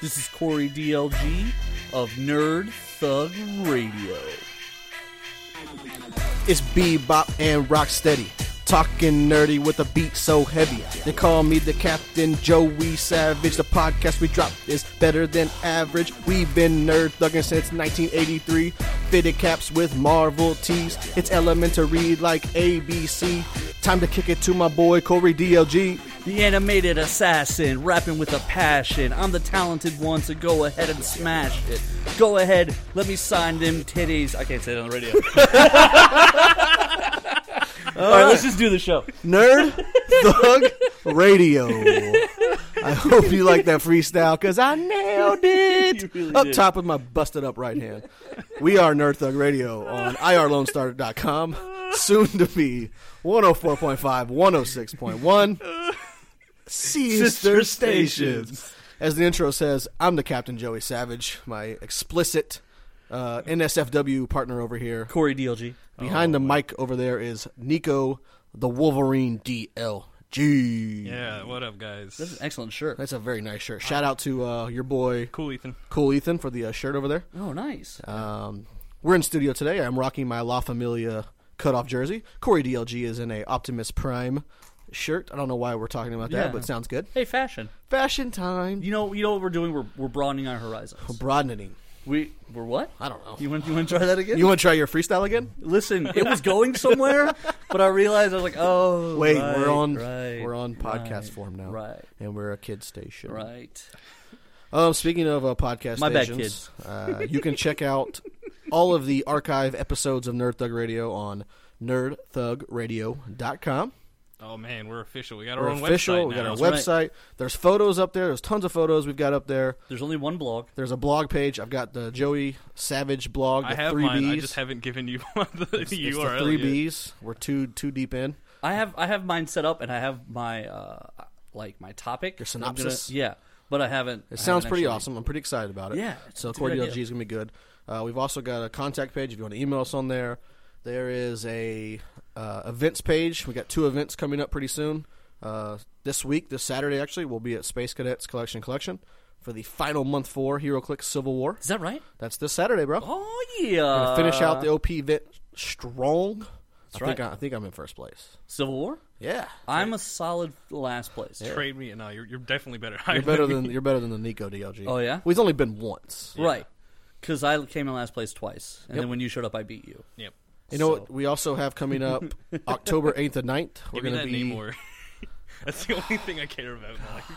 This is Corey DLG of Nerd Thug Radio. It's bebop and rocksteady. Talking nerdy with a beat so heavy. They call me the Captain Joey Savage. The podcast we drop is better than average. We've been nerd thugging since 1983. Fitted caps with Marvel tees. It's elementary like ABC. Time to kick it to my boy Corey DLG. The animated assassin, rapping with a passion. I'm the talented one, so go ahead and smash it. Go ahead, let me sign them titties. I can't say it on the radio. All right, let's just do the show. Nerd Thug Radio. I hope you like that freestyle because I nailed You it. really up did. top with my busted up right hand. We are Nerd Thug Radio on irlonestar.com. Soon to be 104.5, 106.1. Sister, Sister stations. stations. As the intro says, I'm the Captain Joey Savage, my explicit uh, NSFW partner over here. Corey DLG. Behind Oh, the mic over there is Nico the Wolverine DLG. Yeah, what up, guys? That's an excellent shirt. That's a very nice shirt. Shout out to uh, your boy cool, Ethan. Cool Ethan for the uh, shirt over there. Oh, nice. Um, we're in studio today. I'm rocking my La Familia cutoff jersey. Corey DLG is in a Optimus Prime shirt. I don't know why we're talking about that, Yeah. but sounds good. Hey, fashion. Fashion time. You know, you know what we're doing. We're, we're broadening our horizons. Broadening. We we're what? I don't know. You want you want to try that again? You want to try your freestyle again? Listen, it was going somewhere, but I realized I was like, oh, Wait, right, we're on right, we're on podcast right, form now, Right, and we're a kid station. right. Um, speaking of uh, podcast My bad, stations, uh, you can check out all of the archive episodes of Nerd Thug Radio on nerdthugradio.com. Oh man, we're official. We got our We're own official. website We now. got our That's website. There's photos up there. There's tons of photos we've got up there. There's only one blog. There's a blog page. I've got the Joey Savage blog. The I have three mine. Bs. I just haven't given you the, the it's URL the three yet. Bs. We're too too deep in. I have I have mine set up, and I have my uh like my topic. Your I'm gonna- synopsis? yeah, but I haven't. It sounds pretty awesome. I'm pretty excited about it. Yeah, it's So a good Corey idea. DLG is gonna be good. Uh, we've also got a contact page if you want to email us on there. There is a uh, events page. We got two events coming up pretty soon. Uh, this week, this Saturday actually, we'll be at Space Cadets Collection Collection for the final month for Hero Click Civil War. Is that right? That's this Saturday, bro. Oh yeah. We're gonna finish out the OP event strong. I think right. I, I think I'm in first place. Civil War. Yeah, I'm a solid last place. Trade me. No, you're, you're definitely better. you're better than you're better than the Nico DLG. Oh, yeah? well, he's only been once. Right, because I came in last place twice, and then when you showed up, I beat you. Yep. You know So- what? We also have coming up October 8th and 9th. We're Give me going that to be. Namor. That's the only thing I care about. in life.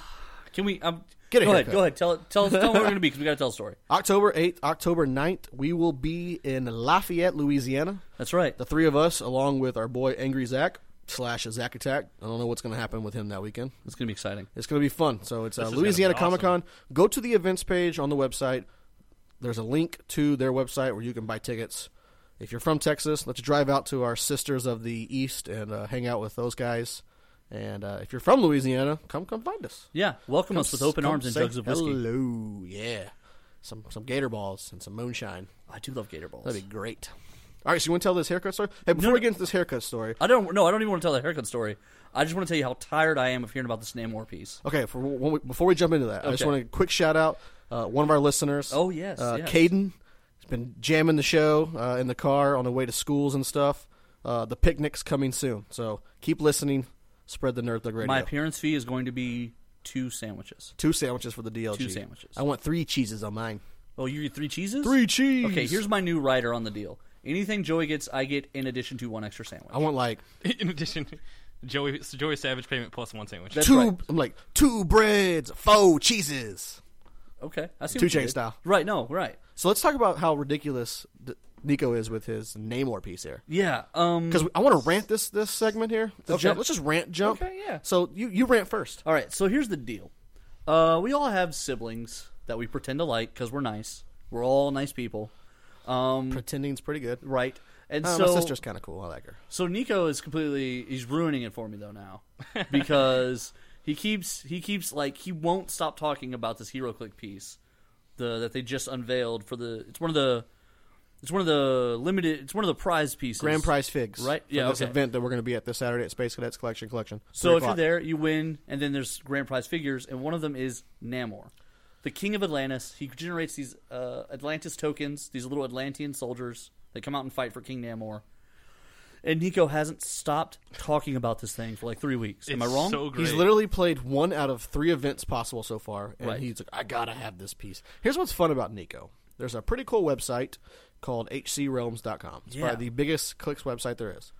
Can we? Um, Get a go ahead. haircut. Go ahead. Tell tell us tell us where we're gonna be because we gotta tell a story. October 8th, October 9th, we will be in Lafayette, Louisiana. That's right. The three of us, along with our boy Angry Zach slash Zach Attack. I don't know what's going to happen with him that weekend. It's gonna be exciting. It's going to be fun. So it's uh, is gonna be Louisiana awesome. Comic Con. Go to the events page on the website. There's a link to their website where you can buy tickets. If you're from Texas, let's drive out to our sisters of the East and uh, hang out with those guys. And uh, if you're from Louisiana, come come find us. Yeah, welcome us with open Come arms and say jugs of whiskey. Hello, yeah. Some some gator balls and some moonshine. I do love Gator balls. That'd be great. All right, so you want to tell this haircut story? Hey, before no. we get into this haircut story, I don't. No, I don't even want to tell the haircut story. I just want to tell you how tired I am of hearing about this Namor piece. Okay, for when we, before we jump into that, I just Okay. want to quick shout out uh, one of our listeners. Oh, yes, uh, yes. Caden. He's been jamming the show uh, in the car on the way to schools and stuff. Uh, the picnic's coming soon, so keep listening. Spread the nerd thug radio. My appearance fee is going to be two sandwiches. Two sandwiches for the DLG. Two sandwiches. I want three cheeses on mine. Oh, you eat three cheeses? Three cheese. Okay, here's my new rider on the deal. Anything Joey gets, I get in addition to one extra sandwich. I want like In addition, Joey Joey Savage payment plus one sandwich. That's two. right. I'm like two breads, four cheeses. Okay, I see. Two what you chain did. style. Right? No, right. So let's talk about how ridiculous D- Nico is with his Namor piece here. Yeah. Um. because I want to rant this this segment here. The Okay. jump- let's just rant jump. Okay, yeah. So you you rant first. All right, so here's the deal. Uh, we all have siblings that we pretend to like because we're nice. We're all nice people, um, Pretending's pretty good. right? And Uh, so, my sister's kind of cool. I like her. so Nico is completely he's ruining it for me though now because he keeps he keeps like he won't stop talking about this hero click piece the that they just unveiled for the it's one of the it's one of the limited it's one of the prize pieces Grand prize figs, Right, for yeah, this okay. event that we're going to be at this Saturday at Space Cadets Collection Collection. So if Three you're o'clock. there, you win, and then there's grand prize figures, and one of them is Namor. the king of Atlantis. He generates these uh, Atlantis tokens, these little Atlantean soldiers that come out and fight for King Namor. And Nico hasn't stopped talking about this thing for like three weeks. Am I It's wrong? So great. He's literally played one out of three events possible so far, and Right. he's like, I gotta have this piece. Here's what's fun about Nico. There's a pretty cool website called hcrealms.com. It's Yeah. probably the biggest clicks website there is.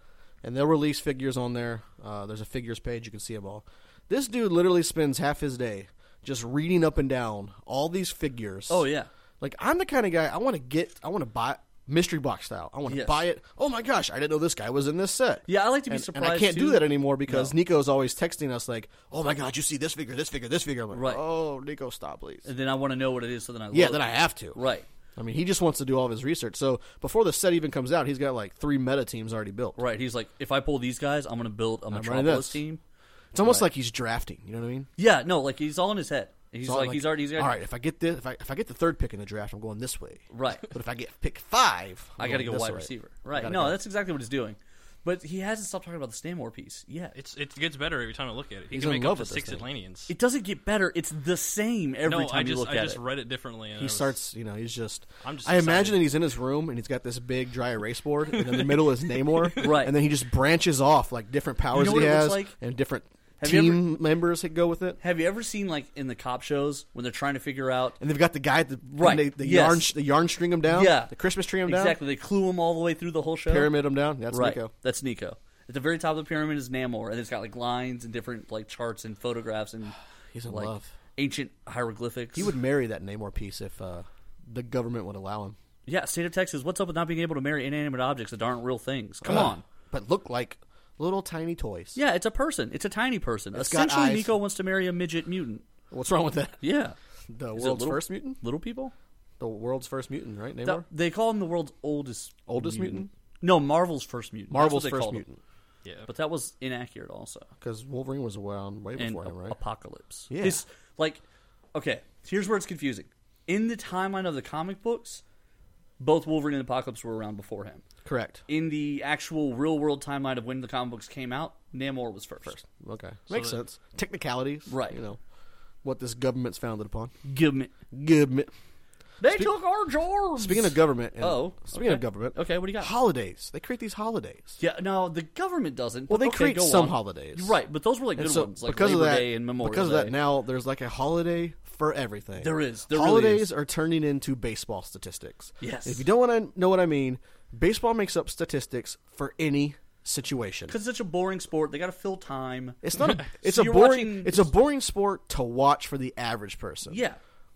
And they'll release figures on there. Uh, there's a figures page. You can see them all. This dude literally spends half his day just reading up and down all these figures. oh yeah. Like I'm the kind of guy I want to get. I want to buy mystery box style. I want to Yes. buy it. Oh my gosh! I didn't know this guy was in this set. Yeah, I like to be and, surprised, And I can't do too. that anymore because Nico's always texting us like, "Oh my god, you see this figure, this figure, this figure." I'm like, Right. "Oh, Nico, stop, please." And then I want to know what it is, so then I yeah, look. then I have to. right, I mean, he just wants to do all of his research. So before the set even comes out, he's got like three meta teams already built. right. He's like, if I pull these guys, I'm going to build a running Metropolis this. team. It's almost like he's drafting. You know what I mean? Yeah, no, like he's all in his head. He's So I'm like, he's already he's got, all right. If I get this, if I, if I get the third pick in the draft, I'm going this way. Right. But if I get pick five, I'm I got to go going this wide way. receiver. I Right. gotta No, go. that's exactly what he's doing. But he hasn't stopped talking about the Namor piece yet. It's it gets better every time I look at it. He He's can in make up love to with this six thing. Atlanteans. It doesn't get better. It's the same every no, time I you just look I at just it. read it differently. And I He was- starts, you know, he's just. i I'm just imagine excited. that he's in his room and he's got this big dry erase board, and in the middle is Namor, Right. And then he just branches off like different powers know that what he it looks has like? and different Have you team members that go with it. Have you ever seen like in the cop shows when they're trying to figure out? And they've got the guy, at the, Right, They, the yes. yarn, the yarn string him down. Yeah, The Christmas tree him down. Exactly. They clue him all the way through the whole show. Pyramid him down. That's right. Nico. That's Nico. At the very top of the pyramid is Namor, and it's got like lines and different like charts and photographs and He's in like love. ancient hieroglyphics. He would marry that Namor piece if uh, the government would allow him. Yeah, state of Texas. What's up with not being able to marry inanimate objects that aren't real things? Come Uh, on. but look like little tiny toys. Yeah, it's a person. It's a tiny person. got Essentially, eyes. Nico wants to marry a midget mutant. What's wrong with that? Yeah. The Is it world's little- first mutant. Little people? The world's first mutant, right? Namor. That- they call him the world's oldest Oldest mutant? No, Marvel's first mutant. That's what Marvel's they first called him. mutant. Yeah, But that was inaccurate also. Because Wolverine was around way And before him, a- right? Apocalypse. Yeah. His- like okay, here's where it's confusing. In the timeline of the comic books, both Wolverine and Apocalypse were around before him. Correct. In the actual real world timeline of when the comic books came out, Namor was first. first. Okay, makes that- sense. Technicalities, Right. You know what this government's founded upon. Give me. Government. They took our jobs. Speaking of government, and- Oh, speaking of government, Okay, what do you got? Holidays. They create these holidays. Yeah, no, the government doesn't. but Well, they okay, create go some on. holidays, right? But those were like And good so ones, like because Labor of that, Day and Memorial because Day. of that, now there's like a holiday for everything. There is. There really holidays is. are turning into baseball statistics. Yes. If you don't want to know what I mean, baseball makes up statistics for any situation. because it's such a boring sport, they got to fill time. It's not. A, it's So a you're boring. watching- It's a boring sport to watch for the average person. Yeah,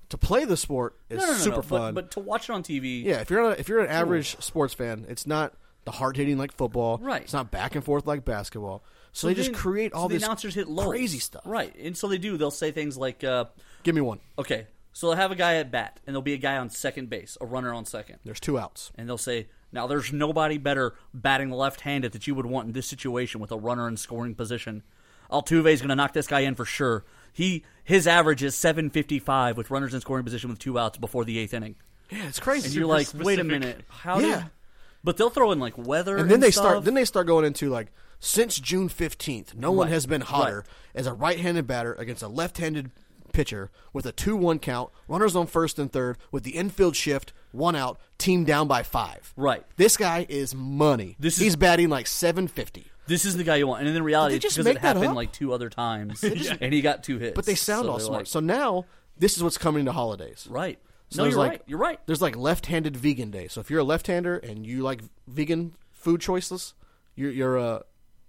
To play the sport is no, no, no, super no. fun. But, but to watch it on TV, yeah, if you're not, if you're an average sports fan, it's not the hard hitting like football. Right. It's not back and forth like basketball. So, they just then- create so all the this announcers hit lulls. crazy stuff. right? And so they do. They'll say things like, uh, Give me one. "Okay, so they'll have a guy at bat, and there'll be a guy on second base, a runner on second, There's two outs. and they'll say." Now there's nobody better batting left-handed that you would want in this situation with a runner in scoring position. Altuve's going to knock this guy in for sure. He his average is 755 with runners in scoring position with two outs before the eighth inning. Yeah, it's crazy. and you're like, wait a specific. minute, how? Yeah. Did... But they'll throw in like weather, and then they stuff. start. Then they start going into like since June fifteenth, no one Right. has been hotter Right. as a right-handed batter against a left-handed pitcher with a two-one count, runners on first and third, with the infield shift, one out, team down by five. Right. This guy is money. This is- he's batting like seven fifty, This is the guy you want, and then in reality, Did they it's just because it make that happened up? like two other times, and he got two hits. but they sound So all they're smart. like, so now this is what's coming to holidays. right? So no, there's you're like right. You're right. There's like left-handed vegan day. So if you're a left-hander and you like vegan food choices, you're, you're a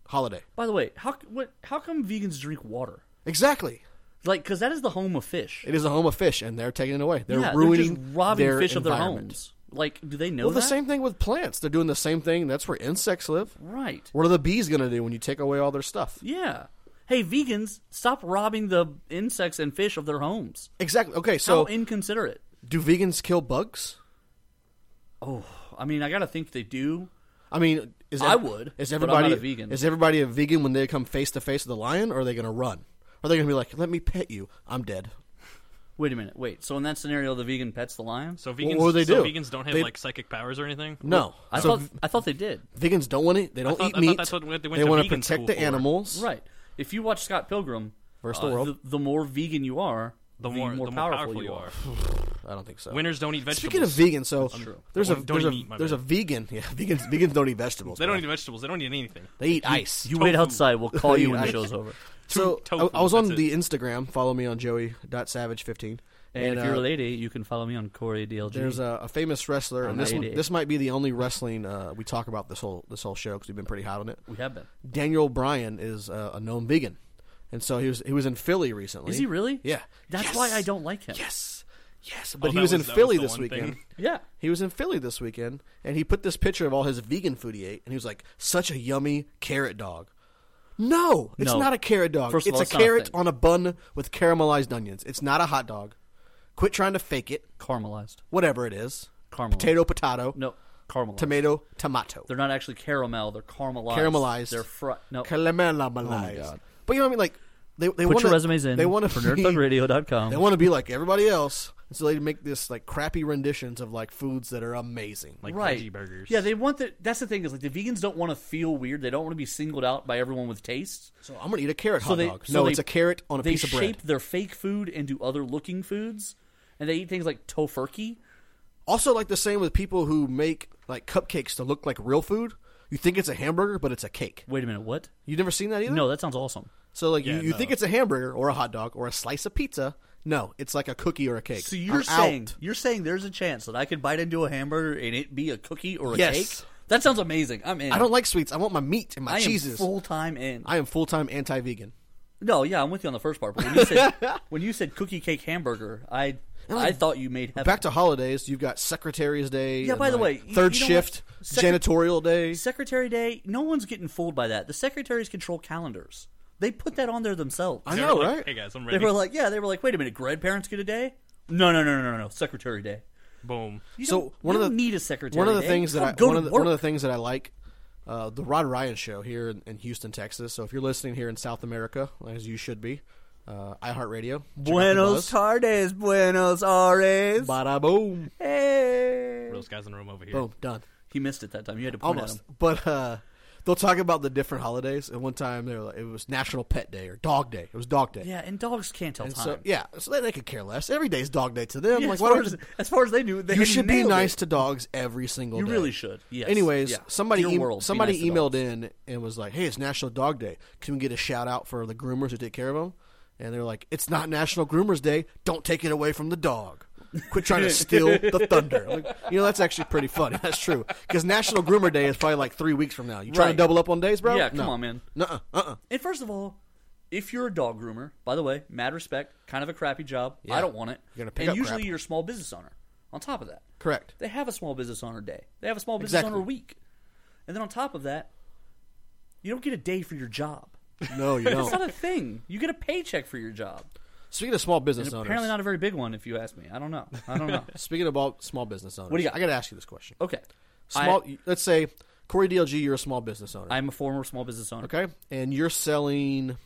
holiday. By the way, how c- what? How come vegans drink water? Exactly. Like, because that is the home of fish. It is a home of fish, and they're taking it away. They're yeah, ruining, they're just robbing their fish of their environment. homes. Like, do they know Well, the that? same thing with plants. They're doing the same thing. That's where insects live. Right. What are the bees going to do when you take away all their stuff? Yeah. Hey, vegans, stop robbing the insects and fish of their homes. Exactly. Okay, How so inconsiderate. do vegans kill bugs? Oh, I mean, I gotta think they do. I mean, is I would, Is but I'm not everybody a vegan. Is everybody a vegan when they come face to face with a lion, or are they going to run? Are they going to be like, "Let me pet you. I'm dead." Wait a minute. Wait. So in that scenario, the vegan pets the lion. so what vegans would they so do? vegans don't have They- like psychic powers or anything. No. I so thought I thought they did. vegans don't want it. They don't eat thought- I thought meat. that's what they went they to wanna vegan protect school the for. animals. Right. If you watch Scott Pilgrim uh, Versus the world. the, the more vegan you are, the more, more the more powerful powerful you you are. are. I don't think so. Winners don't eat vegetables. Speaking of vegan, so true. there's a Don't eat there's a meat, my there's a bad. vegan. Yeah, vegans vegans don't eat vegetables. they don't bro. eat vegetables. They don't eat anything. They eat ice. You wait Tofu. outside. We'll call you when the Ice. show's over. so tofu, I, I was on that's it. the Instagram. Follow me on Joey.savage15. And, if you're uh, a lady, you can follow me on Corey DLG. There's a, a famous wrestler, and this that one, idiot. this might be the only wrestling uh, we talk about this whole this whole show because we've been pretty hot on it. we have been. Daniel Bryan is uh, a known vegan, and so he was he was in Philly recently. Is he really? Yeah. That's Yes. why I don't like him. Yes, yes, but Oh, he that was, was- in that Philly was this the one weekend. thing. Yeah. He was in Philly this weekend, and he put this picture of all his vegan food he ate, and he was like, "Such a yummy carrot dog." No, it's No. not a carrot dog. First of it's all, a it's not a carrot thing. on a bun with caramelized onions. It's not a hot dog. Quit trying to fake it. Caramelized. Whatever it is, Caramelized. potato, potato, No. Caramelized. tomato, tomato. They're not actually caramel. They're caramelized. Caramelized. They're fried. No. Oh Caramelized. God. But you know what I mean? Like they they Put want your resumes in. They want to for They nerdthugradio.com. want to be like everybody else, and so they make this like crappy renditions of like foods that are amazing. Like Like Right. veggie burgers. Yeah, they want the. That's the thing is like the vegans don't want to feel weird. They don't want to be singled out by everyone with taste. so, I'm gonna eat a carrot So hot they- dog. so no, they- it's a carrot on a they piece of shape bread. their fake food into other looking foods, and they eat things like tofurkey. Also, like the same with people who make like cupcakes to look like real food. You think it's a hamburger, but it's a cake. Wait a minute, what? You never seen that either. No, that sounds awesome. So like you, Yeah, you no. think it's a hamburger or a hot dog or a slice of pizza. No, it's like a cookie or a cake. So you're I'm saying out. you're saying there's a chance that I could bite into a hamburger and it be a cookie or a Yes. cake? That sounds amazing. I'm in. I don't like sweets. I want my meat and my I am cheeses. full time in. I am full time anti vegan. no, yeah, I'm with you on the first part. But when you said when you said cookie cake hamburger, I I thought you made heaven. Back to holidays, you've got Secretary's Day. Yeah, and, by the way, like, you- third you know shift, what? Secre- janitorial day. Secretary Day. No one's getting fooled by that. The secretaries control calendars. They put that on there themselves. I They were know, like, right? Hey guys, I'm They ready. were like, yeah, they were like, wait a minute, grandparents get a day? No, no, no, no, no, no, Secretary Day. Boom. You So, don't, one you of don't the- need a secretary. one of the Day. things that Come I go one to of, the, work. one of the things that I like uh, the Rod Ryan show here in, in Houston, Texas. So if you're listening here in South America, as you should be, uh, iHeartRadio. check out the Buenos Buzz. tardes, Buenos Aires. Bada boom, Hey. Those guys in the room over here. boom, done, He missed it that time. You had to point almost. at him. But uh, they'll talk about the different holidays. And one time they were like, it was National Pet Day or Dog Day. It was Dog Day. Yeah, and dogs can't tell And time. so yeah, so they, they could care less. Every day's Dog Day to them. Yeah, like as, why far don't as, as far as they knew, they you should be nailed nice It. to dogs every single You day. really should. Yes. Anyways, Yeah. somebody Dear em- world, be somebody nice to emailed dogs. in and was like, "Hey, it's National Dog Day. Can we get a shout out for the groomers who take care of them?" And they're like, "It's not National Groomers Day. Don't take it away from the dog. Quit trying to steal the thunder." Like, you know, that's actually pretty funny. That's true because National Groomer Day is probably like three weeks from now. You trying to Right. double up on days, bro? Yeah, come No. on, man. Nuh-uh, uh-uh. And first of all, if you're a dog groomer, by the way, mad respect, kind of a crappy job. I don't want it. You're gonna pick and up usually crap. you're a small business owner. On top of that, Correct. they have a small business owner day. They have a small business Exactly. owner week. And then on top of that, you don't get a day for your job. No, you That's not don't. a thing. You get a paycheck for your job. Speaking of small business owners, Apparently not a very big one if you ask me. I don't know. I don't know. speaking of all small business owners, What do you got? I got to ask you this question. Okay. Small, let's say Corey DLG, you're a small business owner. I, I'm a former small business owner. Okay, and you're selling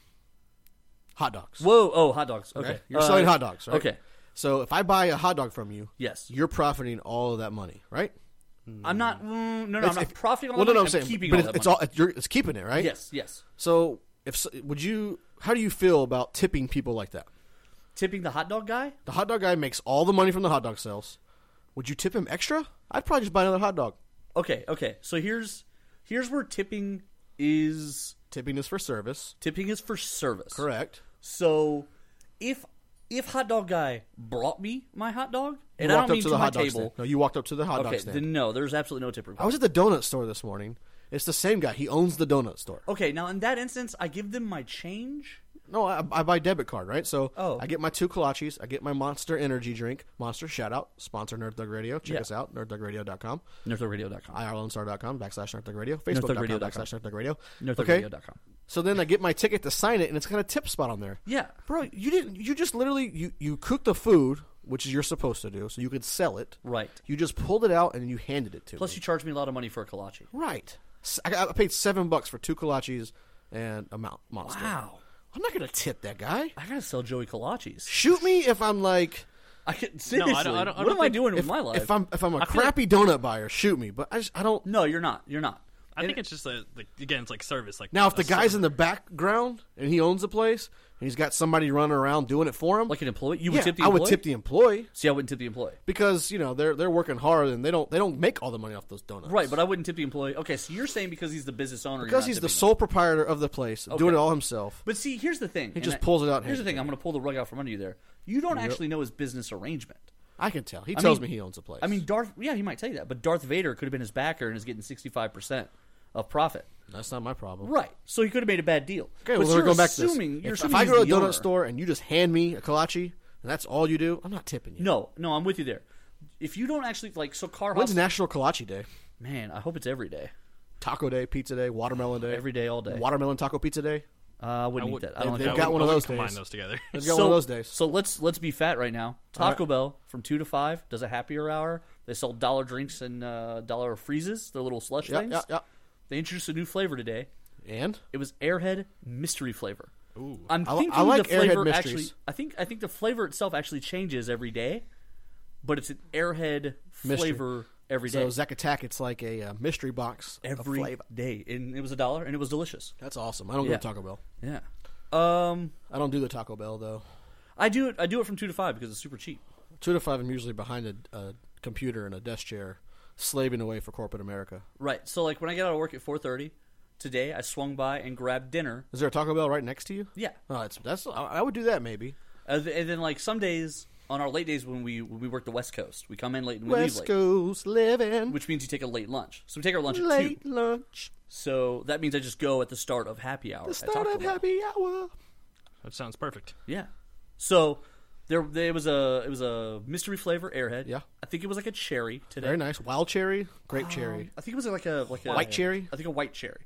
hot dogs. Whoa, oh, hot dogs. Okay. Okay, you're Uh, selling hot dogs, right? Okay. So if I buy a hot dog from you, Yes. you're profiting all of that money, right? I'm not, mm, no, no, I'm If- not Hmm. if- profiting on well, the no, no, money. I'm saying, keeping but all it's, that it's money. all you're, it's keeping it, right? Yes, yes. So if s- would you? How do you feel about tipping people like that? Tipping the hot dog guy? The hot dog guy makes all the money from the hot dog sales. Would you tip him extra? I'd probably just buy another hot dog. Okay, okay. So here's here's where tipping is Tipping is for service, tipping is for service. correct? So if if hot dog guy brought me my hot dog and You I walked don't mean to, up to the my hot dog table, stand. No, you walked up to the hot okay, dog stand. Oh. then no, there's absolutely no tip I required. was at the donut store this morning. It's the same guy. He owns the donut store. Okay, now in that instance, I give them my change. No, I, I buy debit card, right? So Oh. I get my two kolaches. I get my Monster Energy drink. Monster, shout out. Sponsor Nerd Thug Radio. Check Yeah. us out, nerdthugradio.com, NerdThugRadio.com. irlnstar.com, backslash Nerd Thug Radio, facebook.com, NerdThugRadio.com. backslash Nerd Thug Radio. Okay? NerdThugRadio.com. So then I get my ticket to sign it, and it's got a tip spot on there. Yeah. Bro, you didn't, you just literally, you, you cooked the food, which is you're supposed to do, so you could sell it. Right. You just pulled it out and you handed it to Plus, me. you charge me a lot of money for a kolache. right. S- I, got- I paid seven bucks for two kolaches and a mount, Monster. Wow. I'm not going to tip that guy. I gotta sell Joey kolaches. Shoot me if I'm like I can seriously. I don't- I don't what am I think- doing if, with my life? if I'm if I'm a feel crappy donut buyer, shoot me. But I just I don't. no, you're not. You're not. I think it's just a, like again, it's like service. Like Now, if a the guy's server. in the background and he owns the place and he's got somebody running around doing it for him, Like an employee, you would yeah, tip the I employee. would tip the employee See, I wouldn't tip the employee. because you know they're they're working hard and they don't they don't make all the money off those donuts, Right, but I wouldn't tip the employee. Okay, so you're saying because he's the business owner, you're because not he's the tipping him. sole proprietor of the place, doing it all himself. But see, here's the thing. He just pulls it out and Here's the hands it thing. I'm going to pull the rug out from under you there. You don't actually know his business arrangement. I can tell. He tells mean- me he owns the place. I mean, Darth. Yeah, he might tell you that, but Darth Vader could have been his backer and is getting 65 percent of profit. that's not my problem. Right. So he could have made a bad deal. Okay, but well, you're we're going back to this. assuming, You're if, assuming if I he's go to a the donut owner. store and you just hand me a kolache and that's all you do, I'm not tipping you. No, no, I'm with you there. If you don't actually like, so car When's hop- National Kolache Day? man, I hope it's every day, Taco Day, Pizza Day, Watermelon Day, every day, all day. Watermelon Taco Pizza Day. Uh, I wouldn't I eat would- that. I don't they- think I they've got would. one of I wouldn't those combine days. those together. Let's got one of those days. So let's let's be fat right now. Taco Bell from two to five does a happier hour. They sell dollar drinks and uh, dollar freezes. Their little slush Yeah, things. yeah, yeah. They introduced a new flavor today. And It was Airhead Mystery Flavor. Ooh. I'm I- I thinking like the Airhead flavor mysteries. actually. I think I think the flavor itself actually changes every day, but it's an Airhead Mystery. flavor every day. so Zack Attack, it's like a uh, mystery box of every flavor. day, and it was a dollar, and it was delicious. That's awesome. I don't Yeah. go to Taco Bell. Yeah. Um, I don't do the Taco Bell though. I do it. I do it from two to five because it's super cheap. Two to five, I'm usually behind a, a computer and a desk chair, slaving away for corporate America. Right. So like when I get out of work at four thirty today, I swung by and grabbed dinner. Is there a Taco Bell right next to you? Yeah. Oh, that's that's. I- I would do that maybe. And th- and then like some days on our late days when we when we work the West Coast, we come in late and we leave West late, Coast living, which means you take a late lunch. So we take our lunch at two. late lunch, So that means I just go at the start of happy hour. the at start Taco of Bell. happy hour. That sounds perfect. Yeah. So there, there was a it was a mystery flavor Airhead. Yeah. I think it was like a cherry today. Very nice. Wild cherry, grape cherry. I think it was like a like a White cherry? I think a white cherry,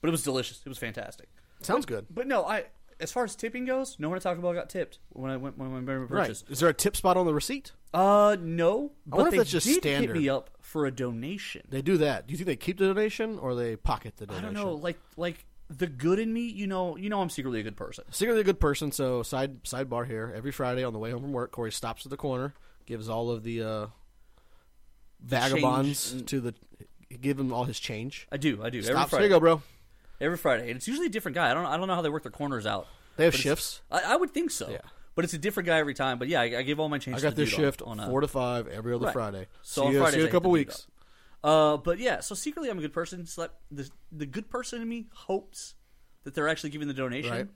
but it was delicious. It was fantastic. Um, Sounds good. But no, I as far as tipping goes, no one at Taco Bell got tipped when I went when I made my Right. purchase. Is there a tip spot on the receipt? Uh, no. But wonder if they that's just did standard. hit me up for a donation. They do that. Do you think they keep the donation or they pocket the I don't donation? know, like like the good in me. You know, you know, I'm secretly a good person. Secretly a good person. So side sidebar here. Every Friday on the way home from work, Corey stops at the corner, gives all of the uh, vagabonds to the, give him all his change. I do, I do. Every Stops. Here Friday, you go, bro. every Friday, and it's usually a different guy. I don't, I don't know how they work their corners out. They have But it's- shifts. I, I would think so. Yeah. But it's a different guy every time. But yeah, I, I give all my change. I to got the their dude shift on, uh, on a, four to five every other Right. Friday. So see on you, Fridays, see I you hit a couple the dude weeks. up. Uh, but yeah, so secretly I'm a good person. So that the the good person in me hopes that they're actually giving the donation. Right.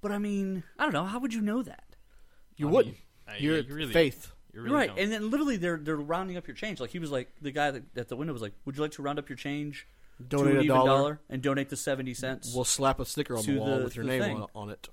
But I mean, I don't know. How would you know that? You I wouldn't. mean, I- You're you really- faith. You really right, don't. and then literally they're they're rounding up your change. Like he was like the guy that, at the window was like, "Would you like to round up your change, Donate to a an even dollar. and donate the seventy cents?" We'll slap a sticker on the To wall the- with your the name thing. on, on it.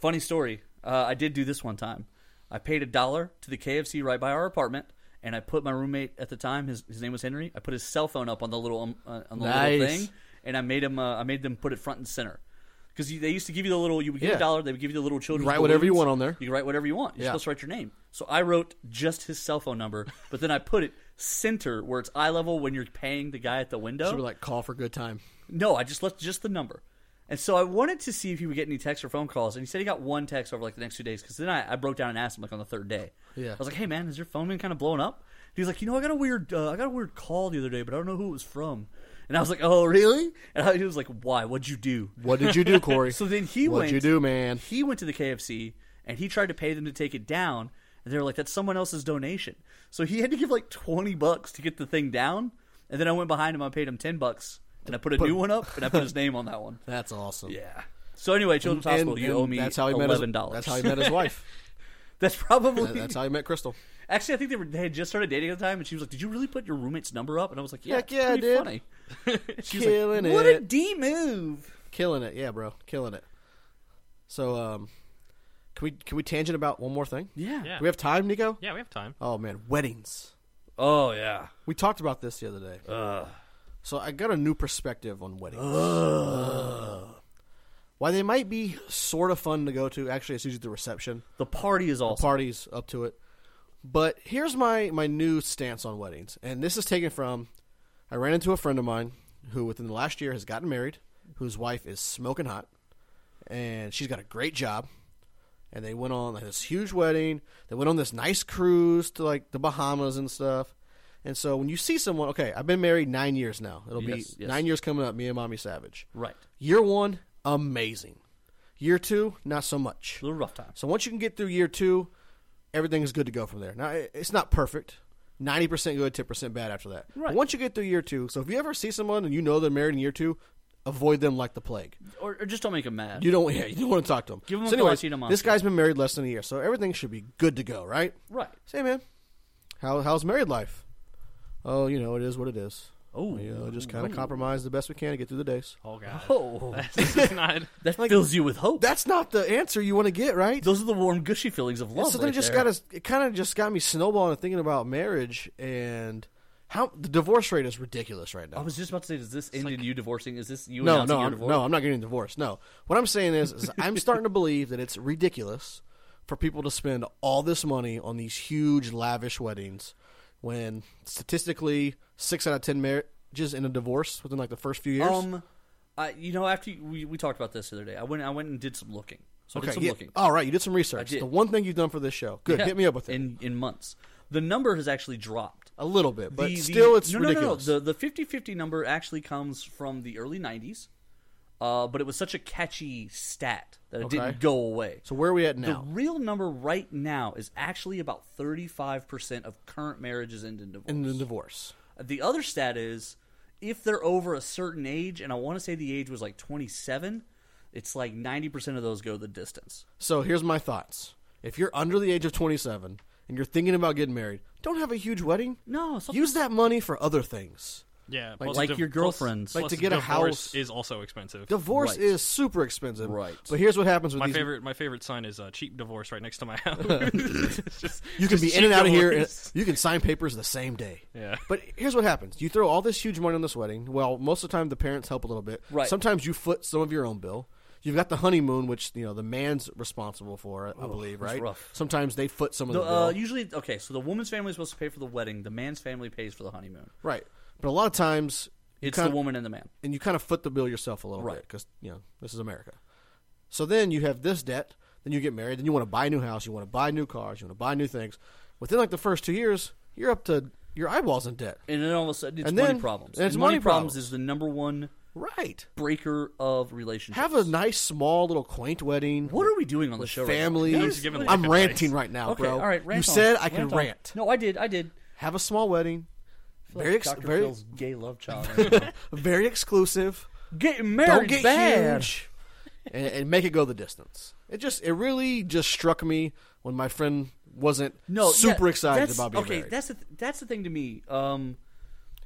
Funny story. Uh, I did do this one time. I paid a dollar to the KFC right by our apartment, and I put my roommate at the time. His his name was Henry. I put his cell phone up on the little um, uh, on the little Nice. thing, and I made him. Uh, I made them put it front and center. Because they used to give you the little, you would get Yeah. a dollar, they would give you the little children's. Write whatever you balloons. want on there. You can write whatever you want. You're Yeah. supposed to write your name. So I wrote just his cell phone number, but then I put it center where it's eye level when you're paying the guy at the window. So we're like, call for good time. No, I just left just the number. And so I wanted to see if he would get any texts or phone calls, and he said he got one text over like the next two days. Because then I, I broke down and asked him like on the third day. Yeah. I was like, "Hey man, has your phone been kind of blown up?" He's like, "You know, I got a weird, uh, I got a weird call the other day, but I don't know who it was from." And I was like, "Oh really?" And I, he was like, "Why? What'd you do?" What did you do, Corey? So then he What'd went. you do, man? He went to the KFC and he tried to pay them to take it down, and they were like, "That's someone else's donation." So he had to give like twenty bucks to get the thing down, and then I went behind him. I paid him ten bucks, and I put a new one up, and I put his name on that one. That's awesome. Yeah. So anyway, Children's Hospital, you owe me that's how he met his- eleven dollars. That's how he met his wife. That's probably. That- that's how he met Crystal. Actually, I think they, were, they had just started dating at the time, and she was like, "Did you really put your roommate's number up?" And I was like, "Yeah, Heck it's yeah, I pretty did." funny. She was like, killing it. What a d move. killing it. Yeah, bro. Killing it. So, um, can we can we tangent about one more thing? Yeah. Yeah. Do we have time, Nico? yeah, we have time. Oh man, weddings. Oh yeah. We talked about this the other day. So I got a new perspective on weddings. Why they might be sort of fun to go to. Actually, it's usually the reception. The party is awesome. parties up to it. But here's my my new stance on weddings, and this is taken from. I ran into a friend of mine who, within the last year, has gotten married, whose wife is smoking hot, and she's got a great job. And they went on like, this huge wedding. They went on this nice cruise to like the Bahamas and stuff. And so when you see someone, okay, I've been married nine years now. It'll Yes, be yes. nine years coming up. Me and Mommy Savage. Right. Year one, amazing. Year two, not so much. little rough time. So once you can get through year two, everything's good to go from there. Now it- it's not perfect. Ninety percent good, ten percent bad after that. Right. But once you get through year two, so if you ever see someone and you know they're married in year two, avoid them like the plague. Or, or just don't make them mad. You don't, yeah, you don't want to talk to them. Give 'em so a anyways, Filipino monster. This guy's been married less than a year, so everything should be good to go, right? right. Say, man, how how's married life? Oh, you know, it is what it is. Oh. you know, just kind of compromise the best we can to get through the days. Oh god. Oh, this is not. that fills you with hope. That's not the answer you want to get, right? Those are the warm, gushy feelings of love. so then right it just there. got us. It kind of just got me snowballing and thinking about marriage and how the divorce rate is ridiculous right now. I was just about to say, does this end in you divorcing? Is this you Oh, no, announcing no, your I'm, divorce? no. I'm not getting divorced. No, what I'm saying is, is I'm starting to believe that it's ridiculous for people to spend all this money on these huge, lavish weddings when statistically six out of ten marriages end in a divorce within like the first few years. Um, I, you know, after you, we, we talked about this the other day, I went I went and did some looking. So I did some yeah. looking. All right, you did some research. did. The one thing you've done for this show, good. Yeah. Hit me up with it in in months. The number has actually dropped. a little bit, but The- the- still, it's no, ridiculous. No, no, no. The the 50-50 number actually comes from the early '90s, uh, but it was such a catchy stat that it Okay. didn't go away. so where are we at the now? real number right now is actually about 35% of current marriages end in divorce. in the divorce. The other stat is if they're over a certain age, and I want to say the age was like 27, it's like 90% of those go the distance. So here's my thoughts. If you're under the age of 27 and you're thinking about getting married, don't have a huge wedding. No, something- use that money for other things. Yeah, Like- plus like div- your plus- girlfriends. Like plus to get a divorce house. is also expensive. Divorce Right. is super expensive. Right. But here's what happens with my these. favorite, my favorite sign is uh, cheap divorce right next to my house. It's just- you can just be in cheap and out of here. and divorce. you can sign papers the same day. Yeah. But here's what happens: you throw all this huge money on this wedding. Well, most of the time the parents help a little bit. Right. Sometimes you foot some of your own bill. You've got the honeymoon, which you know the man's responsible for, I I believe, that's right? rough. Sometimes they foot some of the, The, bill. uh, usually, okay, so the woman's family is supposed to pay for the wedding, the man's family pays for the honeymoon. right. But a lot of times you It's kinda- the woman and the man. and you kind of foot the bill yourself a little bit 'cause Right. bit because you know this is America. So then you have this debt, then you get married, then you want to buy a new house, you want to buy new cars, you want to buy new things. Within like the first two years, you're up to your eyeballs in debt. And then all of a sudden, it's And money then- problems. and it's money problems. is the number one Right. breaker of relationships. Have a nice, small, little, quaint wedding. what are we doing on the show? right now? Family. I'm just giving I'm life ranting advice. right now, Okay, bro. all right. Rant you on. said I can on. rant. No, I did. I did. Have a small wedding. Very, ex- Dr. very, Phil's gay love child. right now. very exclusive. Getting married, don't get bad. huge and, and make it go the distance. It just it really just struck me when my friend wasn't No, super yeah, excited that's- about being okay, married. that's the th- that's the thing to me. Um,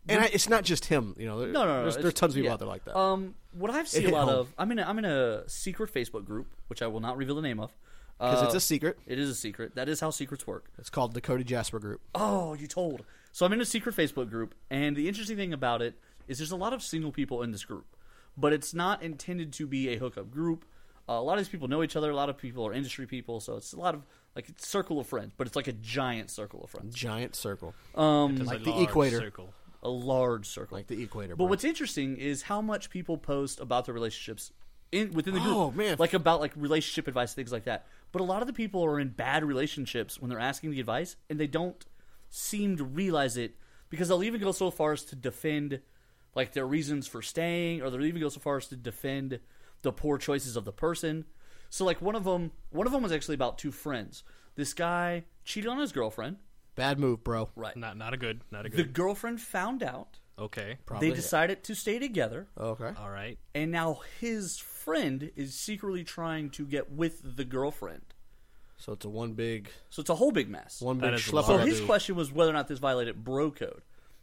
and I, it's not just him, you know. There, no, no, no. There's, it's- there's tons of people yeah. out there like that. Um, what I've seen hit a lot home. of, I'm in a, I'm in a secret Facebook group, which I will not reveal the name of, 'Cause because it's a secret. It is a secret. That is how secrets work. It's called the Cody Jasper Group. Oh, you told. So I'm in a secret Facebook group, and the interesting thing about it is there's a lot of single people in this group, but it's not intended to be a hookup group. Uh, a lot of these people know each other. A lot of people are industry people, so it's a lot of like it's a circle of friends, but it's like a giant circle of friends, Giant circle, Um, It's like a the large equator. circle. a large circle, like the equator. But bro. what's interesting is how much people post about their relationships in within the group. Oh, man. like about like relationship advice, things like that. But a lot of the people are in bad relationships when they're asking the advice, and they don't seem to realize it because they'll even go so far as to defend like their reasons for staying, or they'll even go so far as to defend the poor choices of the person. So like one of them, one of them was actually about two friends. This guy cheated on his girlfriend. bad move, bro? Right. Not, not a good, not a The good. girlfriend found out. okay, they decided to stay together Okay, all right. and now his friend is secretly trying to get with the girlfriend. so it's a one big, So it's a whole big mess. one That big is a schlep. so lot. of his a- question was whether or not this violated bro code.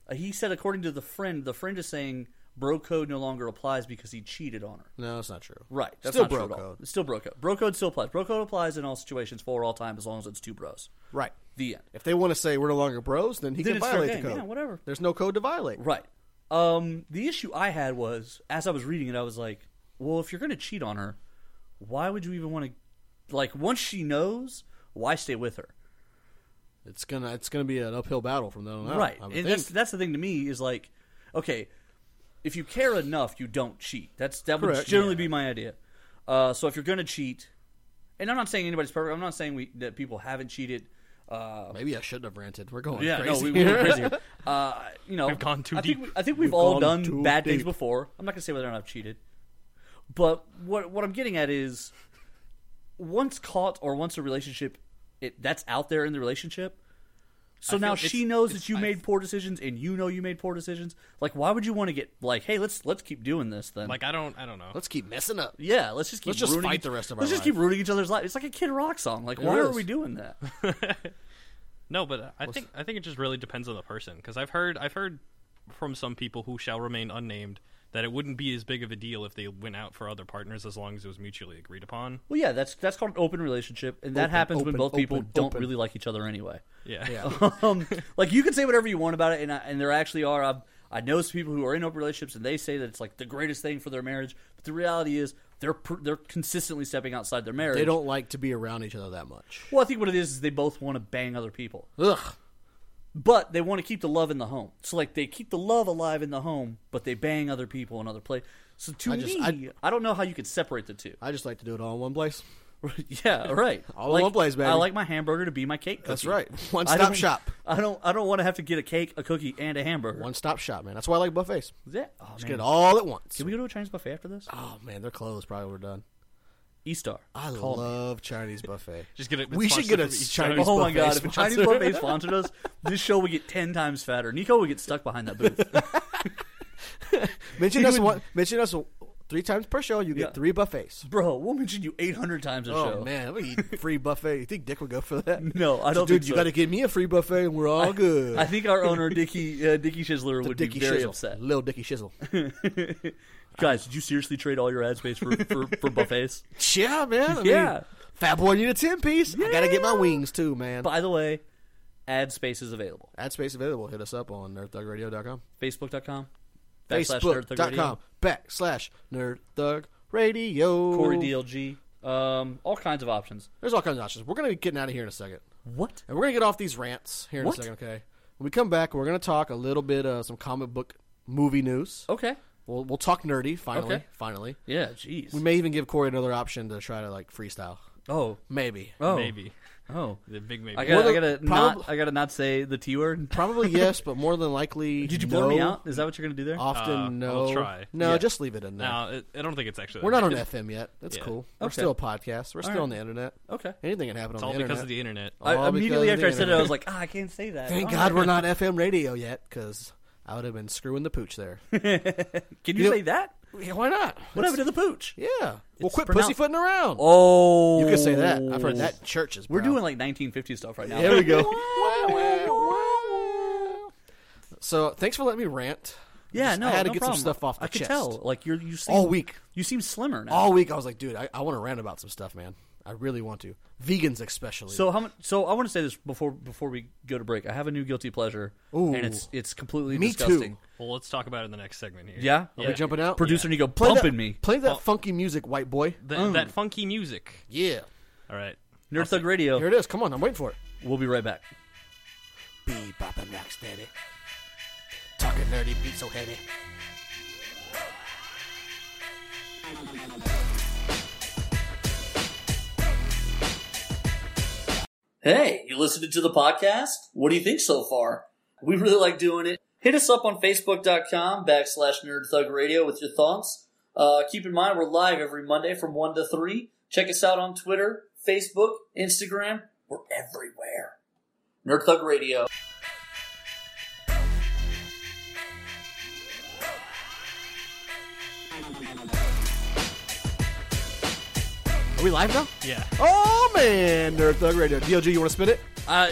Uh, he said, according to the friend, the friend is saying bro code no longer applies because he cheated on her. no, it's not true. Right. That's Still not true bro at all. code. It's still bro code. Bro code still applies. Bro code applies in all situations for all time as long as it's two bros. Right. The end. If they want to say we're no longer bros, then he Then can it's fair violate the game. code. Yeah, whatever. There's no code to violate. Right. Um, the issue I had was as I was reading it, I was like, well, if you're going to cheat on her, why would you even want to? Like, once she knows, why stay with her? It's gonna it's gonna be an uphill battle from then on out. right. Oh, I And would that's think. that's the thing to me is like, okay, if you care enough, you don't cheat. That's that would Correct. generally be my idea. Uh, so if you're going to cheat, and I'm not saying anybody's perfect. I'm not saying we that people haven't cheated. Uh, Maybe I shouldn't have ranted. We're going yeah, crazy. no, we, we were crazy. Uh, you know, We've gone too I think, deep. we- I think we've, We've all gone done too bad things deep. before. I'm not gonna say whether or not I've cheated, but what what I'm getting at is, once caught or once a relationship, it that's out there in the relationship. So I now feel it's- she knows it's- that you I- made poor decisions, and you know you made poor decisions. Like, why would you want to get like, hey, let's let's keep doing this then? Like I don't, I don't know. Let's keep messing up. yeah, let's just keep Let's just ruining fight each- the rest of Let's our just keep ruining each other's life. It's like a Kid Rock song. Like, why are is. we doing that? No, but I think I think it just really depends on the person because I've heard I've heard from some people who shall remain unnamed that it wouldn't be as big of a deal if they went out for other partners as long as it was mutually agreed upon. Well, yeah, that's that's called an open relationship, and that Open, happens when open, both people open, don't open. really like each other anyway. Yeah. um, like you can say whatever you want about it, and I, and there actually are. I've, I know some people who are in open relationships, and they say that it's like the greatest thing for their marriage. But the reality is, they're pr- they're consistently stepping outside their marriage. They don't like to be around each other that much. Well, I think what it is is they both want to bang other people, Ugh. but they want to keep the love in the home. So like they keep the love alive in the home, but they bang other people in other place. So to I just- me, I, don't know how you could separate the two. I just like to do it all in one place. yeah, right. All in one place, baby. I like my hamburger to be my cake. Cookie. That's right. One I stop don't- e- shop. I don't. I don't want to have to get a cake, a cookie, and a hamburger. One stop shop, man. That's why I like buffets. Yeah. Oh, Just man. get it all at once. Can we go to a Chinese buffet after this? Oh man, they're closed. Probably we're done. Eastar. I Call me. love Chinese buffet. Just get it. We should get a Chinese- Oh my buffet god! If a Chinese sponsor. buffet sponsored us, this show would get ten times fatter. Nico would get stuck behind that booth. mention us one. Mention us three times per show. You get Yeah. three buffets. Bro, we'll mention you eight hundred times a Oh show. man, we eat free buffet. You think Dick would go for that? No, I So, don't dude, think you so. got to give me a free buffet, and we're all good. I think our owner Dicky uh, Dicky Schisler would Dicky be very Shizzle, upset. little Dicky Shizzle. Guys, did you seriously trade all your ad space for for, for buffets? yeah, man. I Yeah. mean, fat boy, you need a ten piece. I gotta get my wings too, man. By the way, ad space is available. Ad space available. Hit us up on nerdthugradio.com. Facebook.com. backslash Nerd Thug Radio. Facebook.com backslash nerd thug radio. Corey DLG. Um, all kinds of options. There's all kinds of options. We're gonna be getting out of here in a second. What? And we're gonna get off these rants here in What? a second, okay? When we come back, we're gonna talk a little bit of some comic book movie news. Okay. We'll we'll talk nerdy finally. Okay. Finally, Yeah. Jeez. we may even give Corey another option to try to like freestyle. oh. Maybe. Oh. Maybe Oh. the big maybe. I gotta, Well, I gotta prob- not. I gotta not say the t word. Probably yes, but more than likely. Did you no. blur me out? Is that what you're gonna do there? Often Uh, no. I'll try. No, Yeah. just leave it in there. no, it, I don't think it's actually. We're not on It's FM yet. That's Yeah. cool. We're Okay. still a podcast. We're still right. on the internet. okay. Anything can happen on all the internet. because of the internet. All I, immediately Oh, because of after the I said it, I internet. was like, ah, I can't say that. Thank Oh. God we're not FM radio yet, because I would have been screwing the pooch there. Can you, You know- say that? Yeah, why not? What happened to the pooch? Yeah. Well, It's quit pronounced- pussyfooting around. Oh. You could say that. I've heard that in churches. We're bro. doing like 1950s stuff right now. There we go. so thanks for letting me rant. Yeah. Just- No. I had to no get problem. some stuff off the I could chest. tell. Like you're you seem, All week. You seem slimmer now. All week I was like, dude, I, I want to rant about some stuff, man. I really want to. Vegans especially. So how much? So I want to say this before before we go to break. I have a new guilty pleasure, Ooh. and it's it's completely me disgusting. too. Well, let's talk about it in the next segment here. Yeah, Are we jumping out? Producer Nico Oh, Play pumping that, me. Play that funky music, white boy. That, that funky music. Yeah. All right. Nerd Thug Radio. Here it is. Come on, I'm waiting for it. We'll be right back. Bebop and rocksteady. Talking nerdy, beat so heavy. Hey, you listening to the podcast? What do you think so far? We really like doing it. Hit us up on Facebook.com backslash Nerd Thug Radio with your thoughts. Uh, keep in mind, we're live every Monday from 1 to 3. Check us out on Twitter, Facebook, Instagram. We're everywhere. Nerd Thug Radio. Are we live now? Yeah. Oh man, Nerd Thug Radio. DLG, you want to spin it? Uh,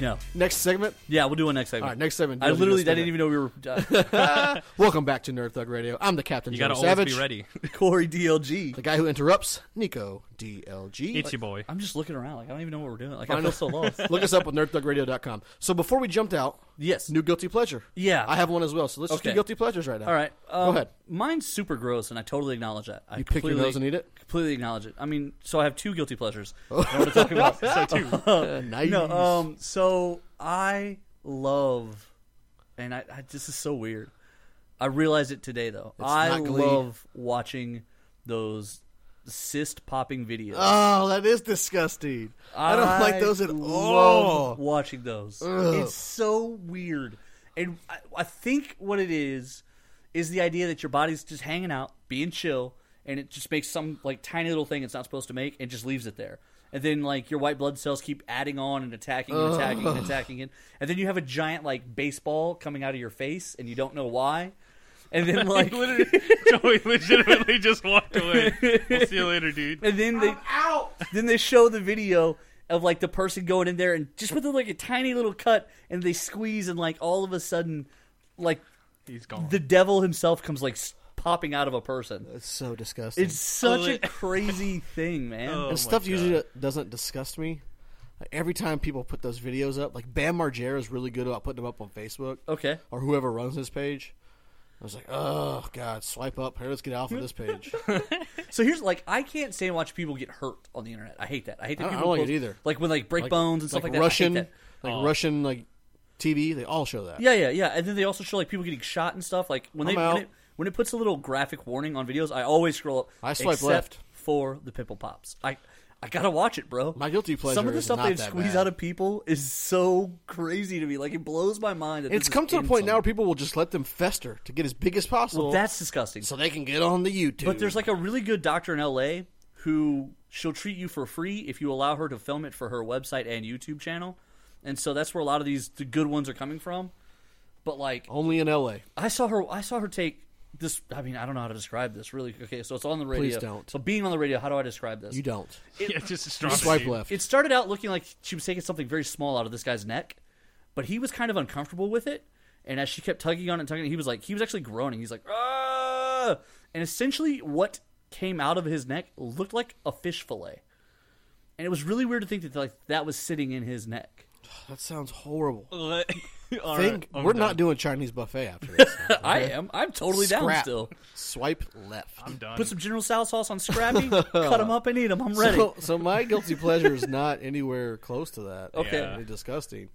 no. Next segment. Yeah, we'll do one next segment. All right, next segment. I DLG, literally you wanna I didn't even know spin we were uh, it? Welcome back to Nerd Thug Radio. I'm the Captain. You Joe gotta Savage, always be ready. Corey DLG. The guy who interrupts Nico DLG. It's your boy. I'm just looking around. Like I don't even know what we're doing. Like I Find feel us- so lost. Look us up on nerdthugradio.com. So before we jumped out, yes. new guilty pleasure. Yeah. I have one as well. So let's just do Okay. guilty pleasures right now. All right. Um, ahead. Mine's super gross, and I totally acknowledge that. I You pick your completely- nose and eat it. Completely acknowledge it. I mean, so I have two guilty pleasures. I want to talk about. so Uh, nice. no, um, so I love, and I, I this is so weird. I realized it today though. I not Glee. love watching those cyst popping videos. Oh, that is disgusting. I don't like those at love all. Watching those, Ugh. it's so weird. And I, I think what it is is the idea that your body's just hanging out, being chill, and it just makes some like tiny little thing it's not supposed to make, and just leaves it there. And then like your white blood cells keep adding on and attacking and attacking and attacking it, and then you have a giant like baseball coming out of your face, and you don't know why. And then like Literally, Joey legitimately just walked away. We'll see you later, dude. And then they out. Then they show the video of like the person going in there and just with like a tiny little cut, and they squeeze, and like all of a sudden, like He's gone. the devil himself comes like s- popping out of a person. It's so disgusting. It's such a Ugh. crazy thing, man. Oh. and stuff my usually doesn't disgust me. Like, every time people put those videos up, like Bam Margera is really good about putting them up on Facebook Okay, or whoever runs this page. I was like, oh god, swipe up. Here, let's get off of this page. so here's like I can't stand watch people get hurt on the internet. I hate that. I hate that I don't- I people don't like it post- either. Like when like break Like- bones and stuff like, that. I hate Russian, that. like Russian, like TV. They all show that. Yeah, yeah, yeah. And then they also show like people getting shot and stuff. Like when I'm they out. when it, when it puts a little graphic warning on videos, I always scroll up. I swipe except left. for the pimple pops. I I gotta watch it, bro. My guilty pleasure Some of the is stuff not they've that squeezed bad. out of people is so crazy to me. Like it blows my mind. That It's this come is to the in point now where something. people will just let them fester to get as big as possible, That's disgusting. so they can get on the YouTube. But there's like a really good doctor in LA who she'll treat you for free if you allow her to film it for her website and YouTube channel. And so that's where a lot of these the good ones are coming from. But like only in LA. I saw her. I saw her take this. I mean, I don't know how to describe this. Really, okay. So it's on the radio. don't. So being on the radio, how do I describe this? You don't yeah, just a strong swipe dude. left. It started out looking like she was taking something very small out of this guy's neck, but he was kind of uncomfortable with it. And as she kept tugging on it and tugging, he was like, he was actually groaning. He's like, ah! And essentially, what came out of his neck looked like a fish fillet, and it was really weird to think that like that was sitting in his neck. that sounds horrible. Let- All Think right, I'm we're done. not doing Chinese buffet after this. I am. I'm totally down Scrap. still. Swipe left. I'm done. Put some General Sal sauce on Scrappy, cut him up and eat him. I'm ready. So, so my guilty pleasure is not anywhere close to that. Okay. It's really disgusting.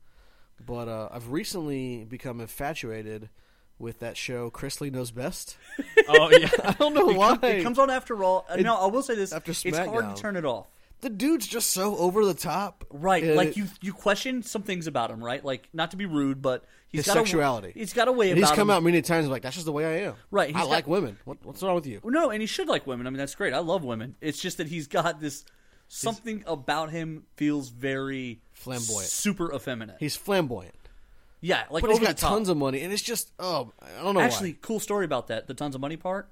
But uh, I've recently become infatuated with that show. Chrisley knows best. oh yeah. I don't know why. It comes on after Raw. Uh, no, I will say this: after it's hard SmackDown. to turn it off. the dude's just so over the top, Right, And like it- you you question some things about him, right? Like not to be rude, but he's His got a- sexuality. he's got a way And about he's come him. out many times like that's just the way I am. Right, he's I got- like women. What, what's wrong with you? No, and he should like women. I mean, that's great. I love women. It's just that he's got this something about him feels very Flamboyant. super effeminate. He's flamboyant, yeah, like but over he's got the top. tons of money, and it's just oh, I don't know. Actually, cool story about that. The tons of money part.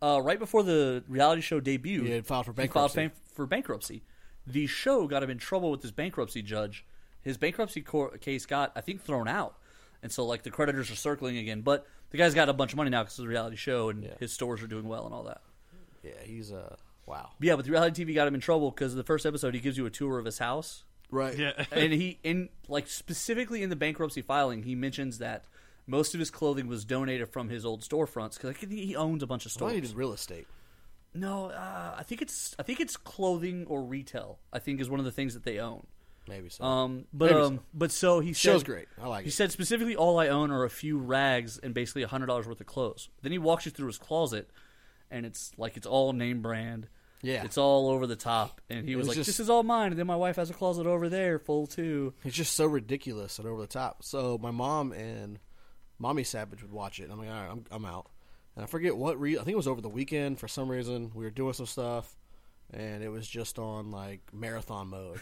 Uh, right before the reality show debut, He had filed for He bankruptcy. filed fa- for bankruptcy. The show got him in trouble with his bankruptcy judge. His bankruptcy cor- case got, I think, thrown out, and so like the creditors are circling again. But the guy's got a bunch of money now because of the reality show, and his stores are doing well and all that. why. yeah, he's uh, wow, But yeah, but the reality TV got him in trouble because the first episode he gives you a tour of his house, right? Yeah. and he in like specifically in the bankruptcy filing he mentions that most of his clothing was donated from his old storefronts because I think he owns a bunch of Why stores. he did real estate? No, uh, I think it's I think it's clothing or retail. I think is one of the things that they own. Maybe so. Um, but Maybe um, but so he Show's said- great. I like He it. said specifically, all I own are a few rags and basically hundred dollars worth of clothes. Then he walks you through his closet, and it's like it's all name brand. Yeah. it's all over the top. And he was, was like, just- "This is all mine." And then my wife has a closet over there full too. It's just so ridiculous and over the top. So my mom and mommy Savage would watch it. And I'm like, all right, I'm, I'm out. And I forget what re I think it was over the weekend for some reason. We were doing some stuff, and it was just on like marathon mode.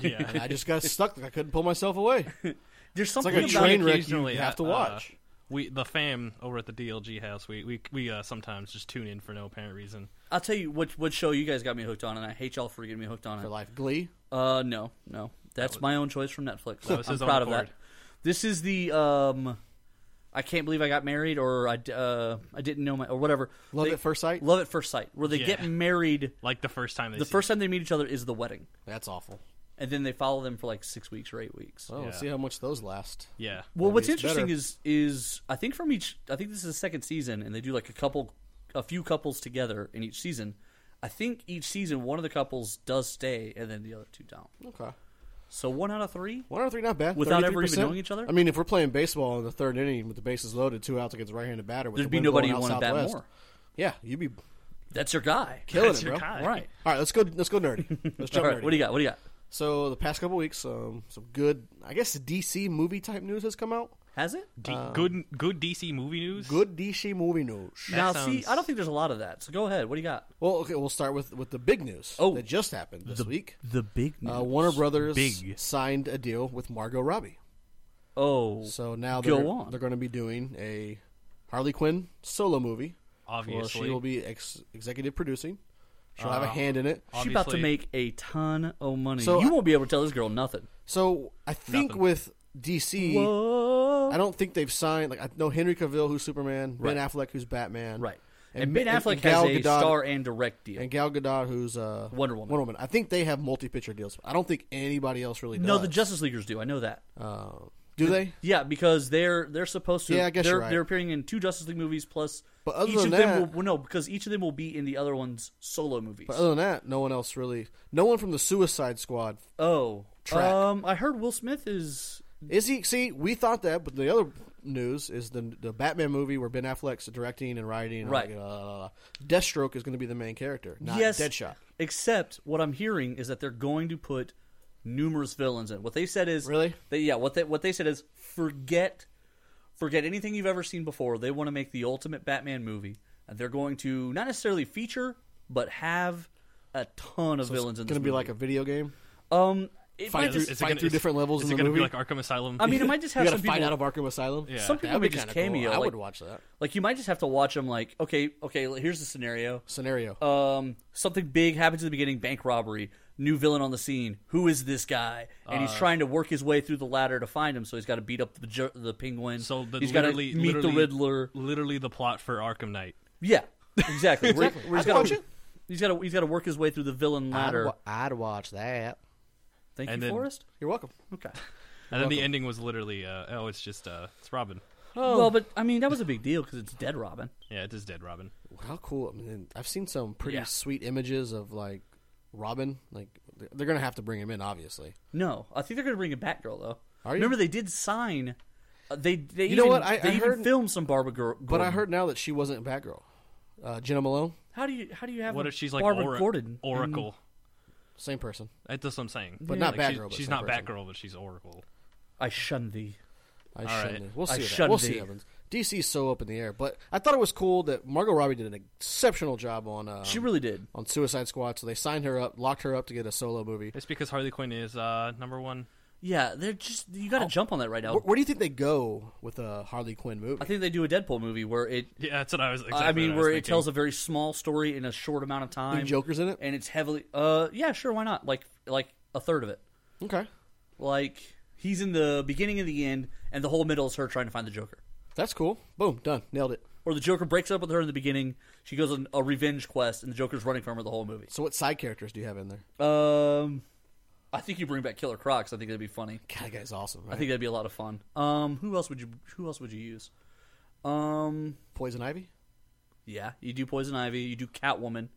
yeah. and I just got stuck. Like I couldn't pull myself away. There's like something a about train it. wreck you Occasionally, have to uh, watch. we the fam over at the DLG house. We we we uh, sometimes just tune in for no apparent reason. I'll tell you what what show you guys got me hooked on, and I hate y'all for getting me hooked on it. For life, Glee. Uh, no, no. That's my own choice from Netflix. That was I'm his own proud of accord. that. This is the um, I can't believe I got married, or I d- uh, I didn't know my or whatever. Love They- at first sight? Love at first sight, where they get Yeah. married. Like the first time they The see first time they meet each other is the wedding, That's awful. and then they follow them for like six weeks or eight weeks. Well, let's Yeah. see how much those last. It. Yeah. Well, what's it's better. interesting is is I think from each I think this is the second season, and they do like a couple, a few couples together in each season. I think each season one of the couples does stay, and then the other two don't. Okay. So one out of three. One or three, not bad. Without ever even 33%. knowing each other? I mean, if we're playing baseball in the third inning with the bases loaded, two outs against the right-handed batter, with There'd the be wind nobody you blowing out want to bat southwest, more. Yeah, you'd be That's your guy. Killing That's it, your bro. guy. All right. All right, let's go. Let's go nerdy. Let's All jump right. nerdy. What do you got? What do you got? So the past couple weeks, um, some good, I guess, DC movie type news has come out. Has it? D- good good DC movie news. Good DC movie news. now, see, sounds- I don't think there's a lot of that. So go ahead. What do you got? Well, okay, we'll start with with the big news Oh. that just happened this week. The big Uh, Warner Brothers Big. signed a deal with Margot Robbie, Oh, so now Go they're on. they're going to be doing a Harley Quinn solo movie. Well, obviously. she will be ex- executive producing. She'll Uh, have a hand in it. she about to obviously. make a ton of money. So you I- won't be able to tell this girl nothing. So I think Nothing. with DC, Whoa. I don't think they've signed. Like I know Henry Cavill, who's Superman, Right. Ben Affleck, who's Batman, Right. And, Ben Affleck and has Gal a Gadot- star and direct deal. and Gal Gadot, who's uh, Wonder Woman. Wonder Woman. I think they have multi-picture deals. I don't think anybody else really. Does. no, the Justice Leaguers do. I know that. Uh, do they? Yeah, because they're they're supposed to. Yeah, I guess they're, you're right. they're appearing in two Justice League movies plus. But other each than of that- them will well, no, because each of them will be in the other one's solo movies. But other than that, no one else really. No one from the Suicide Squad oh, Track. um, I heard Will Smith is is he. See, we thought that, but the other news is the the Batman movie where Ben Affleck's directing and writing. And Right. all that, blah, blah, blah. Deathstroke is going to be the main character, not yes, Deadshot. Except what I'm hearing is that they're going to put numerous villains in. What they said is Really? They, yeah. What they what they said is forget forget anything you've ever seen before. They want to make the ultimate Batman movie, and they're going to not necessarily feature, but have a ton of villains in. It's going to this movie. be like a video game. um. It Fight might through- just- fight through different levels Is in it the gonna movie? be like Arkham Asylum? I mean, it might just You have got to some people. fight out of Arkham Asylum. Yeah. some people That'd may be just kinda cool. cameo. I like, would watch that Like you might just have to watch them. Like okay, okay. Here's the scenario. scenario. um, something big happens at the beginning bank robbery new villain on the scene who is this guy and Uh, he's trying to work his way through the ladder to find him so he's got to beat up the, ju- the penguin So the, he's got to literally, meet the literally- riddler Literally the plot for Arkham Knight. yeah exactly, Exactly. I'd watch it. he's got to he's got to work his way through the villain I'd, ladder wa- I'd watch that. thank you and then- forrest You're welcome. okay And then the ending was literally, uh, oh, it's just uh, it's Robin. well but i mean that was a big deal because it's dead robin Yeah, it is dead Robin. How cool! I mean, I've seen some pretty Yeah. sweet images of like Robin. Like they're- they're gonna have to bring him in, obviously. no i think they're going to bring a batgirl though Are you? remember they did sign uh, they they You even, know what? I- they I even heard- filmed some Barbara Gor- Gordon. But I heard now that she wasn't Batgirl. Uh, Jenna Malone, how do you how do you have What a if she's like Barbara Ora- Gordon Mm-hmm. and- Oracle? same person. That's what I'm saying. But not Like, she- Batgirl, but she's same not person. Batgirl, but she's Oracle. I shun thee. I All shouldn't. right. I We'll see. what that. shouldn't We'll see. be. what happens. DC's so up in the air, but I thought it was cool that Margot Robbie did an exceptional job on um, She really did. on Suicide Squad. So they signed her up, locked her up to get a solo movie. It's because Harley Quinn is uh, number one. Yeah, they're just you Oh. got to jump on that right now. Where, where do you think they go with a Harley Quinn movie? I think they do a Deadpool movie where it. Yeah, that's what I was. Exactly I mean, what I was where it thinking. tells a very small story in a short amount of time. Think Joker's in it. and it's heavily. Uh, yeah, sure, why not? Like, like a third of it. Okay, Like he's in the beginning and the end, and the whole middle is her trying to find the Joker. that's cool. Boom, done, nailed it. Or the Joker breaks up with her in the beginning. She goes on a revenge quest, and the Joker's running from her the whole movie. So what side characters do you have in there? Um, I think you bring back Killer Crocs. I think that'd be funny. God, that guy's awesome. Right? I think that'd be a lot of fun. Um, who else would you? Who else would you use? Um, Poison Ivy. Yeah, you do Poison Ivy, you do Catwoman,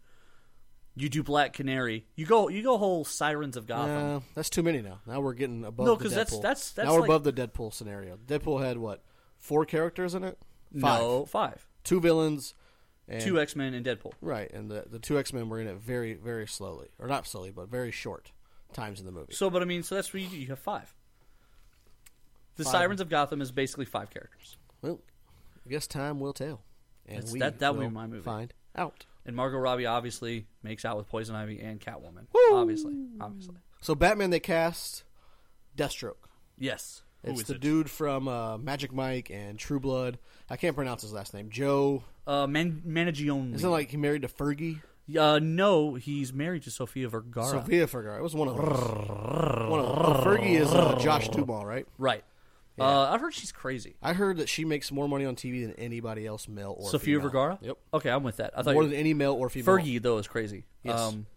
you do Black Canary. You go, you go whole Sirens of Gotham. Uh, that's too many now. Now we're getting above. No, the 'cause Deadpool. that's- that's- that's now we're like- above the Deadpool scenario. Deadpool had what four characters in it? Five. No, five, Two villains. And, two X Men and Deadpool. Right, and the the two X Men were in it very very slowly, or not slowly, but very short times in the movie. So, but I mean, so that's where you do. You have five. The Five. Sirens of Gotham is basically five characters, Well, I guess time will tell, and That's- we that- that would will be my movie. find out. and Margot Robbie obviously makes out with Poison Ivy and Catwoman. Obviously, obviously, So Batman they cast Deathstroke. yes. It's is the it? dude from uh, Magic Mike and True Blood. I can't pronounce his last name. Joe. Uh, Man- Managione. Isn't it like he married to Fergie? uh, no, he's married to Sofia Vergara. Sophia Fergara. It was one of those. one of those. Fergie is uh, Josh Duhamel, right? Right. Uh, I've heard she's crazy. I heard that she makes more money on TV than anybody else, male or Sofia female. Vergara. Yep. Okay, I'm with that. I thought More you- than any male or female. Fergie though is crazy. Yes. Um,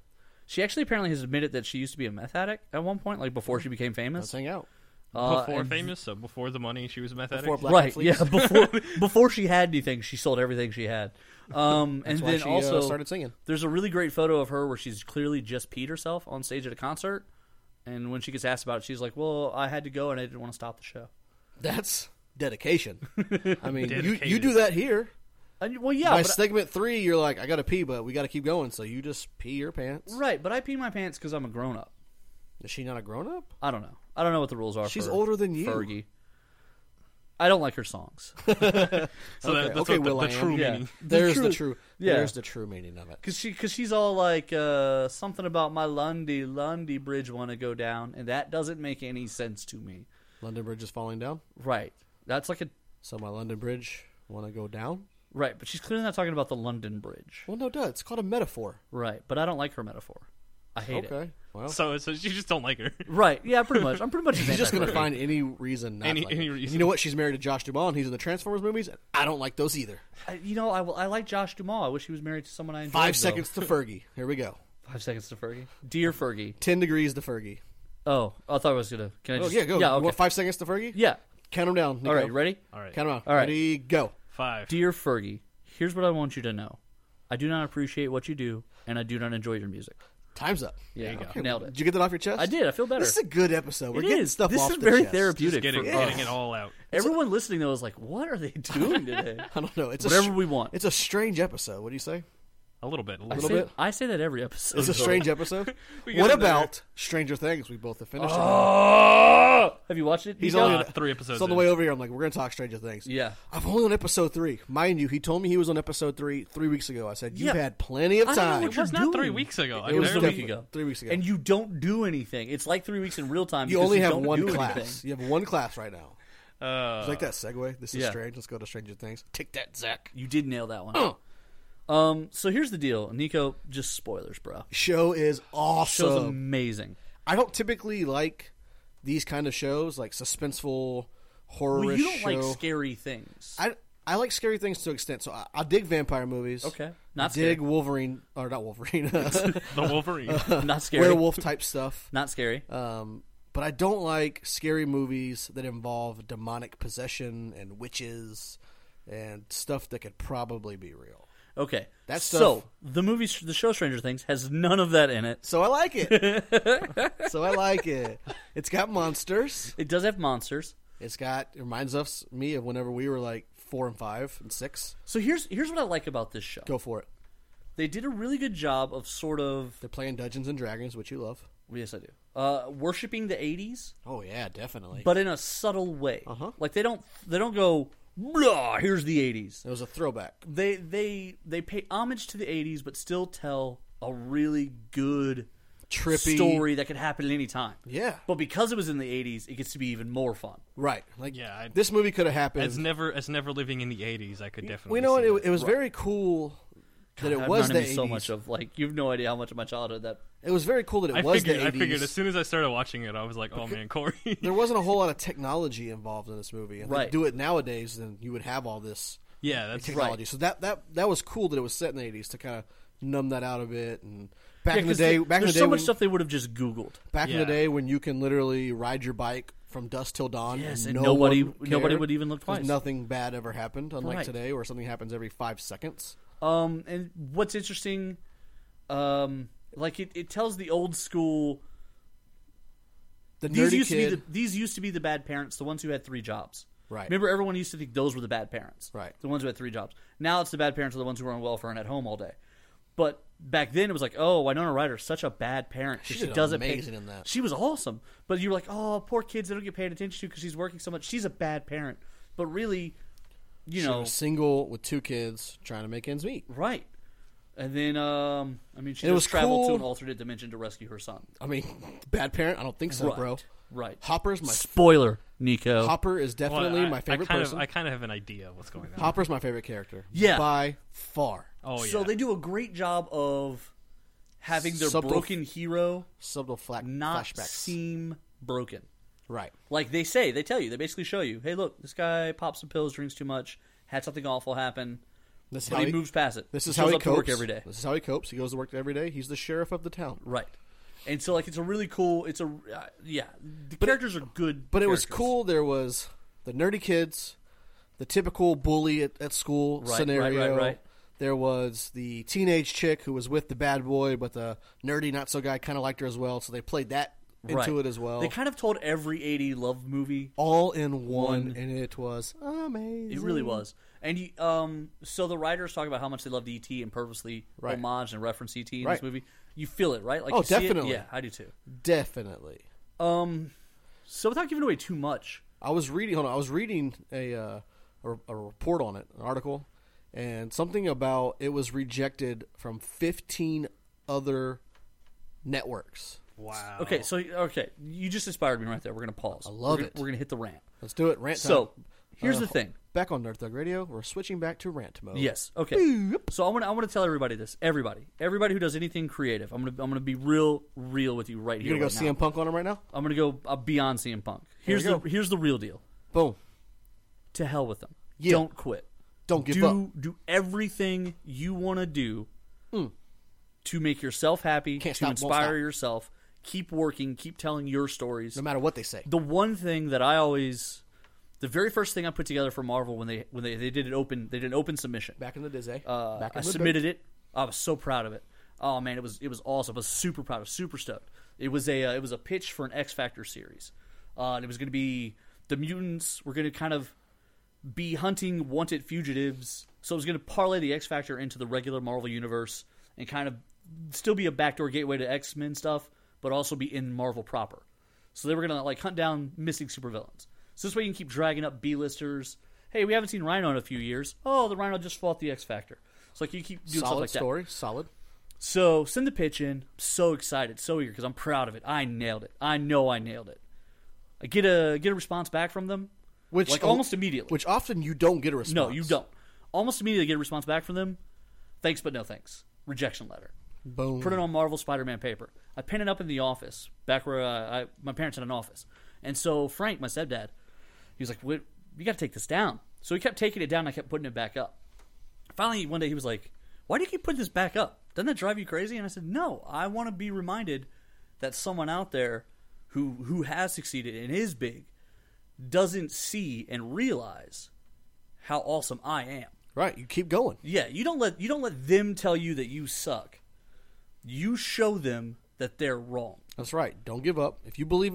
she actually apparently has admitted that she used to be a meth addict at one point, like before she became Let's famous. hang out. Uh, before and- famous, so before the money, she was a meth addict. Before Black Eyed right? Fleas. Yeah, before before she had anything, she sold everything she had. Um, and why then she, uh, also started singing. There's a really great photo of her where she's clearly just peed herself on stage at a concert, and when she gets asked about it, she's like, "Well, I had to go and I didn't want to stop the show." That's dedication. I mean, you, you Dedicated. do that here. And, well, yeah, By but segment three, you're like, I gotta pee, but we gotta keep going. So you just pee your pants. right. But I pee my pants because I'm a grown up. Is she not a grown up? I don't know. I don't know what the rules are. She's for older than you. Fergie. I don't like her songs So that, okay, that's what the, Will.i.am. the true Yeah. meaning. There's true- the true. yeah. There's the true meaning of it. because she because she's all like uh, something about my Lundy Lundy Bridge want to go down, and that doesn't make any sense to me. London Bridge is falling down, Right. That's like a so my London Bridge want to go down. right, but she's clearly not talking about the London Bridge. Well, no, duh. It's called a metaphor. Right, but I don't like her metaphor. I hate it. Okay. Well, So, so you just don't like her. Right. Yeah, pretty much. I'm pretty much She's just gonna anti-Fergie. find any reason not Any- like it. any reason. You know what? She's married to Josh Duhamel. He's in the Transformers movies. and I don't like those either. I, you know, I will. I like Josh Duhamel. I wish he was married to someone I enjoyed. Five though. seconds to Fergie. Here we go. Five seconds to Fergie. Dear Fergie. Ten degrees to Fergie. Oh, I thought I was gonna. Can I Oh just? yeah, go. Yeah. You Okay. want five seconds to Fergie? yeah. Count them down. Nico. All right. Ready? All right, Count them down. All right. Ready? Go. five. Dear Fergie, here's what I want you to know. I do not appreciate what you do, and I do not enjoy your music. Time's up. Yeah, you Okay, go. Nailed Did it. you get that off your chest? I did. I feel better. This is a good episode. We're It getting is. stuff This off is the very chest. therapeutic. Getting, for getting us. it all out. Everyone listening though is like, "What are they doing today?" I don't know. It's a Whatever str- we want. It's a strange episode. What do you say? A little bit. A I little say, bit. I say that every episode. It's a strange episode. We what got another- about Stranger Things? We both have finished. it. Oh! Have you watched it? He's Nico? only uh, on- three episodes It's on the in. way over here. I'm like, we're gonna talk Stranger Things. Yeah. I'm only on episode three. Mind you, he told me he was on episode three three weeks ago. I said, You've Yeah. had plenty of I know time. what It was you're not three doing. weeks ago. I It mean, was there- a barely- week definitely ago. three weeks ago. And you don't do anything. It's like three weeks in real time. You because only have don't one do class. anything. You have one class right now. Uh, It's like that segue. This is yeah. strange. Let's go to Stranger Things. Take that, Zach. You did nail that one. Um. So here's the deal, Nico. Just spoilers, bro. Show is awesome. Show's amazing. I don't typically like these kind of shows, like suspenseful horror. Well, you don't show. like scary things. I I like scary things to an extent. So I, I dig vampire movies. Okay. Not dig scary. Wolverine or not Wolverine, the Wolverine. Uh, not scary. werewolf type stuff. Not scary. Um, but I don't like scary movies that involve demonic possession and witches and stuff that could probably be real. Okay. That's so stuff- the movie, the show Stranger Things has none of that in it. So I like it. so I like it. It's got monsters. It does have monsters. It's got it reminds us me of whenever we were like four and five and six. So here's here's what I like about this show. Go for it. They did a really good job of sort of They're playing Dungeons and Dragons, which you love. yes, I do. Uh, worshipping the '80s, Oh yeah, definitely. but in a subtle way. Uh-huh. Like they don't they don't go blah. Here's the '80s. it was a throwback. They they they pay homage to the '80s, but still tell a really good Trippy story that could happen at any time. Yeah. But because it was in the '80s, it gets to be even more fun. Right. Like Yeah, I- this movie could have as happened. never as never living in the '80s, I could definitely. We know what see it, that. it was very cool that it I've was known the me 80s. so much of like you have no idea how much of my childhood that It was very cool that it I was figured. the I 80s. figured as soon as I started watching it, I was like, "Oh man, Corey." there wasn't a whole lot of technology involved in this movie. If they Right. do it nowadays, then you would have all this yeah, that's technology. So that, that that was cool that it was set in the 80s to kind of numb that out a bit. And back Yeah, in the 'cause day, the- back in there's the day, so much when, stuff they would have just Googled. back in the Yeah. day when you can literally ride your bike from dusk till dawn. Yes, and and no nobody- one cared, nobody would even look 'cause twice. Nothing bad ever happened, unlike Right. today, where something happens every five seconds. Um, and what's interesting, um, like it, it tells the old school. The nerdy These used kid, to be the, these used to be the bad parents, the ones who had three jobs. Right. Remember, everyone used to think those were the bad parents. Right. The ones who had three jobs. Now it's the bad parents are the ones who were on welfare and at home all day. But back then it was like, oh, Winona Ryder's such a bad parent. 'cause She She, did doesn't amazing pay. in that. She was awesome. But you were like, oh, poor kids, they don't get paid attention to because she's working so much. She's a bad parent. But really, you she know, was single with two kids, trying to make ends meet. Right. And then, um, I mean, she It just was traveled cool. to an alternate dimension to rescue her son. I mean, bad parent? I don't think so, right. bro. Right. Hopper's my Spoiler, Nico. Hopper is Well, definitely I, my favorite I kind person. Of, I kind of have an idea of what's going on. Hopper's my favorite character. Yeah. by far. Oh yeah. So they do a great job of having their Subtle- broken hero Subtle fla- not flashbacks. seem broken. Right. Like they say, they tell you, they basically show you, hey, look, this guy pops some pills, drinks too much, had something awful happen, This is but how he, he- moves past it. This is He how shows he up to work copes every day. This is how he copes. He goes to work every day. He's the sheriff of the town. Right. And so, like, it's a really cool. It's a uh, yeah. The characters are good, But it was characters. cool. There was the nerdy kids, the typical bully at, at school right, scenario. right, right. There was the teenage chick who was with the bad boy, but the nerdy not so guy kind of liked her as well. So they played that into Right. it as well. They kind of told every 80 love movie. all in one, One. and it was amazing. It really was. And you, um, so the writers talk about how much they loved ET and purposely Right. homage and reference ET in Right. this movie. You feel it, right? Like Oh, you see it? definitely. Yeah, I do too. definitely. Um, so without giving away too much, I was reading. Hold on, I was reading a uh, a, a report on it, an article, and something about it was rejected from 15 other networks. Wow. okay. So okay, you just inspired me right there. We're gonna pause. I love we're gonna, it. We're gonna hit the rant. Let's do it. Rant. So time. here's Uh, the thing. Back on Nerd Thug Radio, we're switching back to rant mode. Yes. Okay. So I want to I want to tell everybody this. Everybody, everybody who does anything creative, I'm gonna I'm gonna be real real with you right You're here. gonna right go now. CM Punk on him right now. I'm gonna go uh, beyond CM Punk. Here's you the go. here's the real deal. Boom. To hell with them. Yeah. Don't quit. Don't give do up. do everything you want to do to make yourself happy, Mm. Can't to stop, won't inspire stop. yourself. Keep working. Keep telling your stories. No matter what they say. the one thing that I always, the very first thing I put together for Marvel when they when they, they did an open they did an open submission. Back in the day. Uh, back I in the day. submitted it. I was so proud of it. Oh man, it was it was awesome. I was super proud. I was super stoked. It was a uh, it was a pitch for an X Factor series, uh, and it was going to be the mutants were going to kind of be hunting wanted fugitives. So it was going to parlay the X Factor into the regular Marvel universe and kind of still be a backdoor gateway to X Men stuff, but also be in Marvel proper. So they were going to like hunt down missing supervillains. So this way you can keep dragging up B listers. Hey, we haven't seen Rhino in a few years. Oh, the Rhino just fought the X Factor. So like you keep doing stuff Solid like that. story. Solid. So send the pitch in. I'm so excited, so eager because I'm proud of it. I nailed it. I know I nailed it. I get a get a response back from them, Which like al- almost immediately. Which often you don't get a response. No, you don't. Almost immediately get a response back from them. Thanks, but no thanks. Rejection letter. Boom. Put it on Marvel Spider-Man paper. I pinned it up in the office back where uh, I, my parents had an office, and so Frank, my stepdad, he was like, "What? You got to take this down." So he kept taking it down. and I kept putting it back up. Finally, one day he was like, "Why do you keep putting this back up? Doesn't that drive you crazy?" And I said, "No, I want to be reminded that someone out there who who has succeeded and is big doesn't see and realize how awesome I am." Right. You keep going. Yeah, you don't let you don't let them tell you that you suck. You show them that they're wrong. That's right. Don't give up. If you believe,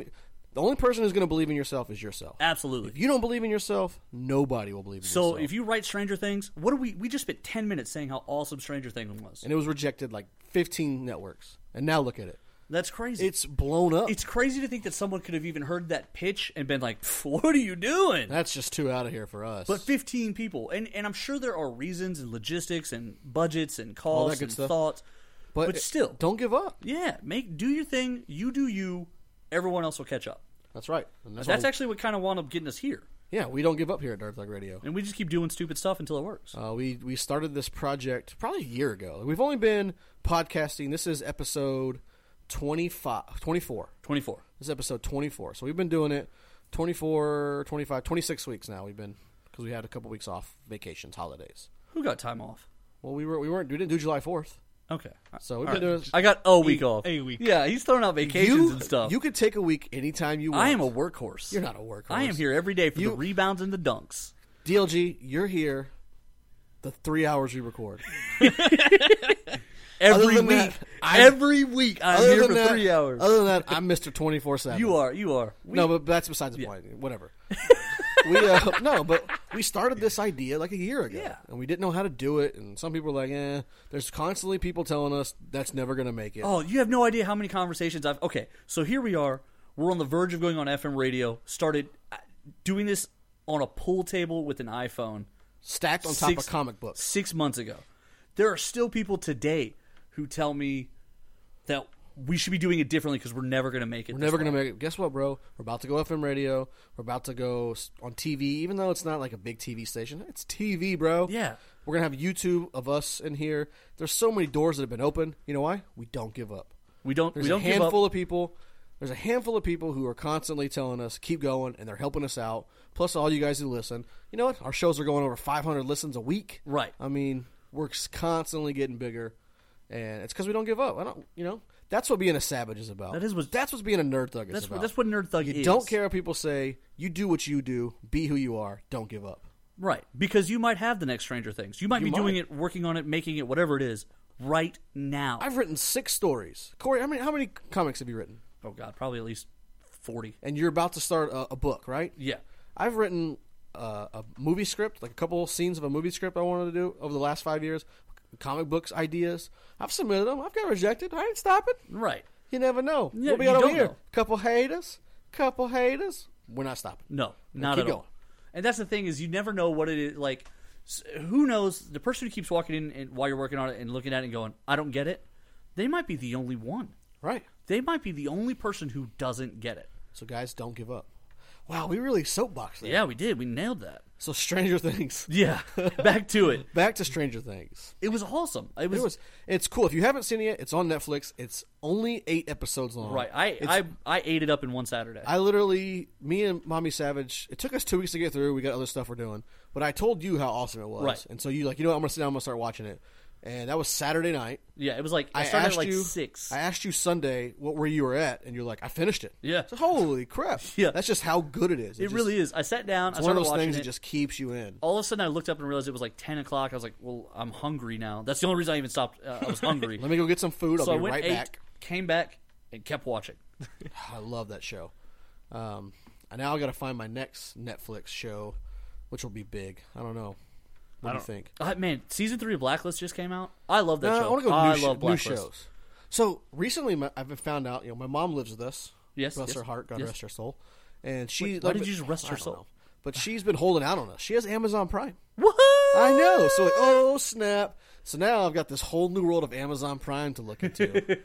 the only person who's going to believe in yourself is yourself. Absolutely. If you don't believe in yourself, nobody will believe in so yourself. if you write Stranger Things, what do we we just spent ten minutes saying how awesome Stranger Things was. and it was rejected like 15 networks, and now look at it. That's crazy. It's blown up. it's crazy to think that someone could have even heard that pitch and been like, "Pff, "What are you doing?" That's just too out of here for us. But fifteen people, and and I'm sure there are reasons and logistics and budgets and costs good and stuff. thoughts. but, but still. don't give up. Yeah, make do your thing. You do you. Everyone else will catch up. That's right. And that's That's why- actually what kind of wound up getting us here, yeah. We don't give up here at Nerd Thug Radio. and we just keep doing stupid stuff until it works. Uh, we we started this project probably a year ago. We've only been podcasting. This is episode 25, 24. 24. This is episode 24. So we've been doing it 24, 25, 26 weeks now. We've been because we had a couple weeks off, vacations, holidays. Who got time off? Well, we were we weren't we didn't do July 4th. Okay. So we've been doing I got a week off. a week. Yeah, he's throwing out vacations you, and stuff. You could take a week anytime you want. I am a workhorse. You're not a workhorse. I am here every day for You- the rebounds and the dunks. DLG, you're here. The three hours we record. Every than week. that, I'm- every week I'm Other here than for that- three hours. Other than that, I'm Mr. Twenty Four Seven. you are. You are. We, no, but that's besides the point. Whatever. we uh, no, but we started this idea like a year ago, Yeah. and we didn't know how to do it. And some people were like, "Eh." There's constantly people telling us that's never going to make it. Oh, you have no idea how many conversations I've. Okay, so here we are. We're on the verge of going on FM radio. Started uh, doing this on a pool table with an iPhone. Stacked on top six- of comic books. six months ago. There are still people today who tell me that we should be doing it differently because we're never going to make it. We're never going to make it. Guess what, bro? We're about to go FM radio. We're about to go s- on TV, even though it's not like a big TV station. It's TV, bro. Yeah. We're going to have YouTube of us in here. There's so many doors that have been open. You know why? We don't give up. We don't. There's we don't a give up. handful of people. There's a handful of people who are constantly telling us, keep going, and they're helping us out. Plus, all you guys who listen. You know what? Our shows are going over 500 listens a week. Right. I mean, we're s- constantly getting bigger, and it's because we don't give up. I don't, you know, that's what being a savage is about. That is what- that's what's being a nerd thug is That's about. what, that's what nerd thug you is. don't care what people say. You do what you do. Be who you are. Don't give up. right? Because you might have the next Stranger Things. You might be doing might. it, working on it, making it, whatever it is, right now. I've written six stories. Corey, how many how many comics have you written? oh god, probably at least forty. and you're about to start a, a book, right? Yeah, I've written uh, a movie script, like a couple scenes of a movie script I wanted to do over the last five years. Comic books ideas. I've submitted them. I've got rejected. I ain't stopping. right. You never know. Yeah, what we you got over don't here? know. Couple haters. Couple haters. We're not stopping. No, not keep at all. going. And that's the thing is you never know what it is like. s- Who knows? The person who keeps walking in and while you're working on it and looking at it and going, "I don't get it," they might be the only one. Right. They might be the only person who doesn't get it. So guys, don't give up. Wow, we really soapbox there. Yeah, we did. We nailed that. So Stranger Things. Yeah, back to it. Back to Stranger Things. It was awesome. It was, It was. It's cool. If you haven't seen it, yet, it's on Netflix. It's only eight episodes long. right. I, It's- I I ate it up in one Saturday. I literally, me and Mommy Savage, it took us two weeks to get through. We got other stuff we're doing. But I told you how awesome it was. Right. And so you like, you know what? I'm going to sit down, I'm going to start watching it. And that was Saturday night. yeah, it was like I I started asked at like you, six. I asked you Sunday what where you were at, and you're like, I finished it. Yeah. So, holy crap. Yeah. That's just how good it is. it just- really is. I sat down. I It's one of started those watching things it. that just keeps you in. all of a sudden I looked up and realized it was like ten o'clock. I was like, well, I'm hungry now. That's the only reason I even stopped. Uh, I was hungry. Let me go get some food. I'll so I be went right ate, back. came back, and kept watching. I love that show. Um, and now I got to find my next Netflix show, which will be big. I don't know. What do you think? Uh, man, season three of Blacklist just came out. I love that No, show. Uh, I want to go. I new love sh- new Blacklist. shows. So recently, my, I've been found out. You know, my mom lives with us. Yes, bless yes, her heart. God yes. rest her soul. And she. Wait, why did you just rest I her don't soul? know. But she's been holding out on us. She has Amazon Prime. Woohoo! I know. So like, oh snap. So now I've got this whole new world of Amazon Prime to look into.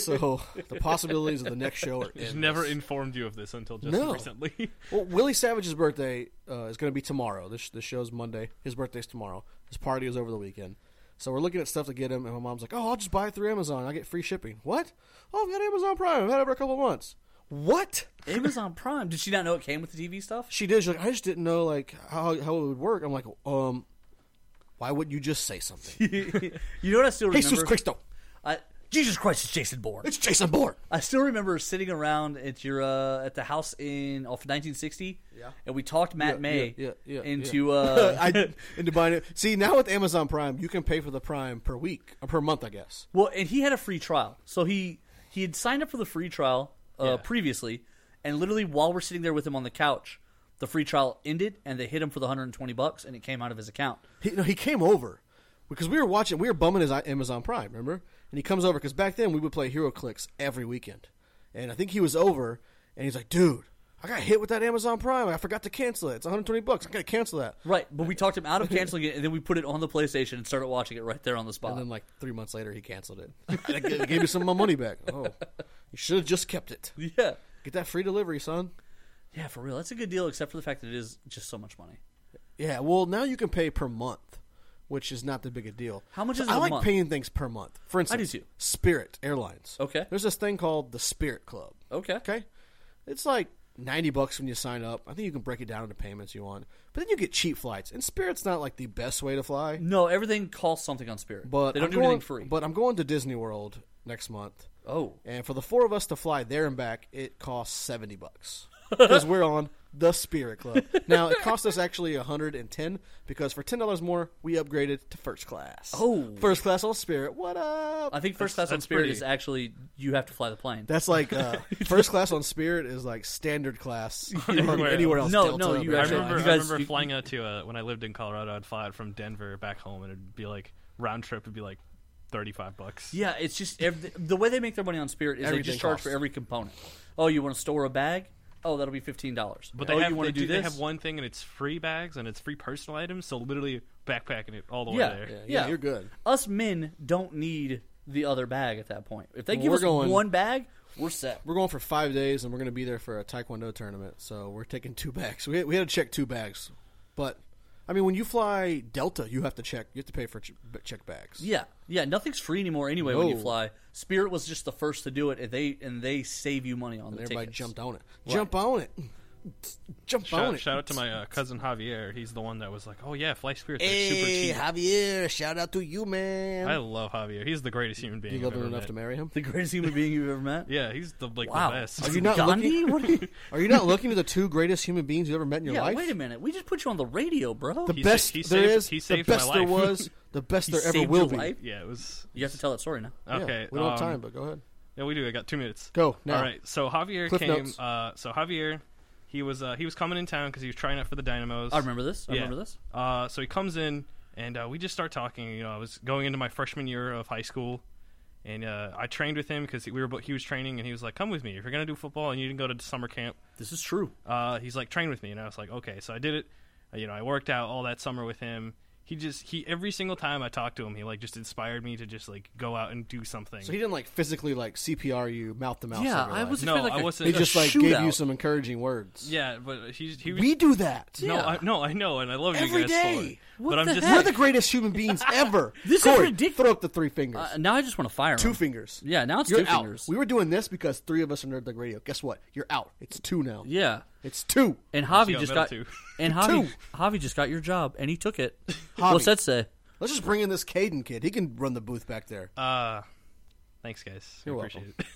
so the possibilities of the next show are endless. Never informed you of this until just No. recently. Well, Willie Savage's birthday uh, is going to be tomorrow. This this show's Monday. His birthday's tomorrow. His party is over the weekend. So we're looking at stuff to get him, and my mom's like, "Oh, I'll just buy it through Amazon. I'll get free shipping." What? Oh, I've got Amazon Prime. I've had it for a couple of months. What? Amazon Prime. Did she not know it came with the TV stuff? She did. She's like, I just didn't know like how how it would work. I'm like, um, why wouldn't you just say something? You know what I still remember? Jesus Christo, I, Jesus Christ is Jason Bourne. it's Jason Bourne. I still remember sitting around at your uh, at the house in off 1960. Yeah. And we talked Matt May yeah, yeah, yeah. into uh, I into buying it. See now with Amazon Prime, you can pay for the Prime per week or per month, I guess. Well, and he had a free trial, so he he had signed up for the free trial uh, previously, and literally while we're sitting there with him on the couch, the free trial ended, and they hit him for the 120 bucks, and it came out of his account. He, no, he came over because we were watching. We were bumming his Amazon Prime, remember? And he comes over because back then we would play Hero Clicks every weekend, and I think he was over, and he's like, "Dude, I got hit with that Amazon Prime. I forgot to cancel it. It's 120 bucks. I gotta cancel that." Right, but we talked him out of canceling it, and then we put it on the PlayStation and started watching it right there on the And spot. then like three months later, he canceled it. I g- gave me some of my money back. Oh, you should have just kept it. yeah, Get that free delivery, son. yeah, for real, that's a good deal, except for the fact that it is just so much money. Yeah, well, now you can pay per month, which is not that big a deal. How much So is I a like month? paying things per month. For instance, do too. Spirit Airlines. Okay. There's this thing called the Spirit Club. Okay, Okay. It's like 90 bucks when you sign up. I think you can break it down into payments you want. But then you get cheap flights. And Spirit's not like the best way to fly. no, everything costs something on Spirit, But they don't I'm do going, anything free. But I'm going to Disney World next month. oh, And for the four of us to fly there and back, it costs 70 bucks. Because we're on the Spirit Club. Now, it cost us actually 110 because for $10 more, we upgraded to first class. Oh. First class on Spirit. What up? I think first class on that's Spirit pretty- is actually you have to fly the plane. That's like uh, first class on Spirit is like standard class on Everywhere anywhere else. else. No, Delta, no, you I American actually- remember, Airlines. guys- I remember you- flying out to uh, when I lived in Colorado. I'd fly out from Denver back home, and it'd be like round trip would be like thirty-five bucks. Yeah, it's just every, the way they make their money on Spirit is they Everything just charge costs. for every component. Oh, you want to store a bag? Oh, that'll be fifteen dollars. But oh, they have you want to do they, this? They have one thing, and it's free bags and it's free personal items. So literally backpacking it all the Yeah. way there. yeah, yeah. you're good. Us men don't need the other bag at that point. If they Well, give we're us going- one bag, we're set. We're going for five days, and we're going to be there for a Taekwondo tournament. So we're taking two bags. We we had to check two bags, but I mean, when you fly Delta, you have to check. You have to pay for ch- check bags. Yeah, yeah. Nothing's free anymore anyway when you No. fly. Spirit was just the first to do it, and they and they save you money on the Everybody tickets. jumped on it. Jump on it. Jump on Shout, it. shout out to my uh, cousin Javier. He's the one that was like, "Oh yeah, fly Spirit. They're hey, super cheap." Javier! Shout out to you, man. I love Javier. He's the greatest human being. you love I've him ever enough met. to marry him? The greatest human being you've ever met. Yeah, he's the like Wow. the best. Are you not Gandhi? looking- What are you? Are you not looking to the two greatest human beings you've ever met in your Yeah. life? Wait a minute. We just put you on the radio, bro. The He sa- best he there saved- is, he the saved my best there life. was, the best there ever saved will your be. life? yeah, it was you have to tell that story now. Yeah, okay. we don't have um, time, but go ahead. Yeah, we do. I got two minutes. Go, now. All right. So Javier Cliff came. notes. Uh, so Javier, he was uh, he was coming in town because he was trying out for the Dynamos. I remember this. I Yeah. remember this. Uh, so he comes in, and uh, we just start talking. You know, I was going into my freshman year of high school, and uh, I trained with him because we were bo- he was training, and he was like, "Come with me if you're gonna do football and you can go to summer camp." This is true. Uh, he's like, "Train with me," and I was like, "Okay." So I did it. Uh, You know, I worked out all that summer with him. He just he every single time I talked to him, he like just inspired me to just like go out and do something. So he didn't like physically like CPR you mouth to mouth. Yeah, I was. No, expecting, like I a- wasn't- He a just like gave you shootout. some encouraging words. yeah, but he's he was we do that. no, Yeah. I, no, I know, and I love Every you guys for day. it. What but I'm the just heck? We're the greatest human beings ever. This is Corey, ridic- Throw up the three fingers, Uh, now I just want to fire him. two fingers. Yeah, now it's You're two out. fingers. We were doing this because three of us are nerd like radio. Guess what? You're out. It's two now. yeah, It's two. and Javi got just metal got too. and Javi Two. Javi just got your job and he took it. What's that say? Let's just bring in this Caden kid. He can run the booth back there. Uh, thanks, guys. I You're appreciate it.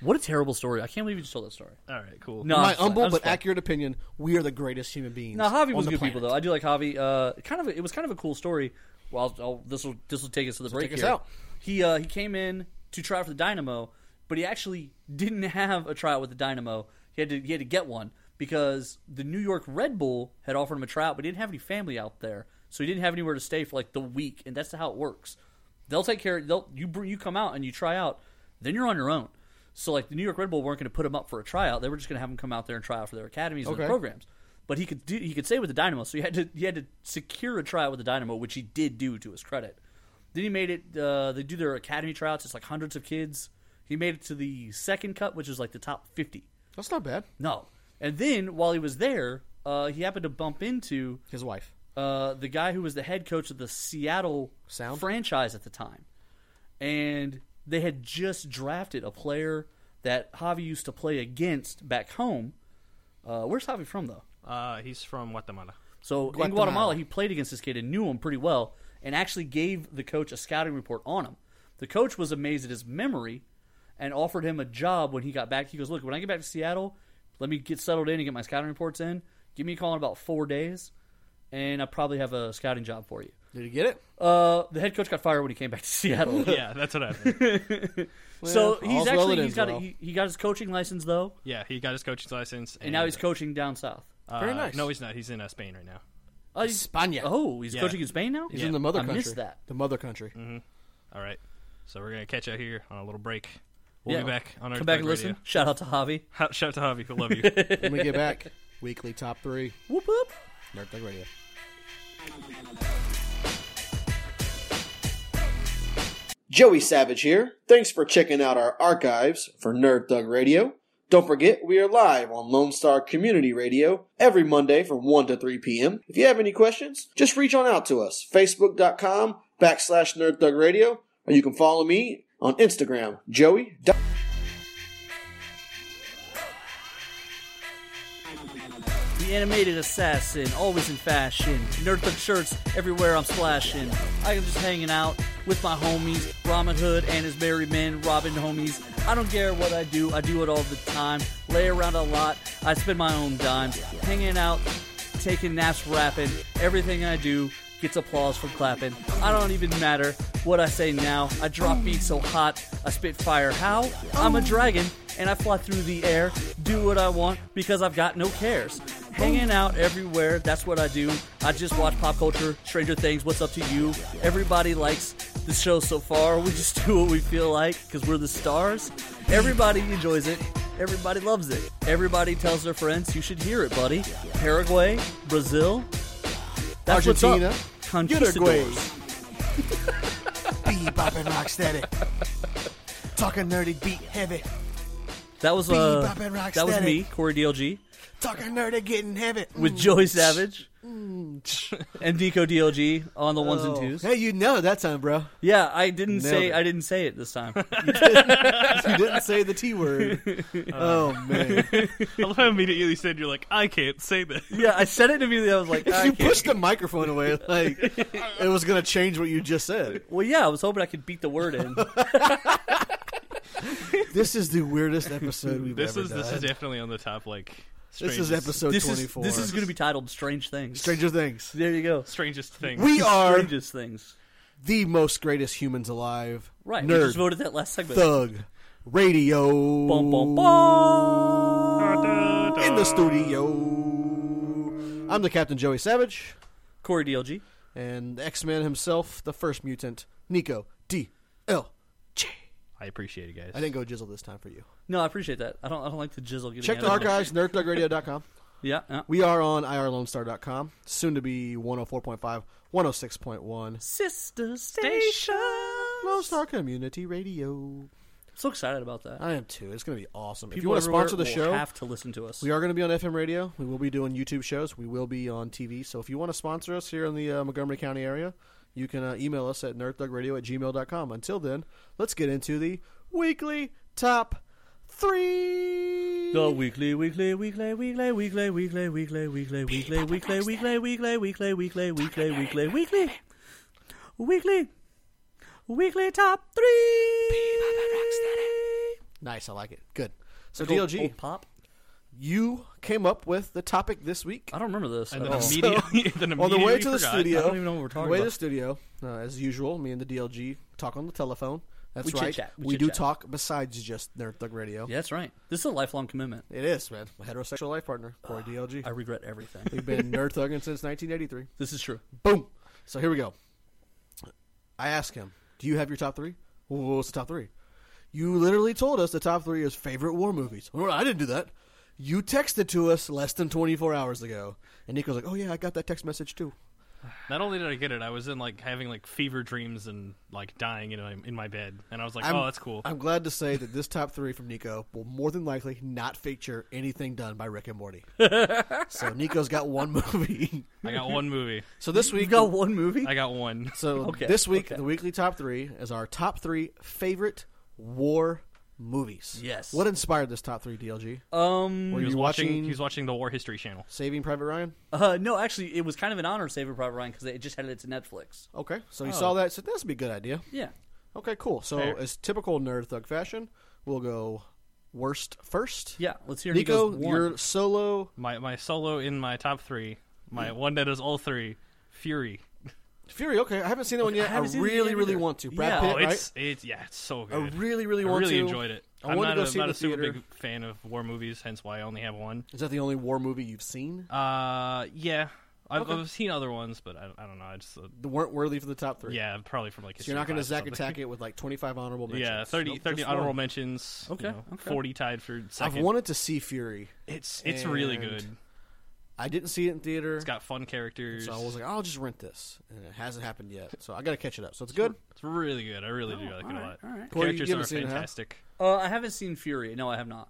What a terrible story! I can't believe you just told that story. All right, cool. No, My I'm just playing. humble I'm but just playing. accurate opinion: we are the greatest human beings. Now Javi on was the good planet. people though. I do like Javi. Uh, kind of, a, it was kind of a cool story. Well, I'll, I'll, this will this will take us to the break. take us here. out. He uh, he came in to try out for the Dynamo, but he actually didn't have a tryout with the Dynamo. He had to he had to get one because the New York Red Bull had offered him a tryout, but he didn't have any family out there, so he didn't have anywhere to stay for like the week. And that's how it works. They'll take care. They'll you br- you come out and you try out, then you're on your own. So like the New York Red Bull weren't going to put him up for a tryout. They were just going to have him come out there and try out for their academies and Okay. their programs. But he could do, he could stay with the Dynamo, so he had to he had to secure a tryout with the Dynamo, which he did do to his credit. Then he made it. Uh, they do their academy tryouts. It's like hundreds of kids. He made it to the second cut, which is like the top fifty. That's not bad. No, and then while he was there, uh, he happened to bump into His wife. uh, the guy who was the head coach of the Seattle Sound? franchise at the time. And they had just drafted a player that Javi used to play against back home. Uh, where's Javi from, though? Uh, he's from Guatemala. So in Guatemala. Guatemala, he played against this kid and knew him pretty well and actually gave the coach a scouting report on him. The coach was amazed at his memory and offered him a job when he got back. He goes, Look, when I get back to Seattle, let me get settled in and get my scouting reports in. Give me a call in about four days, and I probably have a scouting job for you. Did he get it? Uh, the head coach got fired when he came back to Seattle. Yeah, that's what happened. so all's he's well actually he's that ends got a, well. he, he got his coaching license though, yeah, he got his coaching license, and, and now he's coaching down south. uh, Very nice. No, he's not. He's in uh, Spain right now. Oh, he's- España. Oh, he's Yeah. coaching in Spain now. He's in the mother I country. missed that. Mm. The mother country. All right, so we're gonna catch out here on a little break. We'll Yeah. be back on our Come back and listen. Shout out to Javi. Shout out to Javi. We love you. When we get back, weekly top three. Whoop whoop. Nerd Thug Radio. Joey Savage here. Thanks for checking out our archives for Nerd Thug Radio. Don't forget, we are live on Lone Star Community Radio every Monday from 1 to 3 p.m. If you have any questions, just reach on out to us, facebook.com backslash Nerd Thug Radio, or you can follow me on Instagram, Joey. dot- The animated assassin, always in fashion. Nerd thug shirts everywhere I'm splashing. I am just hanging out with my homies, Robin Hood and his merry men, Robin homies. I don't care what I do, I do it all the time. Lay around a lot, I spend my own dimes. Hanging out, taking naps, rapping. Everything I do gets applause from clapping. I don't even matter what I say now. I drop beats so hot, I spit fire. How? I'm a dragon and I fly through the air, do what I want because I've got no cares. Hanging out everywhere, that's what I do. I just watch pop culture, Stranger Things, What's Up to You. Everybody likes the show so far. We just do what we feel like because we're the stars. Everybody enjoys it. Everybody loves it. Everybody tells their friends, you should hear it, buddy. Paraguay, Brazil, that's what's up. Argentina, Conquistadors. Bebop and rocksteady. Talking nerdy beat heavy. That was uh, Bebop and rocksteady. that was me, Corey DLG, Mm. Talking nerdy getting heavy. with Joey Savage and Nico DLG on the ones and twos. Mm. Oh. Hey, you know that time, bro. Yeah, I didn't say it. I didn't say it this time. You didn't say the T word. Uh, Oh, man. I love how immediately you said you're like, I can't say that. yeah, I said it immediately. I was like, "Ah, I you can't. pushed the microphone away like it was gonna change what you just said. well, yeah, I was hoping I could beat the word in. This is the weirdest episode we've This ever is done. this is definitely on the top like. This Strangest, is episode this twenty is four. this is going to be titled "Strange Things." Stranger Things. There you go. strangest thing. We are Strangest things. the most greatest humans alive. Right. We just Nerd voted that last segment. thug Radio. Bum, bum, bum. In the studio. I'm the Captain Joey Savage, Corey DLG. and X Man himself, the first mutant, Nico D. L. J. I appreciate it, guys. I didn't go jizzle this time for you. No, I appreciate that. I don't. I don't like the jizzle. Getting Check out of the archives, nerdthugradio.com. Yeah, yeah. We are on irlonestar.com, soon to be 104.5, 106.1. Sister Station. Lone Star Community Radio. So excited about that. I am too. It's going to be awesome. if you People want to everywhere sponsor the will show, have to listen to us. we are going to be on FM radio. We will be doing YouTube shows. We will be on TV. So if you want to sponsor us here in the uh, Montgomery County area, you can uh, email us at nerdthugradio at gmail.com. Until then, let's get into the weekly top three. The weekly, weekly, weekly, weekly, weekly, weekly, weekly, weekly, weekly, weekly, weekly, weekly, weekly, weekly, weekly, weekly, weekly, weekly, weekly top three. Nice. I like it. Good. So, Old- DLG, old pop. you came up with the topic this week. I don't remember this. and at then all. Oh. So, immediately, then on the immediately way to the forgot. studio, I don't even know what we're talking on the way to the about. studio, uh, as usual, me and the DLG talk on the telephone. That's We right. chit-chat. We, We do chit-chat. talk besides just Nerd Thug Radio. Yeah, that's right. This is a lifelong commitment. It is, man. My heterosexual life partner, Corey DLG. I regret everything. We've been Nerd Thugging since 1983. This is true. Boom. So here we go. I asked him, "Do you have your top three? Well, what's the top three? You literally told us the top three is favorite war movies. Well, I didn't do that. You texted to us less than 24 hours ago, and Nico's like, "Oh yeah, I got that text message too." Not only did I get it, I was in like having like fever dreams and like dying in my, in my bed, and I was like, I'm- "Oh, that's cool." I'm glad to say that this top three from Nico will more than likely not feature anything done by Rick and Morty. so Nico's got one movie. I got one movie. So this We week, got one movie. I got one. so Okay, this week, okay. the weekly top three is our top three favorite war movies. Yes. What inspired this top three, DLG? Um. Were He you was watching, watching He was watching the War History Channel. Saving Private Ryan? Uh, no, actually, it was kind of an honor, Saving Private Ryan, because it just had it to Netflix. Okay, so he saw that. Said this would be a good idea. Yeah. Okay, cool. So Fair. as typical nerd thug fashion, we'll go worst first. Yeah. Let's hear Nico, Nico's one. your solo My my solo in my top three. My one that is all three. Fury. Fury. Okay, I haven't seen that one yet. I, haven't seen it really, yet really either. want to. Brad Yeah. Pitt, Oh, right? it's it's yeah, it's so good. I really, really I want really to. enjoyed it. I am not wanted to go a, see it not in a the super theater. big fan of war movies, hence why I only have one. Is that the only war movie you've seen Uh, yeah, I've, I've seen other ones, but I, I don't know. I just uh, that weren't worthy for the top three? yeah, probably from like. So you're not going to Zack attack it with like 25 honorable mentions. Yeah, 30, Nope, 30 just honorable one. mentions. Okay, you know, okay. forty tied for I've second. wanted to see Fury. It's it's really and good. I didn't see it in theater, It's got fun characters. so I was like, "Oh, I'll just rent this, and it hasn't happened yet. So I got to catch it up. So it's good. it's really good. I really Oh, do like it a alright, lot. alright. The Corey, you characters haven't are seen it, huh? fantastic. Uh, I haven't seen Fury. No, I have not.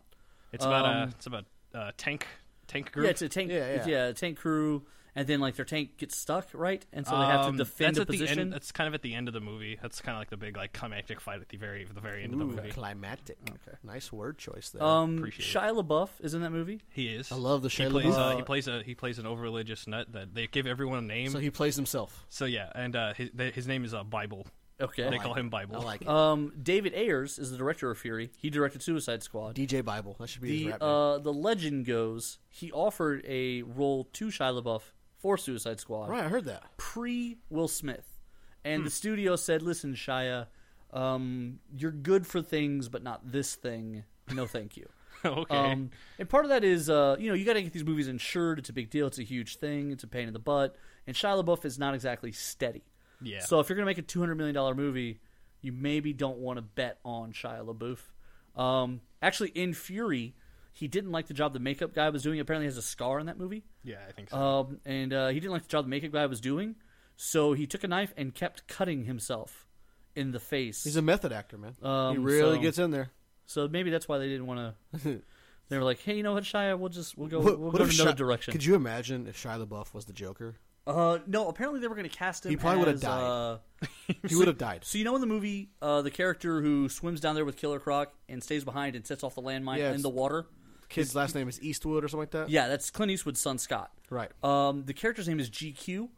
It's about Um, a it's about a tank tank group. Yeah, it's a tank. Yeah, Yeah, yeah. a tank crew, and then like their tank gets stuck, right? And so they have Um, to defend that's a at the end- position. that's kind of at the end of the movie. That's kind of like the big like climactic fight at the very the very end of the movie. Climactic. Okay. Nice word choice there. um, appreciate it. Shia LaBeouf is in that movie. He is. I love the he Shia plays, LaBeouf. uh, he plays a he plays an over religious nut that they give everyone a name. so So, he plays himself. yeah, and uh, his they- his name is uh, Bible. Okay. they call him Bible. I like it. Um, David Ayers is the director of Fury. He directed Suicide Squad. DJ Bible. That should be his The rap name. uh, the legend goes he offered a role to Shia LaBeouf for Suicide Squad Right, I heard that. pre Will Smith, and Hmm. the studio said, "Listen, Shia, um, you're good for things, but not this thing. No, thank you." okay. Um, and part of that is, uh, you know, you got to get these movies insured. It's a big deal. It's a huge thing. It's a pain in the butt. And Shia LaBeouf is not exactly steady. Yeah. So if you're going to make a two hundred million dollar movie, you maybe don't want to bet on Shia LaBeouf. Um, actually, in Fury, he didn't like the job the makeup guy was doing. Apparently, he has a scar in that movie. yeah, I think so. Um, and uh, he didn't like the job the makeup guy was doing, so he took a knife and kept cutting himself in the face. He's a method actor, man. he Um, really so- gets in there. so maybe that's why they didn't want to. They were like, "Hey, you know what, Shia? We'll just we'll go we'll go in if another Shia- direction." Could you imagine if Shia LaBeouf was the Joker? Uh, no. Apparently, they were going to cast him. He probably would've as, died. Uh, He would have died. so you know, in the movie, uh, the character who swims down there with Killer Croc and stays behind and sets off the landmine Yeah, it's- in the water. Kid's last name is Eastwood or something like that. Yeah, that's Clint Eastwood's son Scott. Right. Um, the character's name is GQ.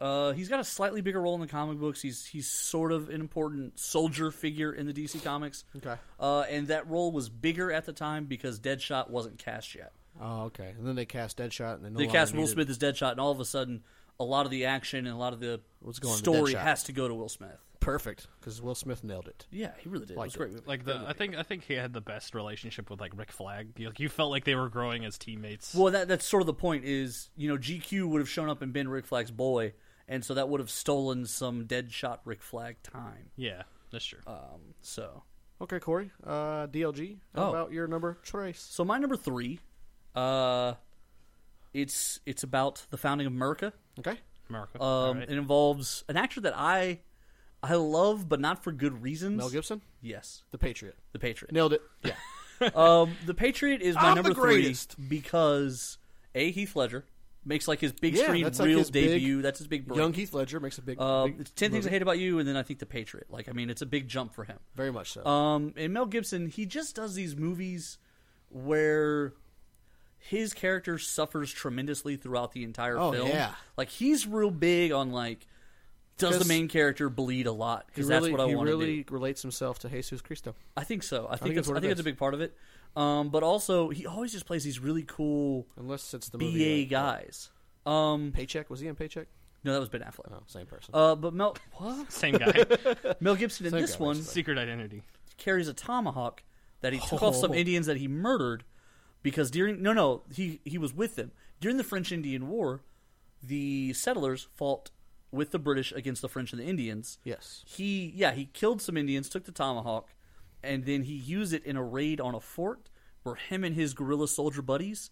Uh, he's got a slightly bigger role in the comic books. He's he's sort of an important soldier figure in the DC comics. Okay. Uh, and that role was bigger at the time because Deadshot wasn't cast yet. Oh, okay. And then they cast Deadshot, and they, no they longer cast Will Oh, needed- Smith as Deadshot, and all of a sudden, a lot of the action and a lot of the going to story Deadshot. has to go to Will Smith. perfect because Will Smith nailed it. Yeah, he really did. it was Liked a great it. movie. Like the, I think I think he had the best relationship with like Rick Flag. You, like, you felt like they were growing as teammates. Well, that that's sort of the point. Is you know GQ would have shown up and been Rick Flag's boy, and so that would have stolen some dead shot Rick Flag time. yeah, that's true. uh, Um, so Okay, Corey. Uh, DLG. How Oh. about your number choice? so my number three, uh, it's it's about the founding of Merca. Okay. America. Um, Alright. It involves an actor that I I love, but not for good reasons. Mel Gibson, Yes, The Patriot. The Patriot. Nailed it. Yeah. Um, the Patriot is my I'm number the greatest. three because a Heath Ledger makes like his big Yeah, screen that's like real his big- debut. that's his big break. Young Heath Ledger makes a big. Um, big it's Ten Things I movie. Hate About You, and then I think The Patriot. Like, I mean, it's a big jump for him. Very much so. Um, and Mel Gibson, he just does these movies where his character suffers tremendously throughout the entire Oh, film. yeah. Like, he's real big on like, does the 'Cause main character bleed a lot? he Because really, that's what I he want to do. really relates himself to Jesus Christo. I think so. I think, think it's, that's what I it think is. it's a big part of it. Um, but also, he always just plays these really cool Unless it's the BA movie. like, guys. Um, Paycheck was he in Paycheck? Oh, no, that was Ben Affleck. No, same person. Uh, but Mel, what? Same guy, Mel Gibson in Same this guy, one secret identity. carries a tomahawk that he took off some Oh. Indians that he murdered because during no no he he was with them during the French Indian War. The settlers fought with the British against the French and the Indians. yes. He yeah he killed some Indians, took the tomahawk, and then he used it in a raid on a fort where him and his guerrilla soldier buddies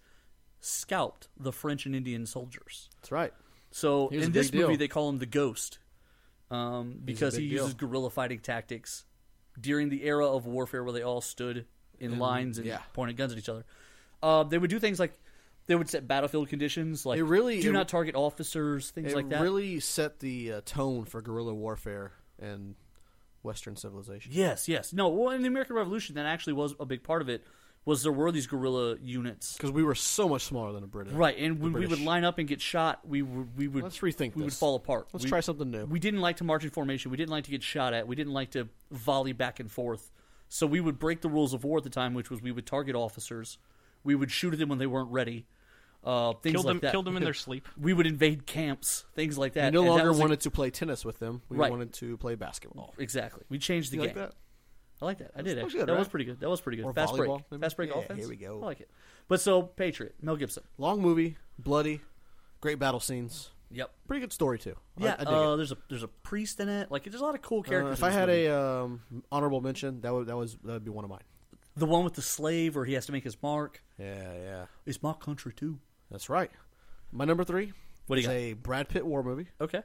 scalped the French and Indian soldiers. That's right. So He was a in big this movie, deal. they call him the Ghost um, because he big deal. uses guerrilla fighting tactics during the era of warfare where they all stood in lines and yeah. pointed guns at each other. Uh, they would do things like they would set battlefield conditions, like It really- do it- not target officers, things it like that. really set the uh, tone for guerrilla warfare and Western civilization. yes, yes, no. Well, in the American Revolution, that actually was a big part of it. Was there were these guerrilla units, Because we were so much smaller than the British. right? And when we would British. line up and get shot, we would we would Let's rethink we would this. fall apart. Let's We- try something new. we didn't like to march in formation. We didn't like to get shot at. We didn't like to volley back and forth. So we would break the rules of war at the time, which was we would target officers. We would shoot at them when they weren't ready. Uh, things Killed like them. that. Killed them in their sleep. We would invade camps. Things like that. we no And that longer was a- wanted to play tennis with them. We Right. wanted to play basketball. exactly. We changed the You game. like that? I like that. I did That was actually. good, that was right? pretty good. That was pretty good. Or Fast volleyball, break. maybe? Fast break Yeah, offense. here we go. I like it. But so Patriot, Mel Gibson. Long movie, bloody, great battle scenes. Yep. Pretty good story too. I- Yeah. I, dig uh, it. there's a there's a priest in it. Like there's a lot of cool Uh, characters. if I in this had movie. a um, honorable mention, that would that was that would be one of mine. the one with the slave where he has to make his mark. Yeah, yeah, It's my country too. that's right. My number three What do is you got? a Brad Pitt war movie, Okay.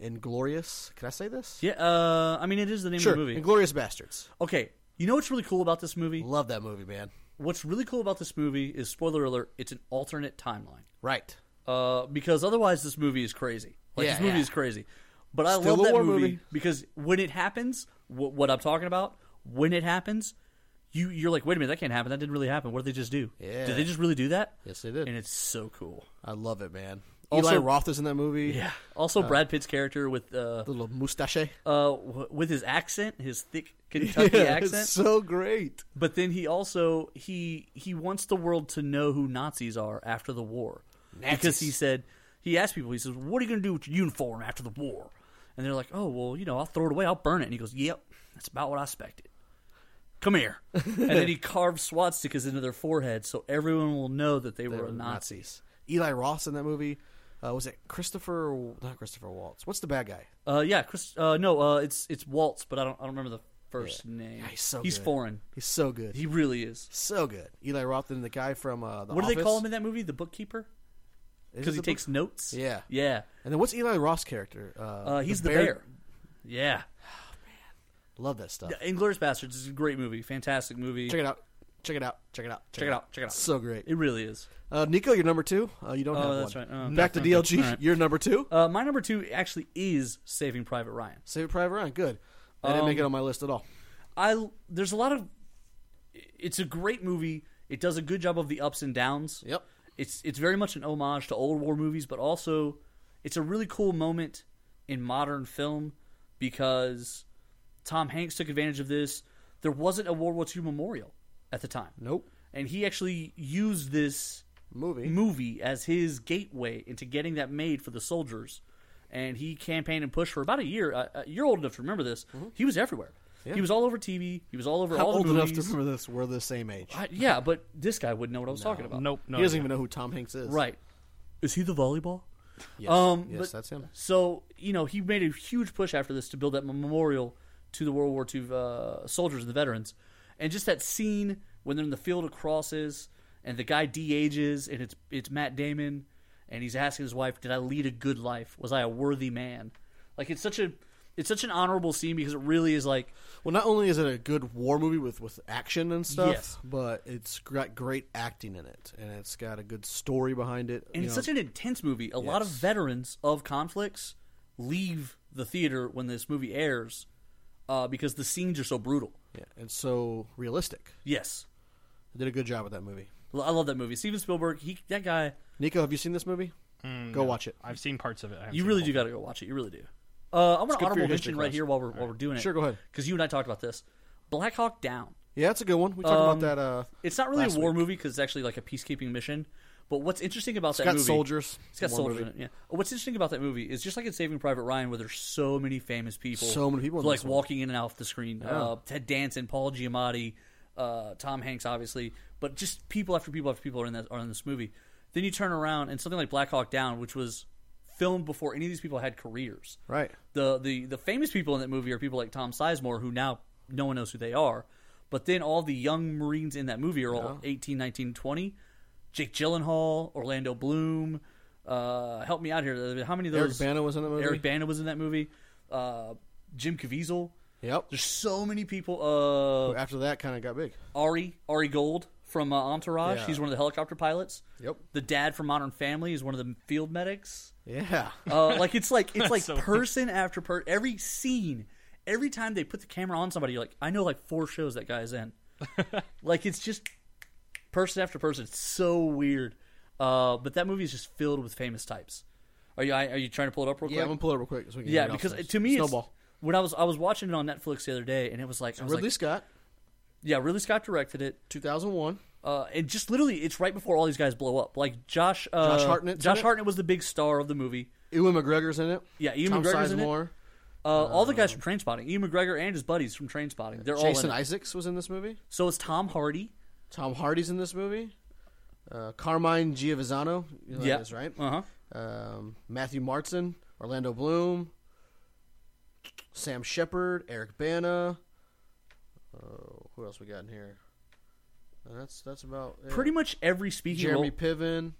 Inglorious. Can I say this? Yeah, uh, I mean, it is the name sure. of the movie. Inglorious Bastards. Okay, you know what's really cool about this movie? Love that movie, man. What's really cool about this movie is spoiler alert: it's an alternate timeline. Right. Uh, because otherwise, this movie is crazy. Like Yeah, this movie yeah. is crazy. But I Still love a that war movie, movie. because when it happens, wh- what I'm talking about, when it happens, you you're like, wait a minute, that can't happen. That didn't really happen. What did they just do? Yeah. Did they just really do that? Yes, they did. And it's so cool. I love it, man. Also- Eli Roth is in that movie. Yeah. Also, Uh, Brad Pitt's character with uh, Little mustache. uh w- with his accent, his thick Kentucky Yeah, accent. It's so great. But then he also he he wants the world to know who Nazis are after the war, because Nazis. he said he asked people he says what are you going to do with your uniform after the war, and they're like oh well you know I'll throw it away I'll burn it and he goes yep that's about what I expected. Come here, and then he carved swastikas into their forehead so everyone will know that they, were, were Nazis. Eli Roth in that movie. Uh, was it Christopher? Not Christopher Waltz. What's the bad guy? Uh, yeah, Chris. Uh, no, uh, it's it's Waltz, but I don't I don't remember the first name. Yeah, Ah, he's so he's good. foreign. He's so good. He really is. so good. Eli Roth and the guy from uh, the What do they Office. call him in that movie? The bookkeeper. Is it because he the takes book- notes. Yeah. yeah. And then what's Eli Roth's character? Uh, Uh, he's the, bear. Yeah, Love that stuff. Inglorious Bastards is a great movie, fantastic movie. Check it out. Check it out. Check it out. Check it out, check it out. So great. It really is. Uh, Nico, you're number two. Uh, you don't Oh, have that's one. right. Oh, Back to okay. DLG. All right. You're number two. Uh, my number two actually is Saving Private Ryan. Save it, Private Ryan. Good. I didn't make it on my list at all. I there's a lot of. It's a great movie. It does a good job of the ups and downs. Yep. It's it's very much an homage to old war movies, but also it's a really cool moment in modern film because Tom Hanks took advantage of this. There wasn't a World War II memorial at the time. Nope. and he actually used this Movie. movie as his gateway into getting that made for the soldiers and he campaigned and pushed for about a year. Uh, uh, you're old enough to remember this. He was everywhere. He was all over TV. He was all over Mm-hmm. How all old the enough movies. to remember this? We're the same age. I- yeah, but this guy wouldn't know what I was talking about. Nope. No. he doesn't idea. even know who Tom Hanks is. Right. Is he the volleyball? Yes, Um, yes but- that's him. So, you know, he made a huge push after this to build that memorial to the World War II uh, soldiers and the veterans. And just that scene when they're in the field of crosses and the guy de ages and it's, it's Matt Damon and he's asking his wife, Did I lead a good life? Was I a worthy man? Like, it's such a. It's such an honorable scene because it really is like Well, not only is it a good war movie with, with action and stuff, Yes. but it's got great acting in it, and it's got a good story behind it. And you it's know. such an intense movie. A lot of Yes. veterans of conflicts leave the theater when this movie airs uh, because the scenes are so brutal. yeah, and so realistic. Yes, They did a good job with that movie. L- I love that movie. Steven Spielberg, he that guy. Nico, have you seen this movie? Mm, Go watch it. I've seen parts of it. I haven't You seen really the do whole got to go watch it. You really do. Uh, I'm going good for to honorable your history mention right class. here while we're while we're doing it. Sure, go ahead. Because you and I talked about this. Black Hawk Down. Yeah, that's a good one. We talked Um, about that. Uh, It's not really Last a war week. movie because it's actually like a peacekeeping mission. But what's interesting about that got movie? soldiers. It's got War soldiers movie. in it. Yeah. What's interesting about that movie is just like in Saving Private Ryan, where there's so many famous people, So many people in like this one. walking in and off the screen. Uh, Ted Danson, Paul Giamatti, uh, Tom Hanks, obviously, but just people after people after people are in that are in this movie. Then you turn around and something like Black Hawk Down, which was filmed before any of these people had careers. Right. The the the famous people in that movie are people like Tom Sizemore, who now no one knows who they are. But then all the young Marines in that movie are all 18, 19, 20. Jake Gyllenhaal, Orlando Bloom. Uh, help me out here. How many of Eric those? Bana was in that movie? Eric Bana was in that movie. Uh, Jim Caviezel. Yep. There's so many people. Uh, After that, kind of got big. Ari Ari Gold from uh, Entourage. Yeah. He's one of the helicopter pilots. Yep. The dad from Modern Family is one of the field medics. Yeah. Uh, like it's like it's like so- person after person. Every scene, every time they put the camera on somebody, you're like, I know like four shows that guy's in. like it's just person after person. It's so weird. Uh, but that movie is just filled with famous types. Are you I- are you trying to pull it up real yeah, I'm quick? gonna pull it real quick. So we can yeah, get it off because first. to me, Snowball. It's, when I was I was watching it on Netflix the other day, and it was like I was Ridley like, Scott, yeah, Ridley Scott directed it. 2001. Uh, and just literally, it's right before all these guys blow up. Like Josh, uh, Josh Hartnett's in Josh it? Hartnett was the big star of the movie. Ewan McGregor's in it. Yeah, Ewan Tom McGregor's in it. Sizemore. Uh, all the guys from Trainspotting, Ian McGregor and his buddies from Trainspotting, they're all in Um, Jason it. Isaacs was in this movie. So it's Tom Hardy. Tom Hardy's in this movie. Uh, Carmine Giavazzano, you know who Yeah. that is, right? Uh huh. Um, Matthew Martin, Orlando Bloom, Sam Shepard, Eric Bana. Oh, who else we got in here? Uh, that's that's about it. Pretty much every speaking Jeremy role, Piven,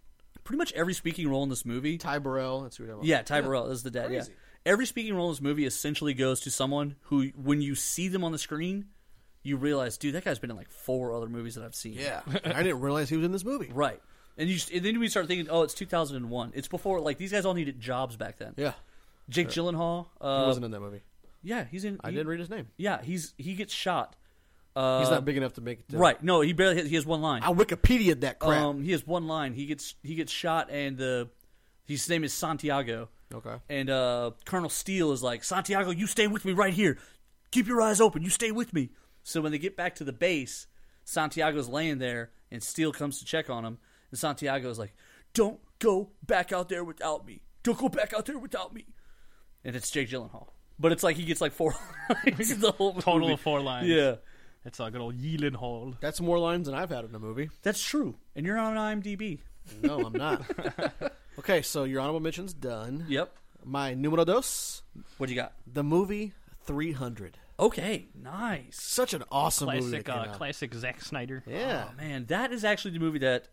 pretty much every speaking role in this movie. Ty Burrell. That's who we're talking Yeah, Ty Burrell is the dad. Crazy. Yeah. Every speaking role in this movie essentially goes to someone who, when you see them on the screen, you realize, dude, that guy's been in like four other movies that I've seen. about. Yeah, I didn't realize he was in this movie. Right. And you, and then we start thinking, oh, it's 2001. It's before like these guys all needed jobs back then. Yeah, Jake Gyllenhaal. he Uh, wasn't in that movie. yeah, he's in. I he- didn't read his name. Yeah, he's he gets shot. Uh, He's not big enough to make it. To, Right. No, he barely he has one line. I Wikipedia'd that crap. Um, he has one line. He gets he gets shot, and the his name is Santiago. Okay. And uh, Colonel Steele is like, Santiago, you stay with me right here. Keep your eyes open. You stay with me. So when they get back to the base, Santiago's laying there, and Steele comes to check on him. And Santiago is like, Don't go back out there without me. Don't go back out there without me. And it's Jake Gyllenhaal. But it's like he gets like four lines the whole Total movie. of four lines. Yeah. It's a good old Yeelan Hall. That's more lines than I've had in a movie. That's true. And you're on IMDb. No, I'm not. okay, so your honorable mention's done. Yep. My numero dos, What do you got? the movie 300. Okay, nice. Such an awesome movie. Classic, that came uh, out. classic Zack Snyder. yeah. Oh, man, that is actually the movie that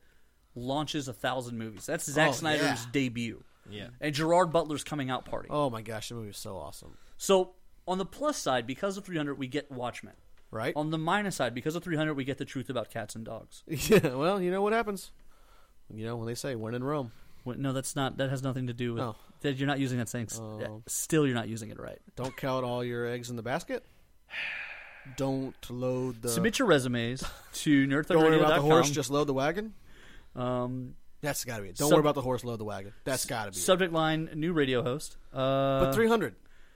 launches a thousand movies. That's Zack Oh, Snyder's yeah. debut. Yeah. And Gerard Butler's coming out party. Oh my gosh, the movie was so awesome. So, on the plus side, because of 300, we get Watchmen. Right? On the minus side, because of 300, we get the truth about cats and dogs. yeah. Well, you know what happens. You know when they say when in Rome. Wait, No, that's not. That has nothing to do with. Oh. That you're not using that thing. Still, you're not using it right. Don't count all your eggs in the basket. Don't load the. Submit your resumes to don't worry about the horse. nerdthugradio.com. Just load the wagon. Um, That's got to be it. Don't Sub- worry about the horse. Load the wagon. That's got to be. it. subject line: New radio host. Uh, But 300,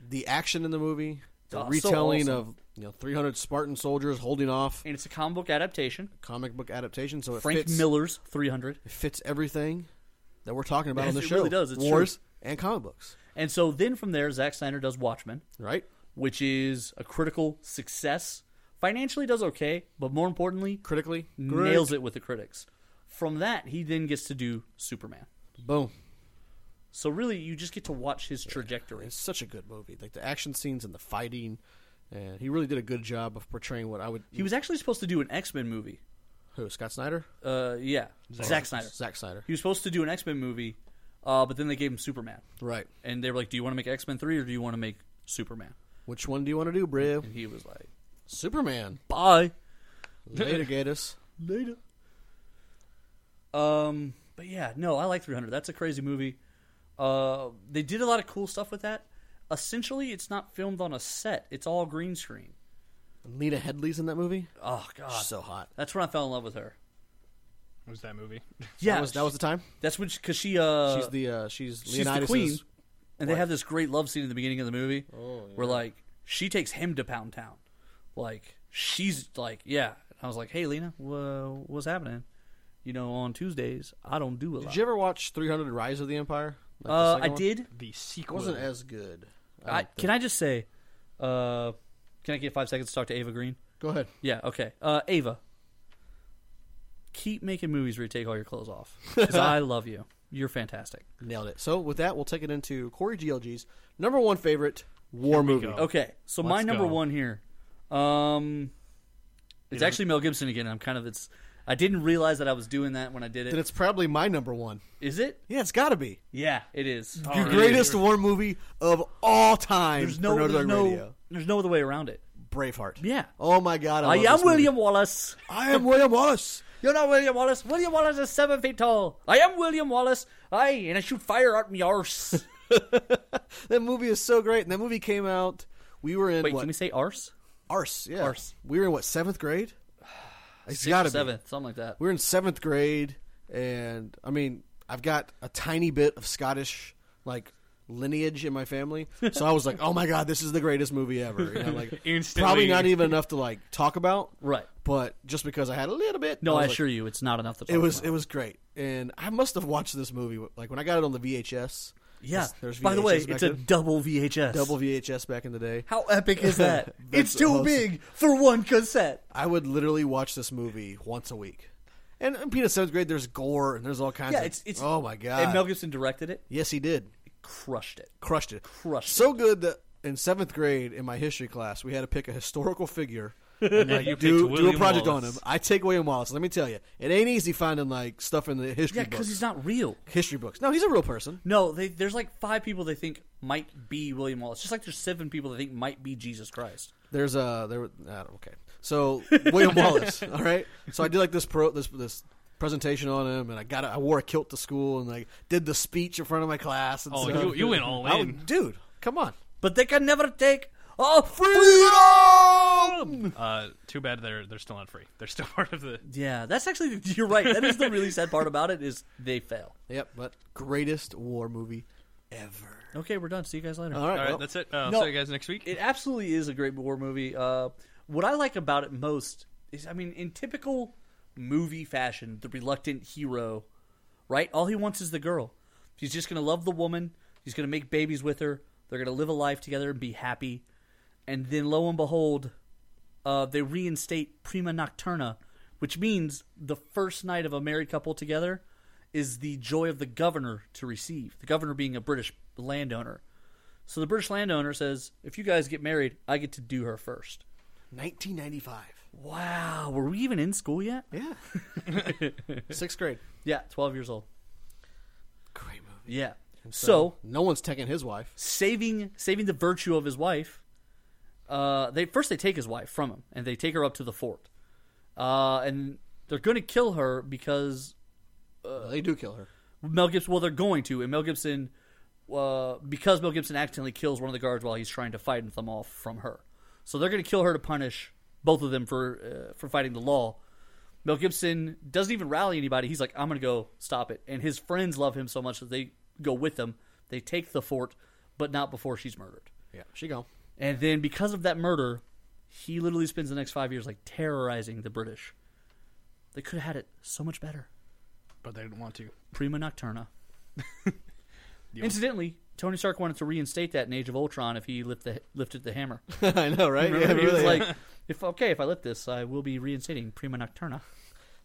the action in the movie, the Oh, so retelling awesome. of you know 300 Spartan soldiers holding off and it's a comic book adaptation. comic book adaptation, so it Frank fits, Miller's 300. it fits everything that we're talking about Yes, on the it show. really does. It's Wars and comic books. And so then from there, Zack Snyder does Watchmen, right? which is a critical success. Financially does okay, but more importantly, Critically, nails it with the critics. From that, he then gets to do Superman. Boom. So really, you just get to watch his trajectory. It's such a good movie. Like the action scenes and the fighting, and he really did a good job of portraying what I would. He was actually supposed to do an X Men movie. Who? Scott Snyder? Uh, yeah, Zack Snyder. Zack Snyder. He was supposed to do an X Men movie, uh, but then they gave him Superman, Right. and they were like, "Do you want to make X Men three or do you want to make Superman?" Which one do you want to do, bro? And he was like, Superman. "Bye." Later, Gatus. Later. Um, but yeah, no, I like 300. That's a crazy movie. Uh, they did a lot of cool stuff with that. Essentially, it's not filmed on a set. It's all green screen. Lena Headley's in that movie. Oh god, So hot. that's when I fell in love with her. was that movie? Yeah, That was, that was the time. that's when because she uh She's the uh, she's she's the Leonidas. queen, and they have this great love scene in the beginning of the movie where like she takes him to Pound Town, like she's like yeah. And I was like, hey Lena, wha- what's happening? You know, on Tuesdays I don't do a lot. Did you ever watch 300 Rise of the Empire? Like the uh, I second one? did. The It sequel. wasn't as good. I, don't can I just say, uh, can I get five seconds to talk to Ava Green? Go ahead. Yeah, okay. Uh, Ava, keep making movies where you take all your clothes off. 'Cause I love you. You're fantastic. Nailed it. So with that, we'll take it into Corey GLG's number one favorite war movie. go. Okay, so my Let's number go. one here, um, it's actually Mel Gibson again. I'm kind of it's. I didn't realize that I was doing that when I did Then it. it's probably my number one. Is it? Yeah, it's got to be Yeah, it is. your right. greatest war movie of all time. There's for no, Notre there's Dame no, Radio. there's no other way around it. Braveheart. Yeah. Oh my God. I, I love am this movie. William Wallace. I am William Wallace. You're not William Wallace. William Wallace is seven feet tall. I am William Wallace. Aye, and I shoot fire at me arse. That movie is so great. And that movie came out. We were in Wait, what? can we say arse? Arse. Yeah. Arse. We were in what seventh grade? It's Sixth got to or be. seventh, something like that. we were in seventh grade, and I mean, I've got a tiny bit of Scottish like lineage in my family, so I was like, "Oh my god, this is the greatest movie ever!" You know, like Instantly. uh, probably not even enough to like talk about, Right. But just because I had a little bit, No, I, was like, assure you, it's not enough to talk it was about. it was great, and I must have watched this movie like when I got it on the VHS. yeah. there's By the way, VHS back it's a then. double VHS. Double VHS back in the day. How epic is that? That's it's too awesome. big for one cassette. I would literally watch this movie once a week. And in Peanut seventh grade, there's gore and there's all kinds Yeah, of. it's it's. oh my god! And Mel Gibson directed it. yes, he did. Crushed it. crushed it. Crushed so good that in seventh grade in my history class we had to pick a historical figure and like, do, you picked do a William project on Wallace. him. I take William Wallace. Let me tell you, it ain't easy finding like stuff in the history Yeah, books. because he's not real. history books. No, he's a real person. No, they, there's like five people they think might be William Wallace. Just like there's seven people they think might be Jesus Christ. There's a there. were- I don't, okay, so William Wallace. All right. So I did like this pro this this presentation on him, and I got a, I wore a kilt to school and like did the speech in front of my class. And Oh, stuff. you- you went all I- in. dude. Come on. But they can never take our freedom. Uh, too bad they're they're still not free. They're still part of the. Yeah, that's actually you're right. That is the really sad part about it is they fail. Yep, but greatest war movie ever. Okay, we're done. See you guys later. All right, All right, well, that's it. Uh, No. See you guys next week. It absolutely is a great war movie. Uh, what I like about it most is, I mean, in typical movie fashion, the reluctant hero, right? All he wants is the girl. He's just gonna love the woman. He's gonna make babies with her. They're gonna live a life together and be happy. And then, lo and behold, uh, they reinstate prima nocturna, which means the first night of a married couple together is the joy of the governor to receive. The governor being a British landowner. So the British landowner says, if you guys get married, I get to do her first. 1995. Wow, were we even in school yet? Yeah. Sixth grade. Yeah, 12 years old. Great movie. Yeah. So, No one's taking his wife. saving saving the virtue of his wife, uh, they first they take his wife from him and they take her up to the fort. Uh, and they're going to kill her because they do kill her. Mel Gibson. Well, they're going to, and Mel Gibson, uh, because Mel Gibson accidentally kills one of the guards while he's trying to fight them off from her. So they're going to kill her to punish both of them for uh, for fighting the law. Mel Gibson doesn't even rally anybody. He's like, "I'm going to go stop it," and his friends love him so much that they go with him. They take the fort, but not before she's murdered. Yeah, she gone. And then because of that murder, he literally spends the next five years like terrorizing the British. They could have had it so much better. but they didn't want to. Prima Nocturna. Incidentally, Tony Stark wanted to reinstate that in Age of Ultron if he lift the, lifted the hammer. I know, right? Remember? he was really. like, if okay, if I lift this, I will be reinstating Prima Nocturna.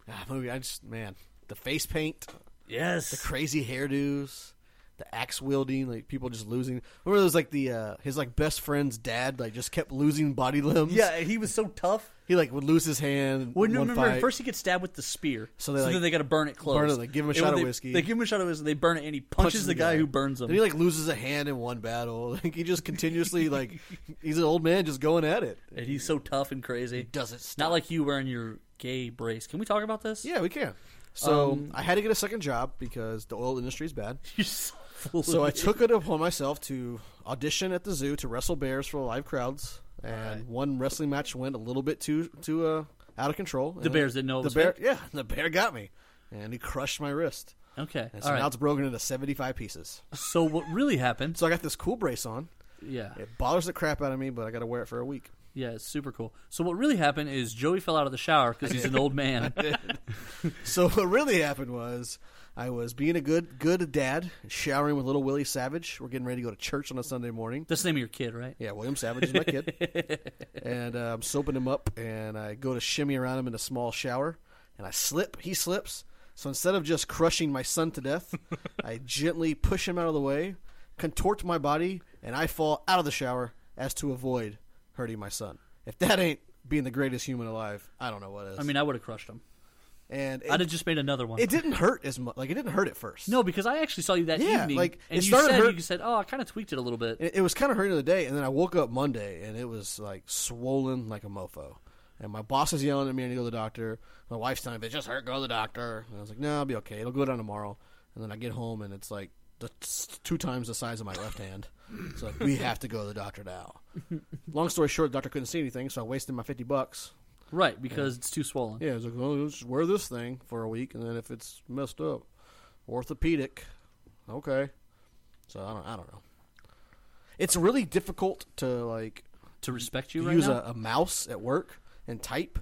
Ah, movie. I just man, the face paint, the Yes. crazy hairdos, the axe wielding, like people just losing. Remember those like the uh, his like best friend's dad like just kept losing body limbs. Yeah, he was so tough. he like would lose his hand. Well, no, one remember, fight. first he gets stabbed with the spear, So they, like, then they got to burn it close. burn it, like, give him a And shot when of they- whiskey. They give him a shot of whiskey. They burn it, and he punches, the guy, who burns him. Then he like loses a hand in one battle. Like he just continuously like he's an old man just going at it. and he's so tough and crazy. doesn't stop. Not like you wearing your gay brace. Can we talk about this? Yeah, we can. So Um, I had to get a second job because the oil industry is bad. You're so full So of I it. took it upon myself to audition at the zoo to wrestle bears for live crowds, and one wrestling match went a little bit too too uh, out of control. The bears didn't know it the was bear. fake? Yeah, the bear got me, and he crushed my wrist. Okay. And so All now right. it's broken into seventy five pieces. So what really happened? So I got this cool brace on. Yeah. It bothers the crap out of me, but I got to wear it for a week. Yeah, it's super cool. So what really happened is Joey fell out of the shower because he's an old man. So what really happened was I was being a good good dad, showering with little Willie Savage. We're getting ready to go to church on a Sunday morning. That's the name of your kid, right? Yeah, William Savage is my kid, and uh, I'm soaping him up, and I go to shimmy around him in a small shower, and I slip. He slips. So instead of just crushing my son to death, I gently push him out of the way, contort my body, and I fall out of the shower as to avoid hurting my son. If that ain't being the greatest human alive, I don't know what is. I mean, I would have crushed him. and it, I'd have just made another one. it didn't hurt as much. Like it didn't hurt at first. no, because I actually saw you that Yeah, evening, like, and it you started said hurt- you said, "Oh, I kind of tweaked it a little bit." it, it was kind of hurting the day, and then I woke up Monday and it was like swollen like a mofo. And my boss is yelling at me, I need to go to the doctor. My wife's telling me, "If it just hurt, go to the doctor. And I was like, no, I'll be okay. It'll go down tomorrow. And then I get home and it's like the, two times the size of my left hand. So like, we have to go to the doctor now. Long story short, the doctor couldn't see anything, so I wasted my 50 bucks. right, because it's too swollen. Yeah, I was like, well, let's just wear this thing for a week, and then if it's messed up, orthopedic, okay. So I don't, I don't know. It's really difficult to like To respect you, right use now? a, a mouse at work and type.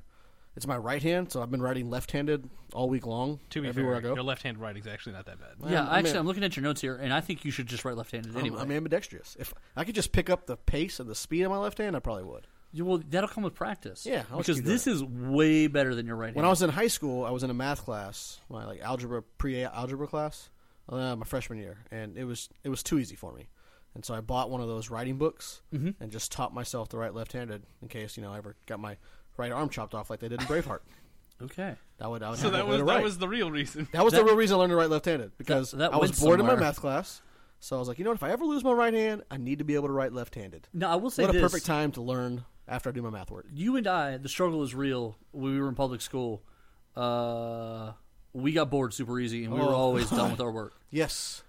It's my right hand, so I've been writing left-handed all week long. To be everywhere fair, I your go, left hand writing is actually not that bad. yeah, I'm- I'm actually, in. I'm looking at your notes here, and I think you should just write left-handed I'm, anyway. I'm ambidextrous. If I could just pick up the pace and the speed of my left hand, I probably would. You- well, that'll come with practice. Yeah, I'll because keep doing this is way better than your right When I hand. was in high school, I was in a math class, my like algebra pre-algebra class, uh, my freshman year, and it was it was too easy for me, and so I bought one of those writing books and just taught myself to write left-handed in case you know I ever got my right arm chopped off like they did in Braveheart. okay. that would I would have So that a way was to that write. was the real reason. That was the real reason I learned to write left-handed because that I was went bored in my somewhere. math class, so I was like, you know what, if I ever lose my right hand, I need to be able to write left-handed. Now I will say What a this: perfect time to learn after I do my math work. you and I, the struggle is real. When we were in public school, uh, we got bored super easy, and we were Oh, always done with our work. Yes,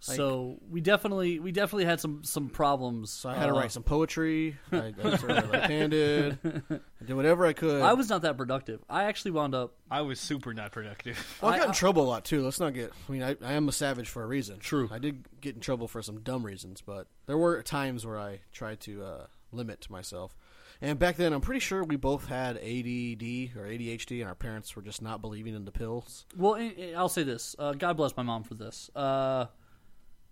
so we definitely, we definitely had some some problems. So I had to Uh, write some poetry. I, I sort of left-handed. I did whatever I could. I was not that productive. I actually wound up. I was super not productive. Well, I, got I- in trouble a lot too. Let's not get. I mean, I, I am a savage for a reason. True. I did get in trouble for some dumb reasons, but there were times where I tried to uh, limit myself. And back then, I'm pretty sure we both had ADD or ADHD, and our parents were just not believing in the pills. Well, and- and I'll say this: uh, God bless my mom for this. Uh,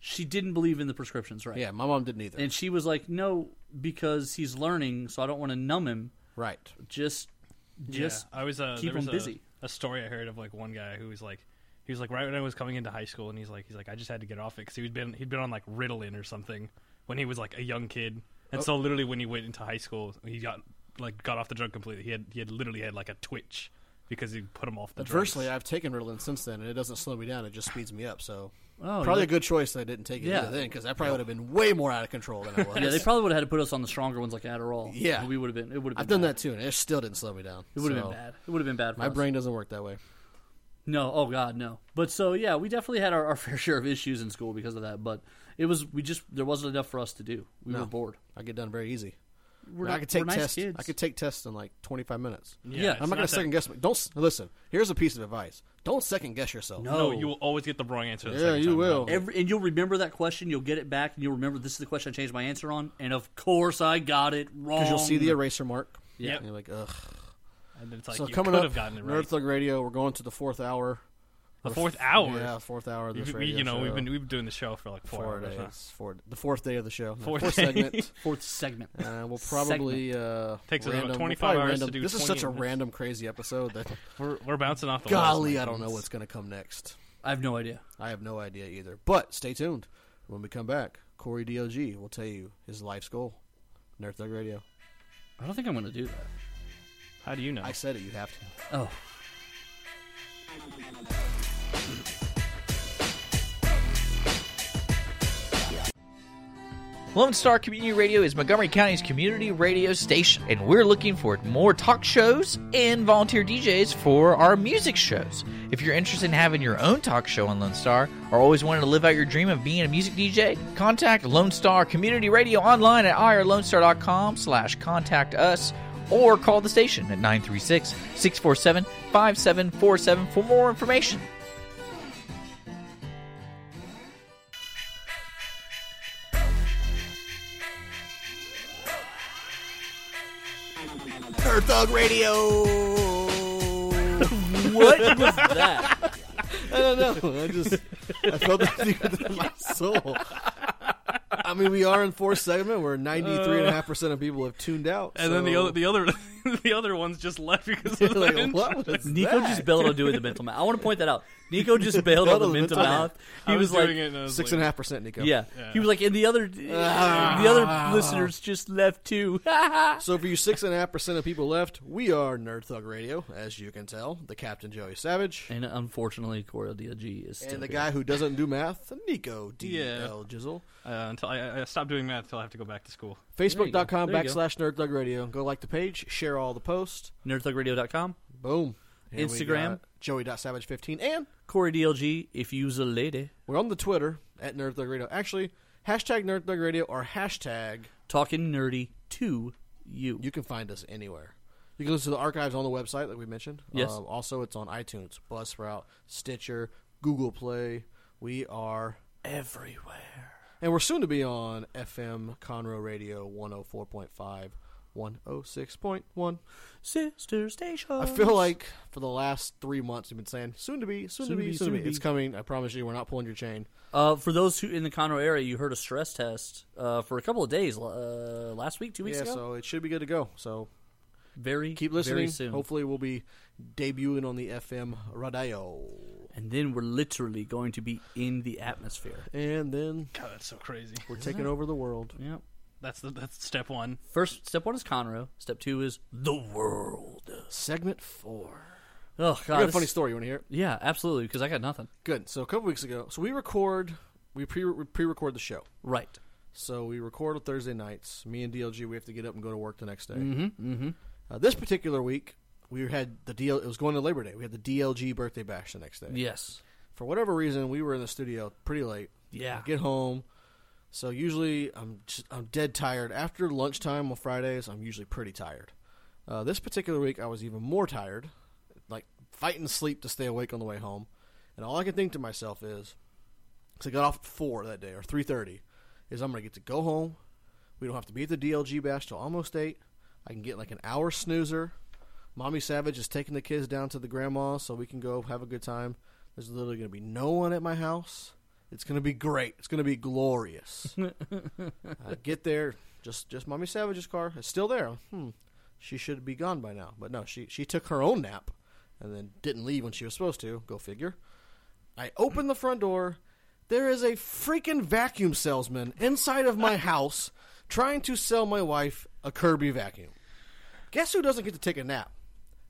she didn't believe in the prescriptions, right? Yeah, my mom didn't either. And she was like, "No, because he's learning, so I don't want to numb him. right. Just, just Yeah, I was uh, keep there was 'em a- busy. A story I heard of like one guy who was like, he was like right when I was coming into high school, and he's like, he's like, I just had to get off it because he'd been he'd been on like Ritalin or something when he was like a young kid, and Oh. so literally when he went into high school, he got like got off the drug completely. He had he had literally had like a twitch because he put him off the Adversely, drugs. I've taken Ritalin since then, and it doesn't slow me down; it just speeds me up. So, Oh, probably you- a good choice that I didn't take it Yeah. either then, because I probably would have been way more out of control than I was. Yeah, they probably would have had to put us on the stronger ones like Adderall. Yeah. And we would have been. It would have. I've been done bad. that too, and it still didn't slow me down. It would have So, been bad. It would have been bad. For My us. brain doesn't work that way. No, oh god, no. But so yeah, we definitely had our, our fair share of issues in school because of that. But it was we just there wasn't enough for us to do. We were bored. I get done very easy. We're I not- could take we're nice tests. kids. I could take tests in like 25 minutes. yeah, it's I'm I'm not going that- to second guess. me- Don't s- listen. Here's a piece of advice. Don't second guess yourself. No, No, you will always get the wrong answer. The Oh. Yeah, second you time will. around. Every, and you'll remember that question. You'll get it back, and you'll remember this is the question I changed my answer on. And of course, I got it wrong. Because you'll see the eraser mark. Yeah. And you're like, ugh. And then it's like so you coming could up, have gotten it Nerd right. Thug Radio. We're going to the fourth hour. The fourth hour. Yeah, fourth hour of We've- Mm-hmm. this we, radio you know, we've show. been we've been doing the show for like four, four hours. days. now. Four, the fourth day of the show. The Fourth fourth day. segment. Fourth segment. Uh, we'll probably uh, Takes us about random, we'll 25 probably hours random- to do This is 20 such a minutes. random, crazy episode that We're, we're bouncing off the walls, golly, man. I don't know what's going to come next. I have no idea. I have no idea either. But stay tuned. When we come back, Corey Dog will tell you his life's goal. Nerd Thug Radio. I don't think I'm going to do that. How do you know? I said it. You have to. Oh. Lone Star Community Radio is Montgomery County's community radio station, and we're looking for more talk shows and volunteer DJs for our music shows. If you're interested in having your own talk show on Lone Star or always wanted to live out your dream of being a music DJ, contact Lone Star Community Radio online at irlonestar.com slash contact us or call the station at 936-647-5747 for more information. Nerd Thug Radio. What was that? I don't know. I just I felt that thing within my soul. I mean, we are in fourth segment where 93.5% of people have tuned out. and then the so- other the other the other ones just left because of the like, intro. what was Nico that? just bailed on doing the mental math. I want to point that out. Nico just bailed on the mental math. He I was, like, doing it. And I was Six like, and a half percent, Nico. Yeah. he was like, and the other the Ah. other listeners just left too. So for you six and a half percent of people left, we are Nerd Thug Radio, as you can tell. The Captain Joey Savage. and unfortunately, Corey DLG is still And the here. guy who doesn't do math, Nico D. Yeah. L. Jizzle. Uh, until I, I stopped doing math until I have to go back to school. Facebook.com There you go. backslash Nerd Thug Radio. Go like the page, share all the posts. nerdthugradio.com, Boom. And we Instagram. got Joey.savage15. And Corey DLG. If you's a lady, we're on the Twitter at Nerd Thug Radio. Actually, hashtag Nerd Thug Radio or hashtag, talking nerdy to you. you can find us anywhere. You can listen to the archives on the website, like we mentioned. Yes. Um, also, it's on iTunes, Buzzsprout, Stitcher, Google Play. We are everywhere. And we're soon to be on FM Conroe Radio 104.5, 106.1. Sister station. I feel like for the last three months you've been saying, soon to be, soon, to be, soon to be. It's coming. I promise you, we're not pulling your chain. Uh, for those who in the Conroe area, you heard a stress test uh, for a couple of days uh, last week, two weeks Yeah, ago. so it should be good to go. So very keep Very listening. soon. Hopefully, we'll be debuting on the FM radio. And then we're literally going to be in the atmosphere. And then God, that's so crazy. we're taking over the world. Yeah. That's the that's step one. First step one is Conroe. Step two is the world. Segment four. Oh God, I got a this- funny story. You want to hear it? Yeah, absolutely. Because I got nothing. Good. So a couple weeks ago, so we record, we pre pre record the show. Right. So we record on Thursday nights. Me and DLG, we have to get up and go to work the next day. Mm-hmm, mm-hmm. Uh, this particular week, we had the DL. It was going to Labor Day. We had the DLG birthday bash the next day. Yes. For whatever reason, we were in the studio pretty late. Yeah. I get home. So usually I'm just, I'm dead tired after lunchtime on Fridays. I'm usually pretty tired. Uh, this particular week, I was even more tired, like fighting sleep to stay awake on the way home. And all I could think to myself is, because I got off at four that day or three thirty, is I'm gonna get to go home. We don't have to be at the DLG bash till almost eight. I can get like an hour snoozer. Mommy Savage is taking the kids down to the grandma so we can go have a good time. There's literally gonna be no one at my house. It's gonna be great. It's gonna be glorious. I get there, just just Mommy Savage's car. It's still there. Hmm. She should be gone by now. But no, she she took her own nap and then didn't leave when she was supposed to. Go figure. I open the front door. There is a freaking vacuum salesman inside of my house trying to sell my wife a Kirby vacuum. Guess who doesn't get to take a nap?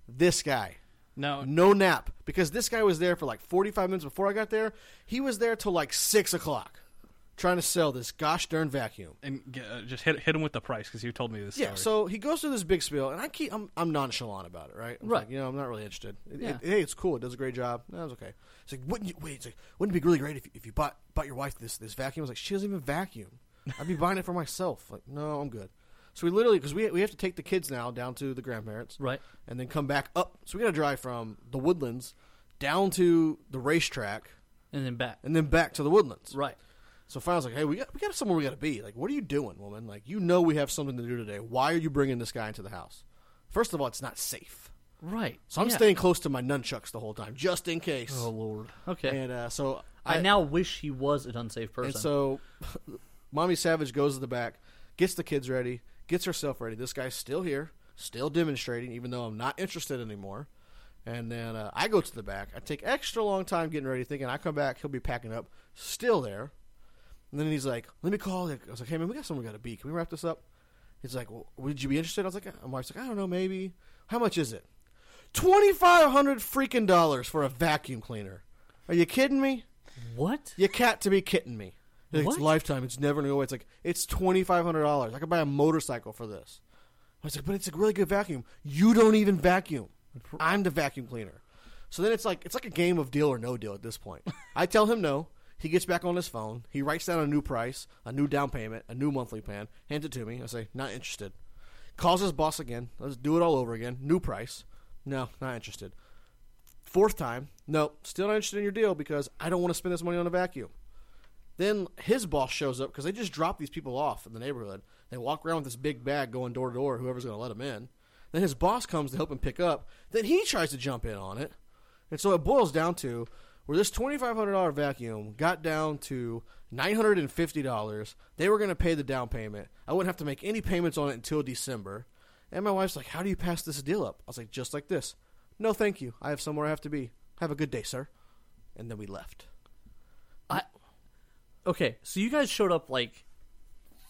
This guy. No, No nap. Because this guy was there for like 45 minutes before I got there. He was there till like 6 o'clock trying to sell this gosh darn vacuum. and get, uh, just hit hit him with the price because you told me this. Yeah, story. so he goes through this big spiel, and I keep I'm, I'm nonchalant about it, right? I'm Right. Like, you know, I'm not really interested. It- Yeah. it- hey, it's cool. It does a great job. That was okay. It's like, wouldn't you wait? It's like, wouldn't it be really great if, if you bought bought your wife this this vacuum? I was like, she doesn't even vacuum. I'd be buying it for myself. Like, no, I'm good. So we literally because we we have to take the kids now down to the grandparents, Right. And then come back up. So we got to drive from the woodlands down to the racetrack And then back. and then back to the woodlands, Right. so finally, I was like, "Hey, we got we got somewhere we got to be. Like, what are you doing, woman? Like, you know we have something to do today. Why are you bringing this guy into the house? First of all, it's not safe. Right. So I'm yeah. staying close to my nunchucks the whole time, just in case. Oh lord. Okay. and uh, so I, now wish he was an unsafe person. and so, Mommy Savage goes to the back, gets the kids ready, gets herself ready. This guy's still here, still demonstrating, even though I'm not interested anymore. And then uh, I go to the back. I take extra long time getting ready, thinking I come back, he'll be packing up, still there. And then he's like, "Let me call." it." I was like, "Hey man, we got someone we got to beat. Can we wrap this up?" He's like, well, "Would you be interested?" I was like, "Uh," "My wife's like, I don't know, maybe. How much is it? Twenty five hundred freaking dollars for a vacuum cleaner? Are you kidding me?" what? You cat to be kidding me. It's What? lifetime. It's never going to go away. It's like, it's $2,500. I could buy a motorcycle for this. I was like, but it's a really good vacuum. You don't even vacuum. I'm the vacuum cleaner. So then it's like, it's like a game of deal or no deal at this point. I tell him no. He gets back on his phone. He writes down a new price, a new down payment, a new monthly plan, hands it to me. I say, not interested. Calls his boss again. Let's do it all over again. New price. No, not interested. Fourth time, no, still not interested in your deal because I don't want to spend this money on a vacuum. Then his boss shows up because they just drop these people off in the neighborhood. They walk around with this big bag going door to door, whoever's going to let them in. Then his boss comes to help him pick up. Then he tries to jump in on it. And so it boils down to where this $2,500 vacuum got down to $950. They were going to pay the down payment. I wouldn't have to make any payments on it until December. And my wife's like, How do you pass this deal up? I was like, Just like this. No, thank you. I have somewhere I have to be. Have a good day, sir. And then we left. Okay, so you guys showed up like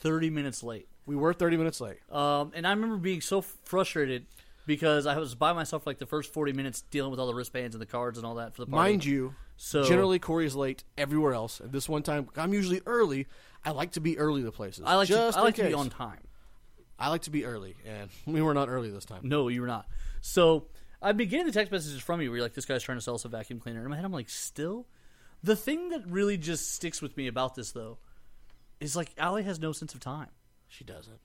30 minutes late. We were 30 minutes late. Um, and I remember being so frustrated because I was by myself for like the first 40 minutes dealing with all the wristbands and the cards and all that for the party. Mind you, So- generally Corey's late everywhere else. And this one time, I'm usually early. I like to be early to places. I like just to, I in like to be case. on time. I like to be early, and we were not early this time. No, you were not. So I began the text messages from you where you're like, this guy's trying to sell us a vacuum cleaner. In my head, I'm like, still? The thing that really just sticks with me about this, though, is like, Allie has no sense of time. She doesn't.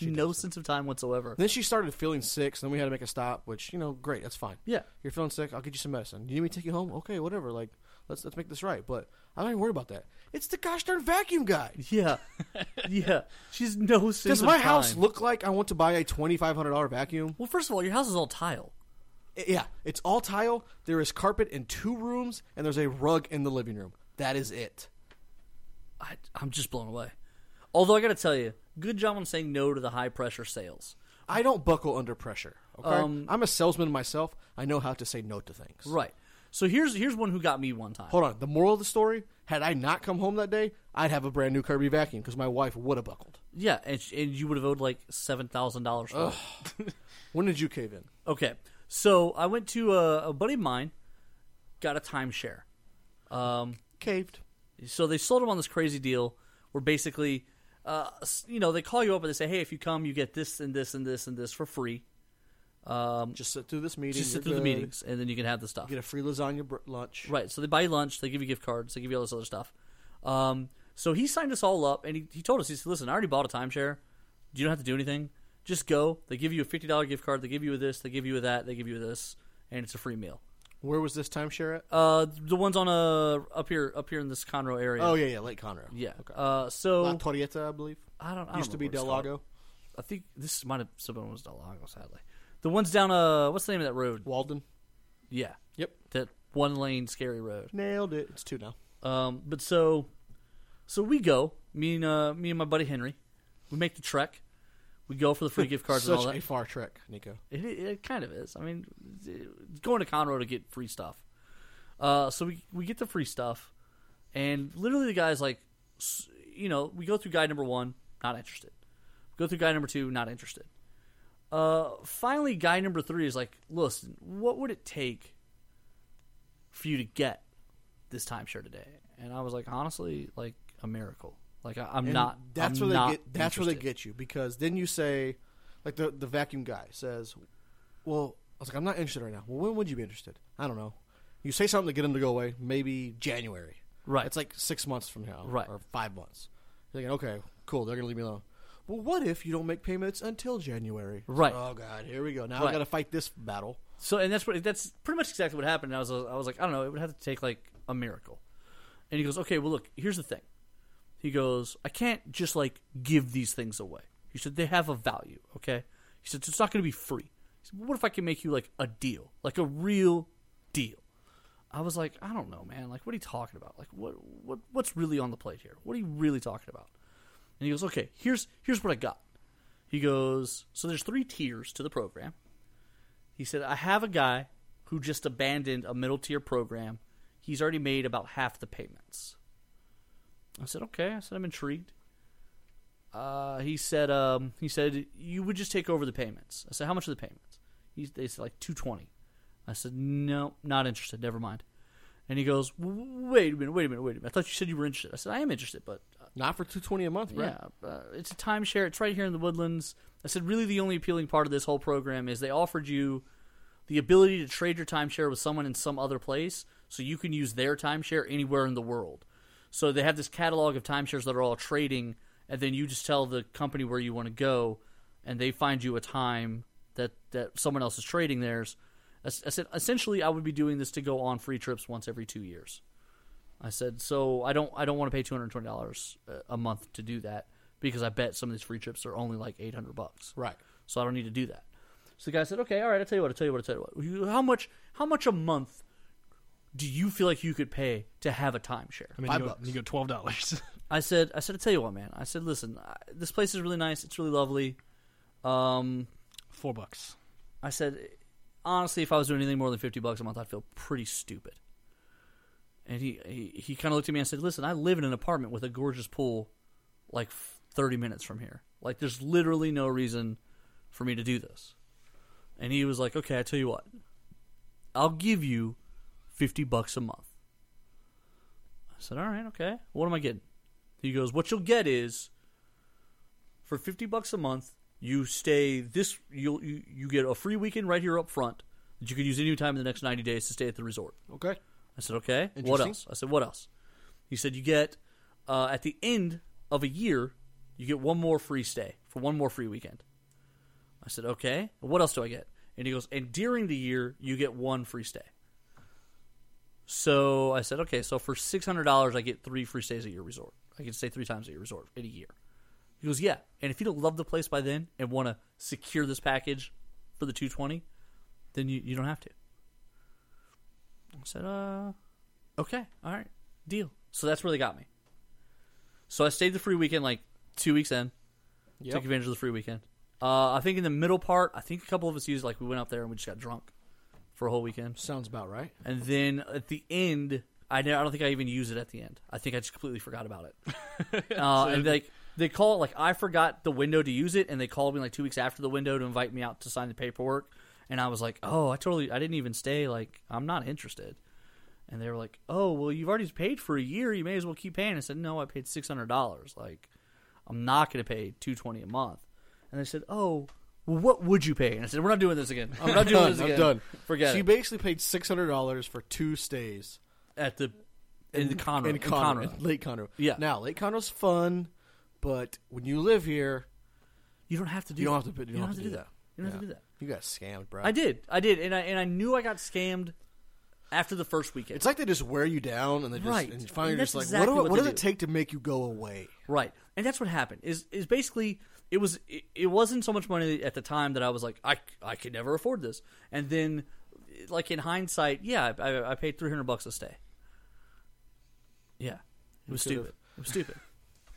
no sense of time whatsoever. Then she started feeling sick, so then we had to make a stop. Which you know, great, that's fine. Yeah. you're feeling sick. I'll get you some medicine. You need me to take you home? Okay, whatever. Like, let's let's make this right. But I'm not even worried about that. It's the gosh darn vacuum guy. Yeah. yeah. She's no sense Does of my time. house look like I want to buy a twenty five hundred dollar vacuum? Well, first of all, your house is all tile. I- Eh, Yeah, it's all tile. There is carpet in two rooms, and there's a rug in the living room. That is it. I, I'm just blown away. Although I got to tell you, good job on saying no to the high pressure sales. I don't buckle under pressure. Okay, Um, I'm a salesman myself. I know how to say no to things. Right. So here's here's one who got me one time. Hold on. The moral of the story: Had I not come home that day, I'd have a brand new Kirby vacuum because my wife would have buckled. Yeah, and, sh- and you would have owed like seven thousand dollars. When did you cave in? Okay, so I went to a, a buddy of mine, got a timeshare. Um, Caved. So they sold him on this crazy deal where basically, uh, s- you know, they call you up and they say, "Hey, if you come, you get this and this and this and this for free. Um, Just sit through this meeting. Just you're sit through the good. meetings, and then you can have the stuff." Get a free lasagna br- lunch. Right. So they buy you lunch, they give you gift cards, they give you all this other stuff. Um, so he signed us all up and he, he told us, he said, listen, I already bought a timeshare. You don't have to do anything. Just go. They give you a $50 gift card. They give you this, they give you that, they give you this, and it's a free meal. Where was this timeshare at? Uh, the ones on uh up here up here in this Conroe area. oh yeah, yeah, Lake Conroe. yeah. Uh, so La Torrieta, I believe. I don't. I don't Used to remember what be it's Del called. Lago. I think this might have someone was Del Lago, sadly. The ones down uh, what's the name of that road? Walden. Yeah, Yep. that one lane scary road. Nailed it. It's two now. Um, but so, so we go. Me and uh, me and my buddy Henry, we make the trek. We go for the free gift cards and all Such that. a far trek, Nico. It, it, it kind of is. I mean, it's going to Conroe to get free stuff. Uh, so we we get the free stuff, and literally the guy's like, s- you know, we go through guy number one, not interested. go through guy number two, not interested. Uh, finally, guy number three is like, listen, what would it take for you to get this timeshare today? And I was like, honestly, like a miracle. Like I, I'm And not. That's I'm where not they get. That's where they interested. get you because then you say, like the the vacuum guy says, "Well, I was like, I'm not interested right now. Well, when would you be interested? I don't know. You say something to get him to go away. Maybe January. Right. It's like six months from now. Right. Or five months. You're thinking, okay, cool. They're gonna leave me alone. Well, what if you don't make payments until January? It's Right. Like, oh God, here we go. Now Right. I got to fight this battle. So and that's what that's pretty much exactly what happened. And I was I was like, I don't know, it would have to take like a miracle. And he goes, okay, well look, here's the thing. He goes, I can't just like give these things away. He said they have a value, okay. He said so it's not going to be free. He what if I can make you like a deal, like a real deal? I was like, I don't know, man. Like, what are you talking about? Like, what what what's really on the plate here? What are you really talking about? And he goes, okay, here's here's what I got. He goes, so there's three tiers to the program. He said, I have a guy who just abandoned a middle tier program. He's already made about half the payments. I said, okay. I said, I'm intrigued. Uh, he said, um, he said, you would just take over the payments. I said, how much are the payments? He, they said, like 220. I said, no, not interested. Never mind. And he goes, w- wait a minute, wait a minute, wait a minute. I thought you said you were interested. I said, I am interested, but Not for two twenty a month, bro. yeah, uh, it's a timeshare. It's right here in the woodlands. I said, really, the only appealing part of this whole program is they offered you the ability to trade your timeshare with someone in some other place, so you can use their timeshare anywhere in the world. So they have this catalog of timeshares that are all trading, and then you just tell the company where you want to go, and they find you a time that that someone else is trading theirs. I s- I said, essentially, I would be doing this to go on free trips once every two years. I said, so I don't I don't want to pay two hundred twenty dollars uh, a month to do that because I bet some of these free trips are only like eight hundred bucks. Right. So I don't need to do that. So the guy said, okay, all right, I'll tell you what, I'll tell you what, I'll tell you what. You- How much how much a month do you feel like you could pay to have a timeshare? I mean, Five you, go, bucks. you go twelve dollars. I said, I said, I tell you what, man. I said, listen, I, this place is really nice. It's really lovely. Um, Four bucks. I said, honestly, if I was doing anything more than fifty bucks a month, I'd feel pretty stupid. And he he, he kind of looked at me and said, listen, I live in an apartment with a gorgeous pool, like thirty minutes from here. Like, there's literally no reason for me to do this. And he was like, okay, I tell you what, I'll give you fifty bucks a month. I said, all right, okay. What am I getting? He goes, what you'll get is for 50 bucks a month you stay this you'll you, you get a free weekend right here up front that you can use any time in the next 90 days to stay at the resort Okay. i said okay what Interesting. else i said what else he said you get uh, at the end of a year you get one more free stay for one more free weekend i said okay what else do i get and he goes and during the year you get one free stay so i said okay so for $600 i get three free stays at your resort i get to stay three times at your resort in a year he goes, yeah. And if you don't love the place by then and want to secure this package for the 220, then you, you don't have to. I said, uh, okay, all right, deal. So that's where they got me. So I stayed the free weekend like two weeks in. Took advantage of the free weekend. Uh, I think in the middle part, I think a couple of us used like we went out there and we just got drunk for a whole weekend. Sounds about right. And then at the end, I, ne- I don't think I even used it at the end. I think I just completely forgot about it. uh, and like they call it like I forgot the window to use it, and they called me like two weeks after the window to invite me out to sign the paperwork. And I was like, oh, I totally, I didn't even stay. Like I'm not interested. And they were like, oh, well, you've already paid for a year. You may as well keep paying. I said, no, I paid six hundred dollars. Like I'm not going to pay two twenty a month. And they said, oh. Well, what would you pay? And I said, "We're not doing this again. I'm not doing Done. this I'm again. done. Forget so it." you basically paid six hundred dollars for two stays at the in the Conroe. in in Conroe, Conroe. in Lake Conroe. Yeah. Now Lake Conroe's fun, but when you live here, You don't have to do. you don't that. have to. put- You don't have to do that. You don't have to Yeah. do that. You got scammed, bro. I did. I did, and I and I knew I got scammed after the first weekend. It's like they just wear you down, and they just Right. and finally And you're just like, that's what, do I- exactly what what does they it do. take to make you go away? Right, and that's what happened. Is is basically it was it, it wasn't so much money at the time that I was like I I could never afford this, and then like in hindsight, yeah, I, I, I paid three hundred bucks a stay. Yeah, it was could've- stupid. It was stupid.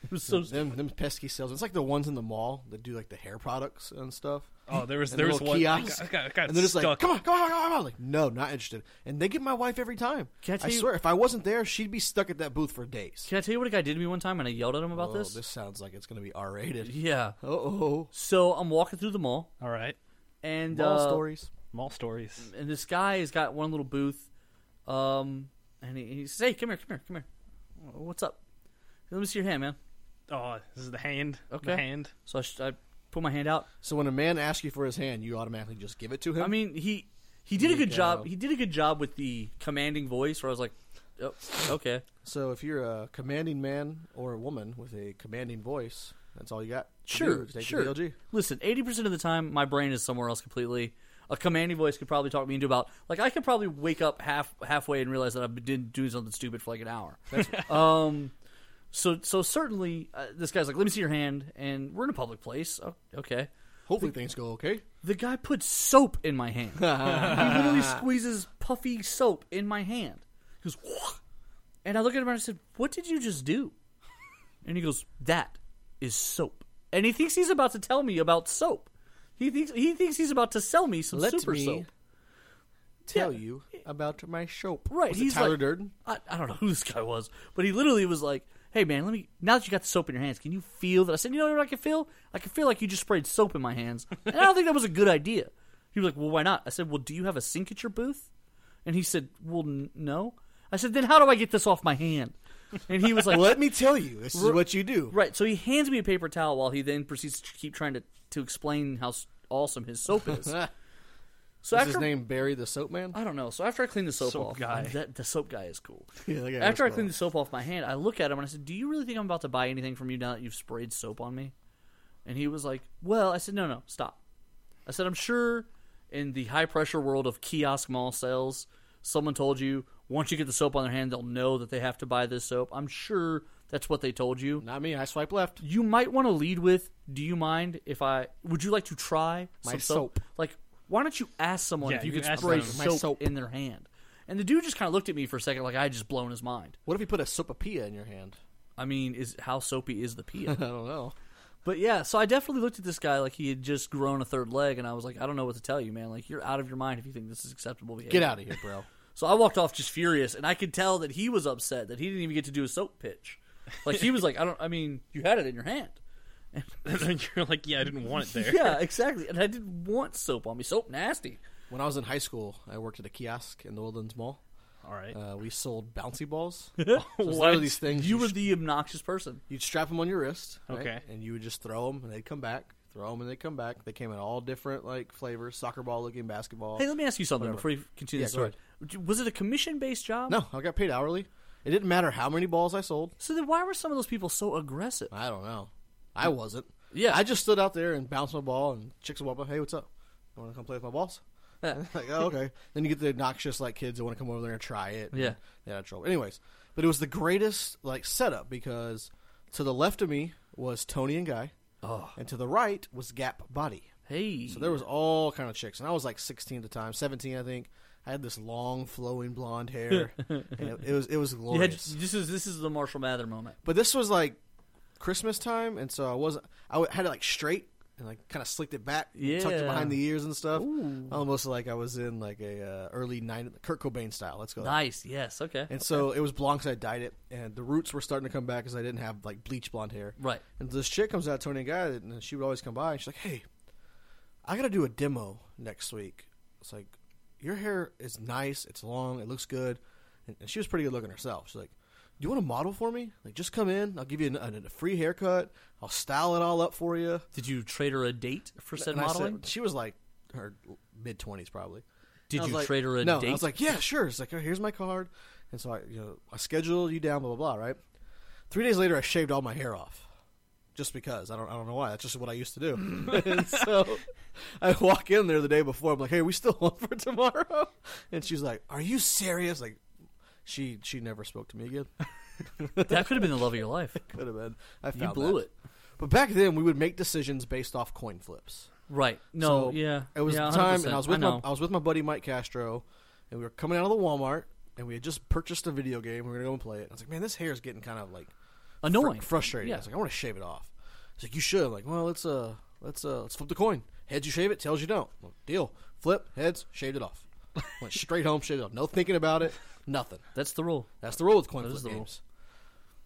It was so Them, them pesky sales. It's like the ones in the mall that do like the hair products and stuff. Oh, there was And there the was little one. I kiosks. got, I got, I got and they're just stuck. like, come on, come on, come on, come on. Like, no, not interested. And they get my wife every time. Can I tell you- swear, if I wasn't there, she'd be stuck at that booth for days. Can I tell you what a guy did to me one time, and I yelled at him about oh, this? this sounds like it's going to be R rated. Yeah. Uh oh. So I'm walking through the mall, All right, and Mall uh, stories. mall stories. and this guy has got one little booth, um, and he, he says, "Hey, come here, come here, come here. What's up? Let me see your hand, man." Oh, this is the hand. Okay. The hand. So I, sh- I put my hand out. So when a man asks you for his hand, you automatically just give it to him. I mean, he he did a good go. job. He did a good job with the commanding voice, where I was like, oh, "Okay, so if you're a commanding man or a woman with a commanding voice, that's all you got. to do sure, is take the sure." DLG. Listen, eighty percent of the time, my brain is somewhere else completely. A commanding voice could probably talk me into about like I could probably wake up half halfway and realize that I've been doing something stupid for like an hour. um, so so certainly uh, this guy's like, let me see your hand, and we're in a public place. Oh, okay, Hopefully things go okay. The guy puts soap in my hand. he literally squeezes puffy soap in my hand. He goes, "Whoa." and I look at him and I said, "What did you just do?" And he goes, "That is soap." And he thinks he's about to tell me about soap. He thinks he thinks he's about to sell me some Let super me soap. Tell Yeah. you about my soap. Right, Was he's it Tyler like- Durden. I, I don't know who this guy was, but he literally was like, "Hey man, let me. Now that you got the soap in your hands, can you feel that?" I said, "You know what I can feel? I can feel like you just sprayed soap in my hands." And I don't think that was a good idea. He was like, "Well, why not?" I said, "Well, do you have a sink at your booth?" And he said, "Well, n- no." I said, "Then how do I get this off my hand?" And he was like, Let me tell you, this is what you do. Right. So he hands me a paper towel while he then proceeds to keep trying to, to explain how s- awesome his soap is. so Is after his name Barry the Soap Man? I don't know. So after I clean the soap, Soap off, guy. that, the soap guy is cool. Yeah, that guy after I was clean the soap off my hand, I look at him and I said, "Do you really think I'm about to buy anything from you now that you've sprayed soap on me?" And he was like, "Well," I said, "No, no, stop." I said, "I'm sure in the high pressure world of kiosk mall sales, someone told you once you get the soap on their hand, they'll know that they have to buy this soap. I'm sure that's what they told you." Not me. I swipe left. you might want to lead with do you mind if i would you like to try My some soap? soap. like why don't you ask someone Yeah, if you, you could ask spray them. My soap, soap. in their hand and the dude just kind of looked at me for a second like i had just blown his mind What if he put a soapapia in your hand? i mean is how soapy is the pia I don't know. but yeah so i definitely looked at this guy like he had just grown a third leg and i was like i don't know what to tell you man like you're out of your mind if you think this is acceptable behavior Get out of here, bro. so i walked off just furious and i could tell that he was upset that he didn't even get to do a soap pitch like he was like i don't i mean you had it in your hand And you're like, yeah, I didn't want it there. yeah, exactly. And I didn't want soap on me. Soap nasty. when I was in high school, I worked at a kiosk in the Woodlands Mall. All right. Uh, we sold bouncy balls. So it's literally these things You you were the obnoxious person. you'd strap them on your wrist, right? Okay. and you would just throw them, and they'd come back. Throw them, and they'd come back. They came in all different like flavors: soccer ball looking, basketball. Hey, let me ask you something Whatever. before you continue Yeah, the go story. Was it a commission based job? no, I got paid hourly. It didn't matter how many balls I sold. So then why were some of those people so aggressive? I don't know. I wasn't. Yeah. I just stood out there and bounced my ball, and chicks would walk up. Hey, what's up? You want to come play with my balls? like, oh, okay. Then you get the obnoxious like kids that want to come over there and try it. and Yeah. They had a trouble. Anyways, but it was the greatest like setup because to the left of me was Tony and Guy, and to the right was Gap Body. Hey. So there was all kind of chicks, and I was like 16 at the time, 17 I think. I had this long flowing blonde hair, and it, it was it was you had, glorious. this is this is the Marshall Mather moment. But this was like Christmas time, and so I wasn't. I w- had it like straight and like kind of slicked it back, tucked it Yeah. behind the ears and stuff. Almost like I was in like a uh, early nine Kurt Cobain style. Let's go. Nice. Yes. Okay. And so it was blonde because I dyed it, and the roots were starting to come back because I didn't have like bleach blonde hair. Right. And this chick comes out, Tony and Guy, and she would always come by, and she's like, "Hey, I got to do a demo next week." It's like, "Your hair is nice. It's long. It looks good." And, and she was pretty good looking herself. She's like, "Do you want to model for me? Like, just come in. I'll give you an, an- a free haircut. I'll style it all up for you." Did you trade her a date for said I modeling? said, she was like her mid twenties probably. Did I was you like- trade her a no, date? I was like, yeah, sure. It's like, oh, here's my card, and so I, you know, I scheduled you down, blah blah blah. Right. Three days later, I shaved all my hair off, just because I don't, I don't know why. That's just what I used to do. and so I walk in there the day before. I'm like, hey, we still on for tomorrow? And she's like, are you serious? Like, she she never spoke to me again. that could have been the love of your life. Could have been. I found You blew that. it. But back then, we would make decisions based off coin flips. Right. No. So, yeah. It was yeah, the time, 100%. and I was with my know. I was with my buddy Mike Castro, and we were coming out of the Walmart, and we had just purchased a video game. We were gonna go and play it. I was like, man, this hair is getting kind of like fr- annoying. frustrating. Yeah. I was like, I want to shave it off. He's like, you should. I'm like, well, let's uh, let's uh, let's flip the coin. Heads, you shave it. Tails, you don't. I'm like, Deal. Flip. Heads, shaved it off. Went straight home, shaved it off. No thinking about it. Nothing. That's the rule. That's the rule with coin That flip is the rule. games.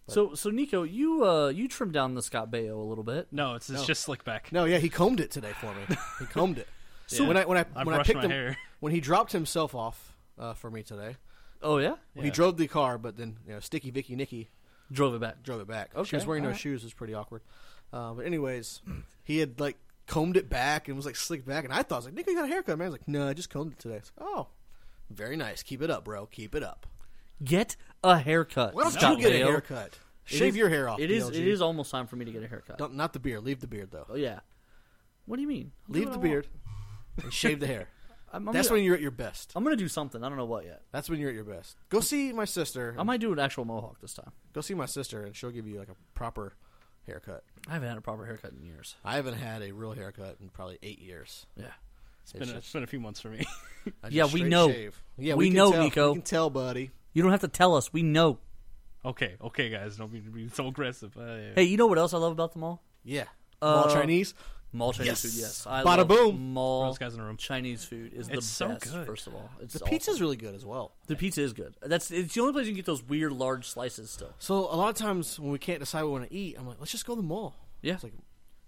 So so Nico, you uh you trimmed down the Scott Baio a little bit. no, it's, it's just slick back. No, yeah, he combed it today for me. He combed it. So when I when I I when I brushed picked my him hair. when he dropped himself off uh, for me today, Oh yeah. Well, He drove the car, but then you know, Sticky Vicky Nicky Drove it back. drove it back. Okay, she was wearing no alright. shoes. It was pretty awkward. Uh, but anyways, he had like combed it back and was like slicked back, and I thought I was like, "Nico, you got a haircut, man." I was like, "No, I just combed it today." I was like, oh, very nice. Keep it up, bro. Keep it up. Get a haircut. Why don't Scott you get a Baio. haircut? It Shave is- your hair off. It is. DLG. It is almost time for me to get a haircut. Don't, not the beard. Leave the beard though. Oh yeah. What do you mean? I'll do Leave what the I beard and shave the hair. want. I'm, I'm That's gonna, when you're at your best. I'm gonna do something. I don't know what yet. That's when you're at your best. Go see my sister. I might do an actual mohawk this time. Go see my sister, and she'll give you like a proper haircut. I haven't had a proper haircut in years. I haven't had a real haircut in probably eight years. Yeah. It's been, a, it's been a few months for me. I Yeah, just we straight know. shave. Yeah, We can know, tell. Nico. We can tell, buddy. You don't have to tell us. We know. okay, okay, guys, don't be, be so aggressive. Uh, yeah. Hey, you know what else I love about the mall? Yeah, Uh, all Chinese. Mall Chinese Yes. food, yes. I Bada love boom. All Mall those guys in the room. Chinese food is the It's so best. good. First of all, it's The awesome. pizza's really good as well. The pizza is good. That's it's the only place you can get those weird large slices. Still, So a lot of times when we can't decide what we want to eat, I'm like, let's just go to the mall. Yeah. It's like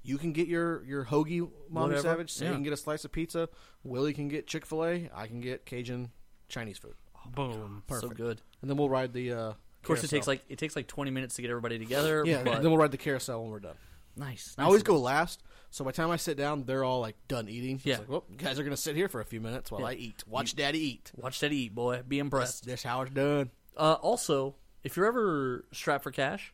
you can get your your hoagie, mommy Whatever. savage. So Yeah. you can get a slice of pizza. Willie can get Chick Fil A. I can get Cajun Chinese food, Boom. so good. and then we'll ride the. Uh, Of course, it takes like it takes like twenty minutes to get everybody together. yeah. but Then we'll ride the carousel when we're done. nice, I always go last, so by the time I sit down, they're all like done eating. It's Yeah. like, well, you guys are gonna sit here for a few minutes while I eat. Watch Daddy eat. Watch that eat, boy. Be impressed. That's how it's done. Uh, also, if you're ever strapped for cash,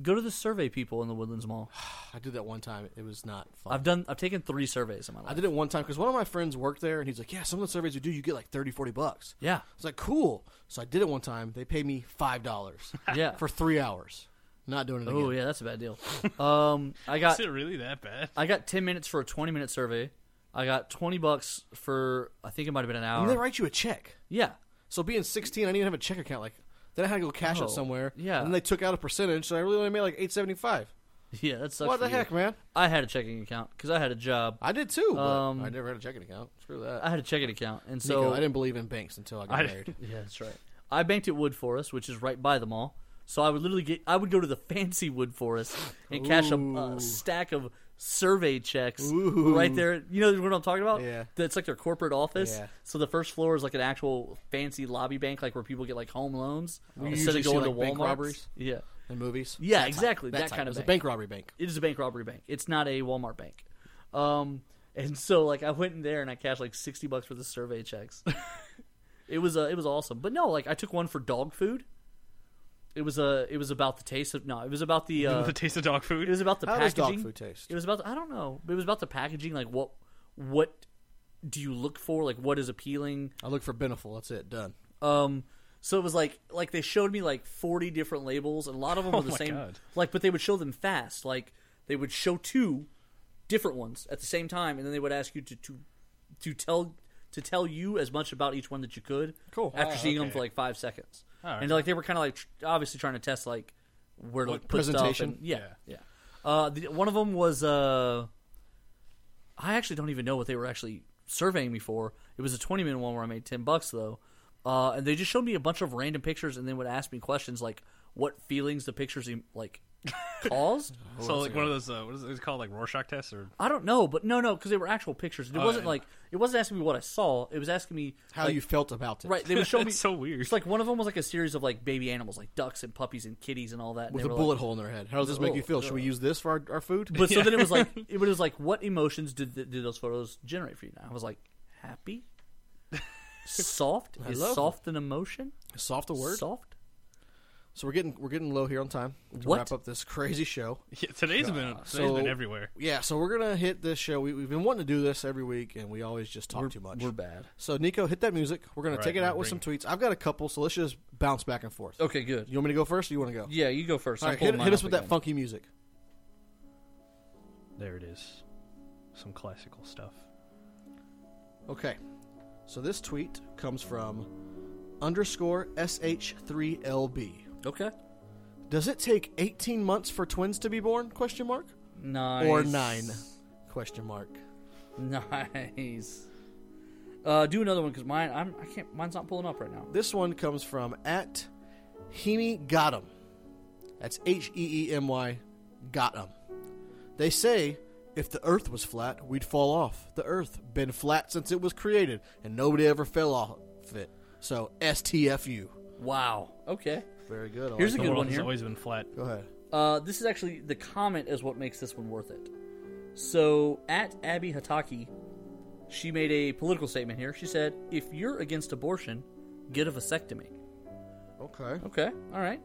go to the survey people in the Woodlands Mall. I did that one time. It was not fun. I've done. I've taken three surveys in my I life. did it one time because one of my friends worked there, and he's like, "Yeah, some of the surveys you do, you get like 30, 40 bucks." Yeah, I was like, "Cool." So I did it one time. They paid me five dollars yeah. for three hours. Not doing it oh again. yeah, that's a bad deal. Um, I got Is it really that bad? I got ten minutes for a twenty minute survey. I got twenty bucks for I think it might have been an And they hour. write you a check. Yeah, So being sixteen, I didn't even have a check account. Like then I had to go cash Oh, it somewhere. yeah. And then they took out a percentage, so I really only made like eight seventy five. yeah. That sucks. What for the you. heck, man? I had a checking account because I had a job. I did too. But Um, I never had a checking account. Screw that. I had a checking account, and so Nico, I didn't believe in banks until I got I- married. yeah, that's right. I banked at Wood Forest, which is right by the mall. So I would literally get I would go to the fancy Wood Forest and cash a, a stack of survey checks Ooh. right there. You know what I'm talking about? Yeah. That's like their corporate office. Yeah. So the first floor is like an actual fancy lobby bank, like where people get like home loans instead usually of see, going to like, bank Walmart. robberies. Yeah. In movies. Yeah, That type- exactly, that type. kind of It was a bank. bank robbery bank. It is a bank robbery bank. It's not a Walmart bank. Um, and so like I went in there and I cashed like sixty bucks for the survey checks. it was uh, it was awesome. But no, like I took one for dog food. It was uh, it was about the taste of no, it was about the uh, the taste of dog food. it was about the How does packaging. dog food taste? It was about the, I don't know, but it was about the packaging. Like what what do you look for? Like what is appealing? I look for Beneful. That's it. Done. Um, so it was like like they showed me like forty different labels, and a lot of them were the Oh my same. God. Like, but they would show them fast. Like they would show two different ones at the same time, and then they would ask you to to to tell to tell you as much about each one that you could. Cool. After Ah, seeing them okay. for like five seconds, All right. and like they were kind of like tr- obviously trying to test like where to What put presentation. presentation? Stuff and, yeah, yeah. Uh, the, one of them was uh, I actually don't even know what they were actually surveying me for. It was a twenty minute one where I made ten bucks though, uh, and they just showed me a bunch of random pictures and then would ask me questions like what feelings the pictures em- like caused. so like one of those uh, what is it it's called like Rorschach tests or I don't know, but no, no, because they were actual pictures. It wasn't Oh, yeah. like it wasn't asking me what I saw. It was asking me How like, you felt about it? right. They would show me That's so weird. It's like one of them was like a series of like baby animals, like ducks and puppies and kitties and all that. and With they a were bullet like- hole in their head. How does this "Oh, make you feel? Should we use this for our, our food? But so then it was like it was like what emotions did th- did those photos generate for you? Now I was like happy, soft is love soft an emotion? Soft a word. Soft? So we're getting we're getting low here on time to What? wrap up this crazy show. yeah, today's been today's so- been everywhere. Yeah, so we're gonna hit this show. We, we've been wanting to do this every week, and we always just talk too much. We're bad. So Nico, hit that music. We're gonna All take right, it out I'll with some tweets. I've got a couple, so let's just bounce back and forth. Okay, good. You want me to go first, or you want to go? yeah, you go first. All I'm right, pulling hit, mine hit us up with that again. funky music. There it is. Some classical stuff. Okay, so this tweet comes from underscore sh3lb. Okay. Does it take 18 months for twins to be born? Question mark Nice. or nine? Question mark. Nice. Uh, do another one because mine I'm I can't mine's not pulling up right now. This one comes from at Hemi Gotham. That's H E E M Y Gotham. They say if the earth was flat, we'd fall off. The earth been flat since it was created, and nobody ever fell off it. So STFU. Wow. Okay. Very good. I Here's a like good The one world has here. always been flat. that. Go ahead. Uh, this is actually the comment is what makes this one worth it. So at Abby Hataki, she made a political statement here. She said, "If you're against abortion, get a vasectomy." Okay. Okay, all right.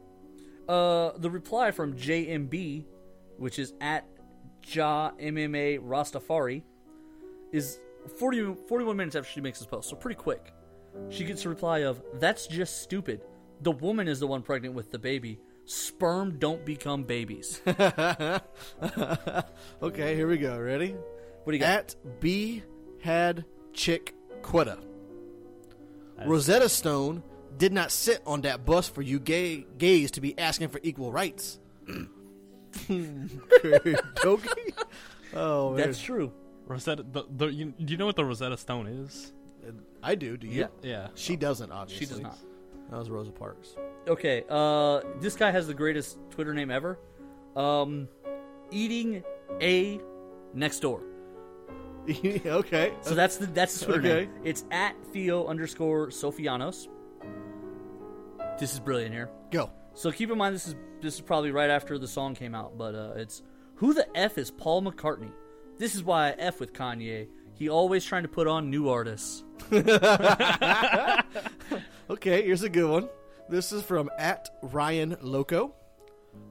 Uh, the reply from JMB, which is at Ja MMA Rastafari, is 40, 41 minutes after she makes this post, so pretty quick. She gets a reply of, "That's just stupid. The woman is the one pregnant with the baby, sperm don't become babies. okay, here we go. Ready? What do you got? At B had chick Quetta. Rosetta Stone did not sit on that bus for you gay gays to be asking for equal rights. Doki? Oh, man. That's true. Rosetta, the, the, you, do you know what the Rosetta Stone is? I do. Do you? Yeah. Yeah. She doesn't, obviously. She does not. That was Rosa Parks. Okay, uh, this guy has the greatest Twitter name ever. Um, eating a next door. okay. So that's the that's his Twitter Okay. name. It's at Theo underscore Sophianos. This is brilliant here. Go. So keep in mind this is this is probably right after the song came out, but uh, it's who the f is Paul McCartney? This is why I f with Kanye. He always trying to put on new artists. Okay, here's a good one. This is from at Ryan Loco.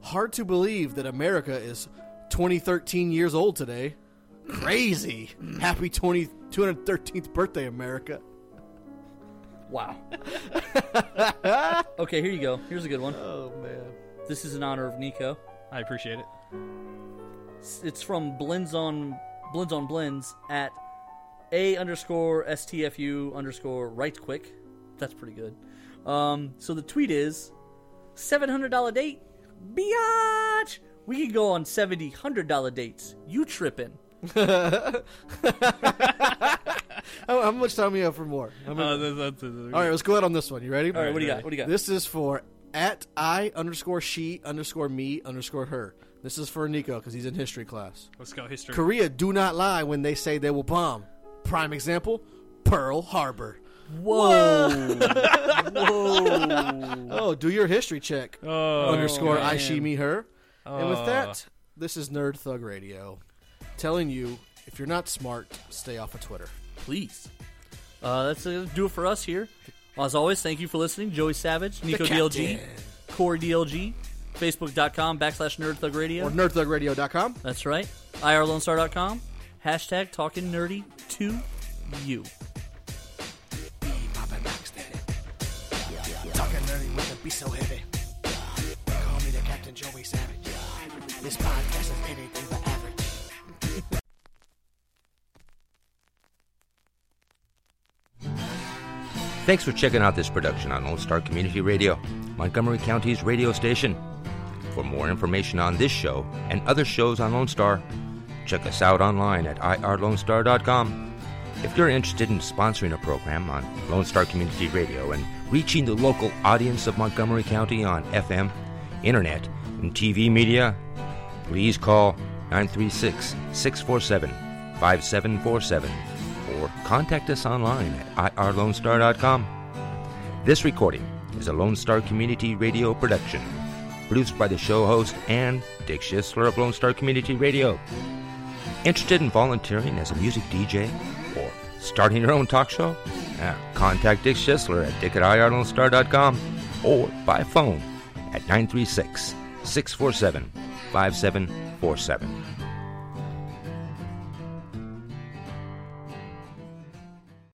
Hard to believe that America is 2013 years old today. Crazy. Happy 20, 213th birthday, America. Wow. okay, here you go. Here's a good one. Oh man. This is in honor of Nico. I appreciate it. It's- It's from Blends on Blends on Blends at a underscore stfu underscore right quick. That's pretty good. Um, so the tweet is seven hundred dollar date. Biatch. We could go on seventy hundred dollar dates. You tripping? How, how much time do you have for more? How many- Uh, that- that's, that's- All right, let's go out on this one. You ready? All right, what do you got? What do you got? This is for at I underscore she underscore me underscore her. This is for Nico because he's in history class. Let's go history. Korea do not lie when they say they will bomb. Prime example, Pearl Harbor. Whoa! Oh, do your history check. Oh, underscore I man. she me her. And with Oh. that, this is Nerd Thug Radio, telling you if you're not smart, stay off of Twitter. Please. Uh, that's uh, do it for us here. As always, thank you for listening. Joey Savage, Nico DLG, Core DLG, Facebook.com backslash Nerd Thug Radio. Or nerdthugradio.com. That's right. IRLoneStar.com. Hashtag talking nerdy to you. Talking nerdy with the beat so heavy. Call me the Captain Joey Savage. This podcast is anything but average. Thanks for checking out this production on Lone Star Community Radio, Montgomery County's radio station. For more information on this show and other shows on Lone Star, check us out online at irlonestar.com. If you're interested in sponsoring a program on Lone Star Community Radio and reaching the local audience of Montgomery County on FM, internet, and TV media, please call 936 647 5747 or contact us online at irlonestar.com. This recording is a Lone Star Community Radio production, produced by the show host and Dick Schisler of Lone Star Community Radio. Interested in volunteering as a music DJ or starting your own talk show? Yeah, contact Dick Schisler at dick at irlonestar.com or by phone at 936 647 5747.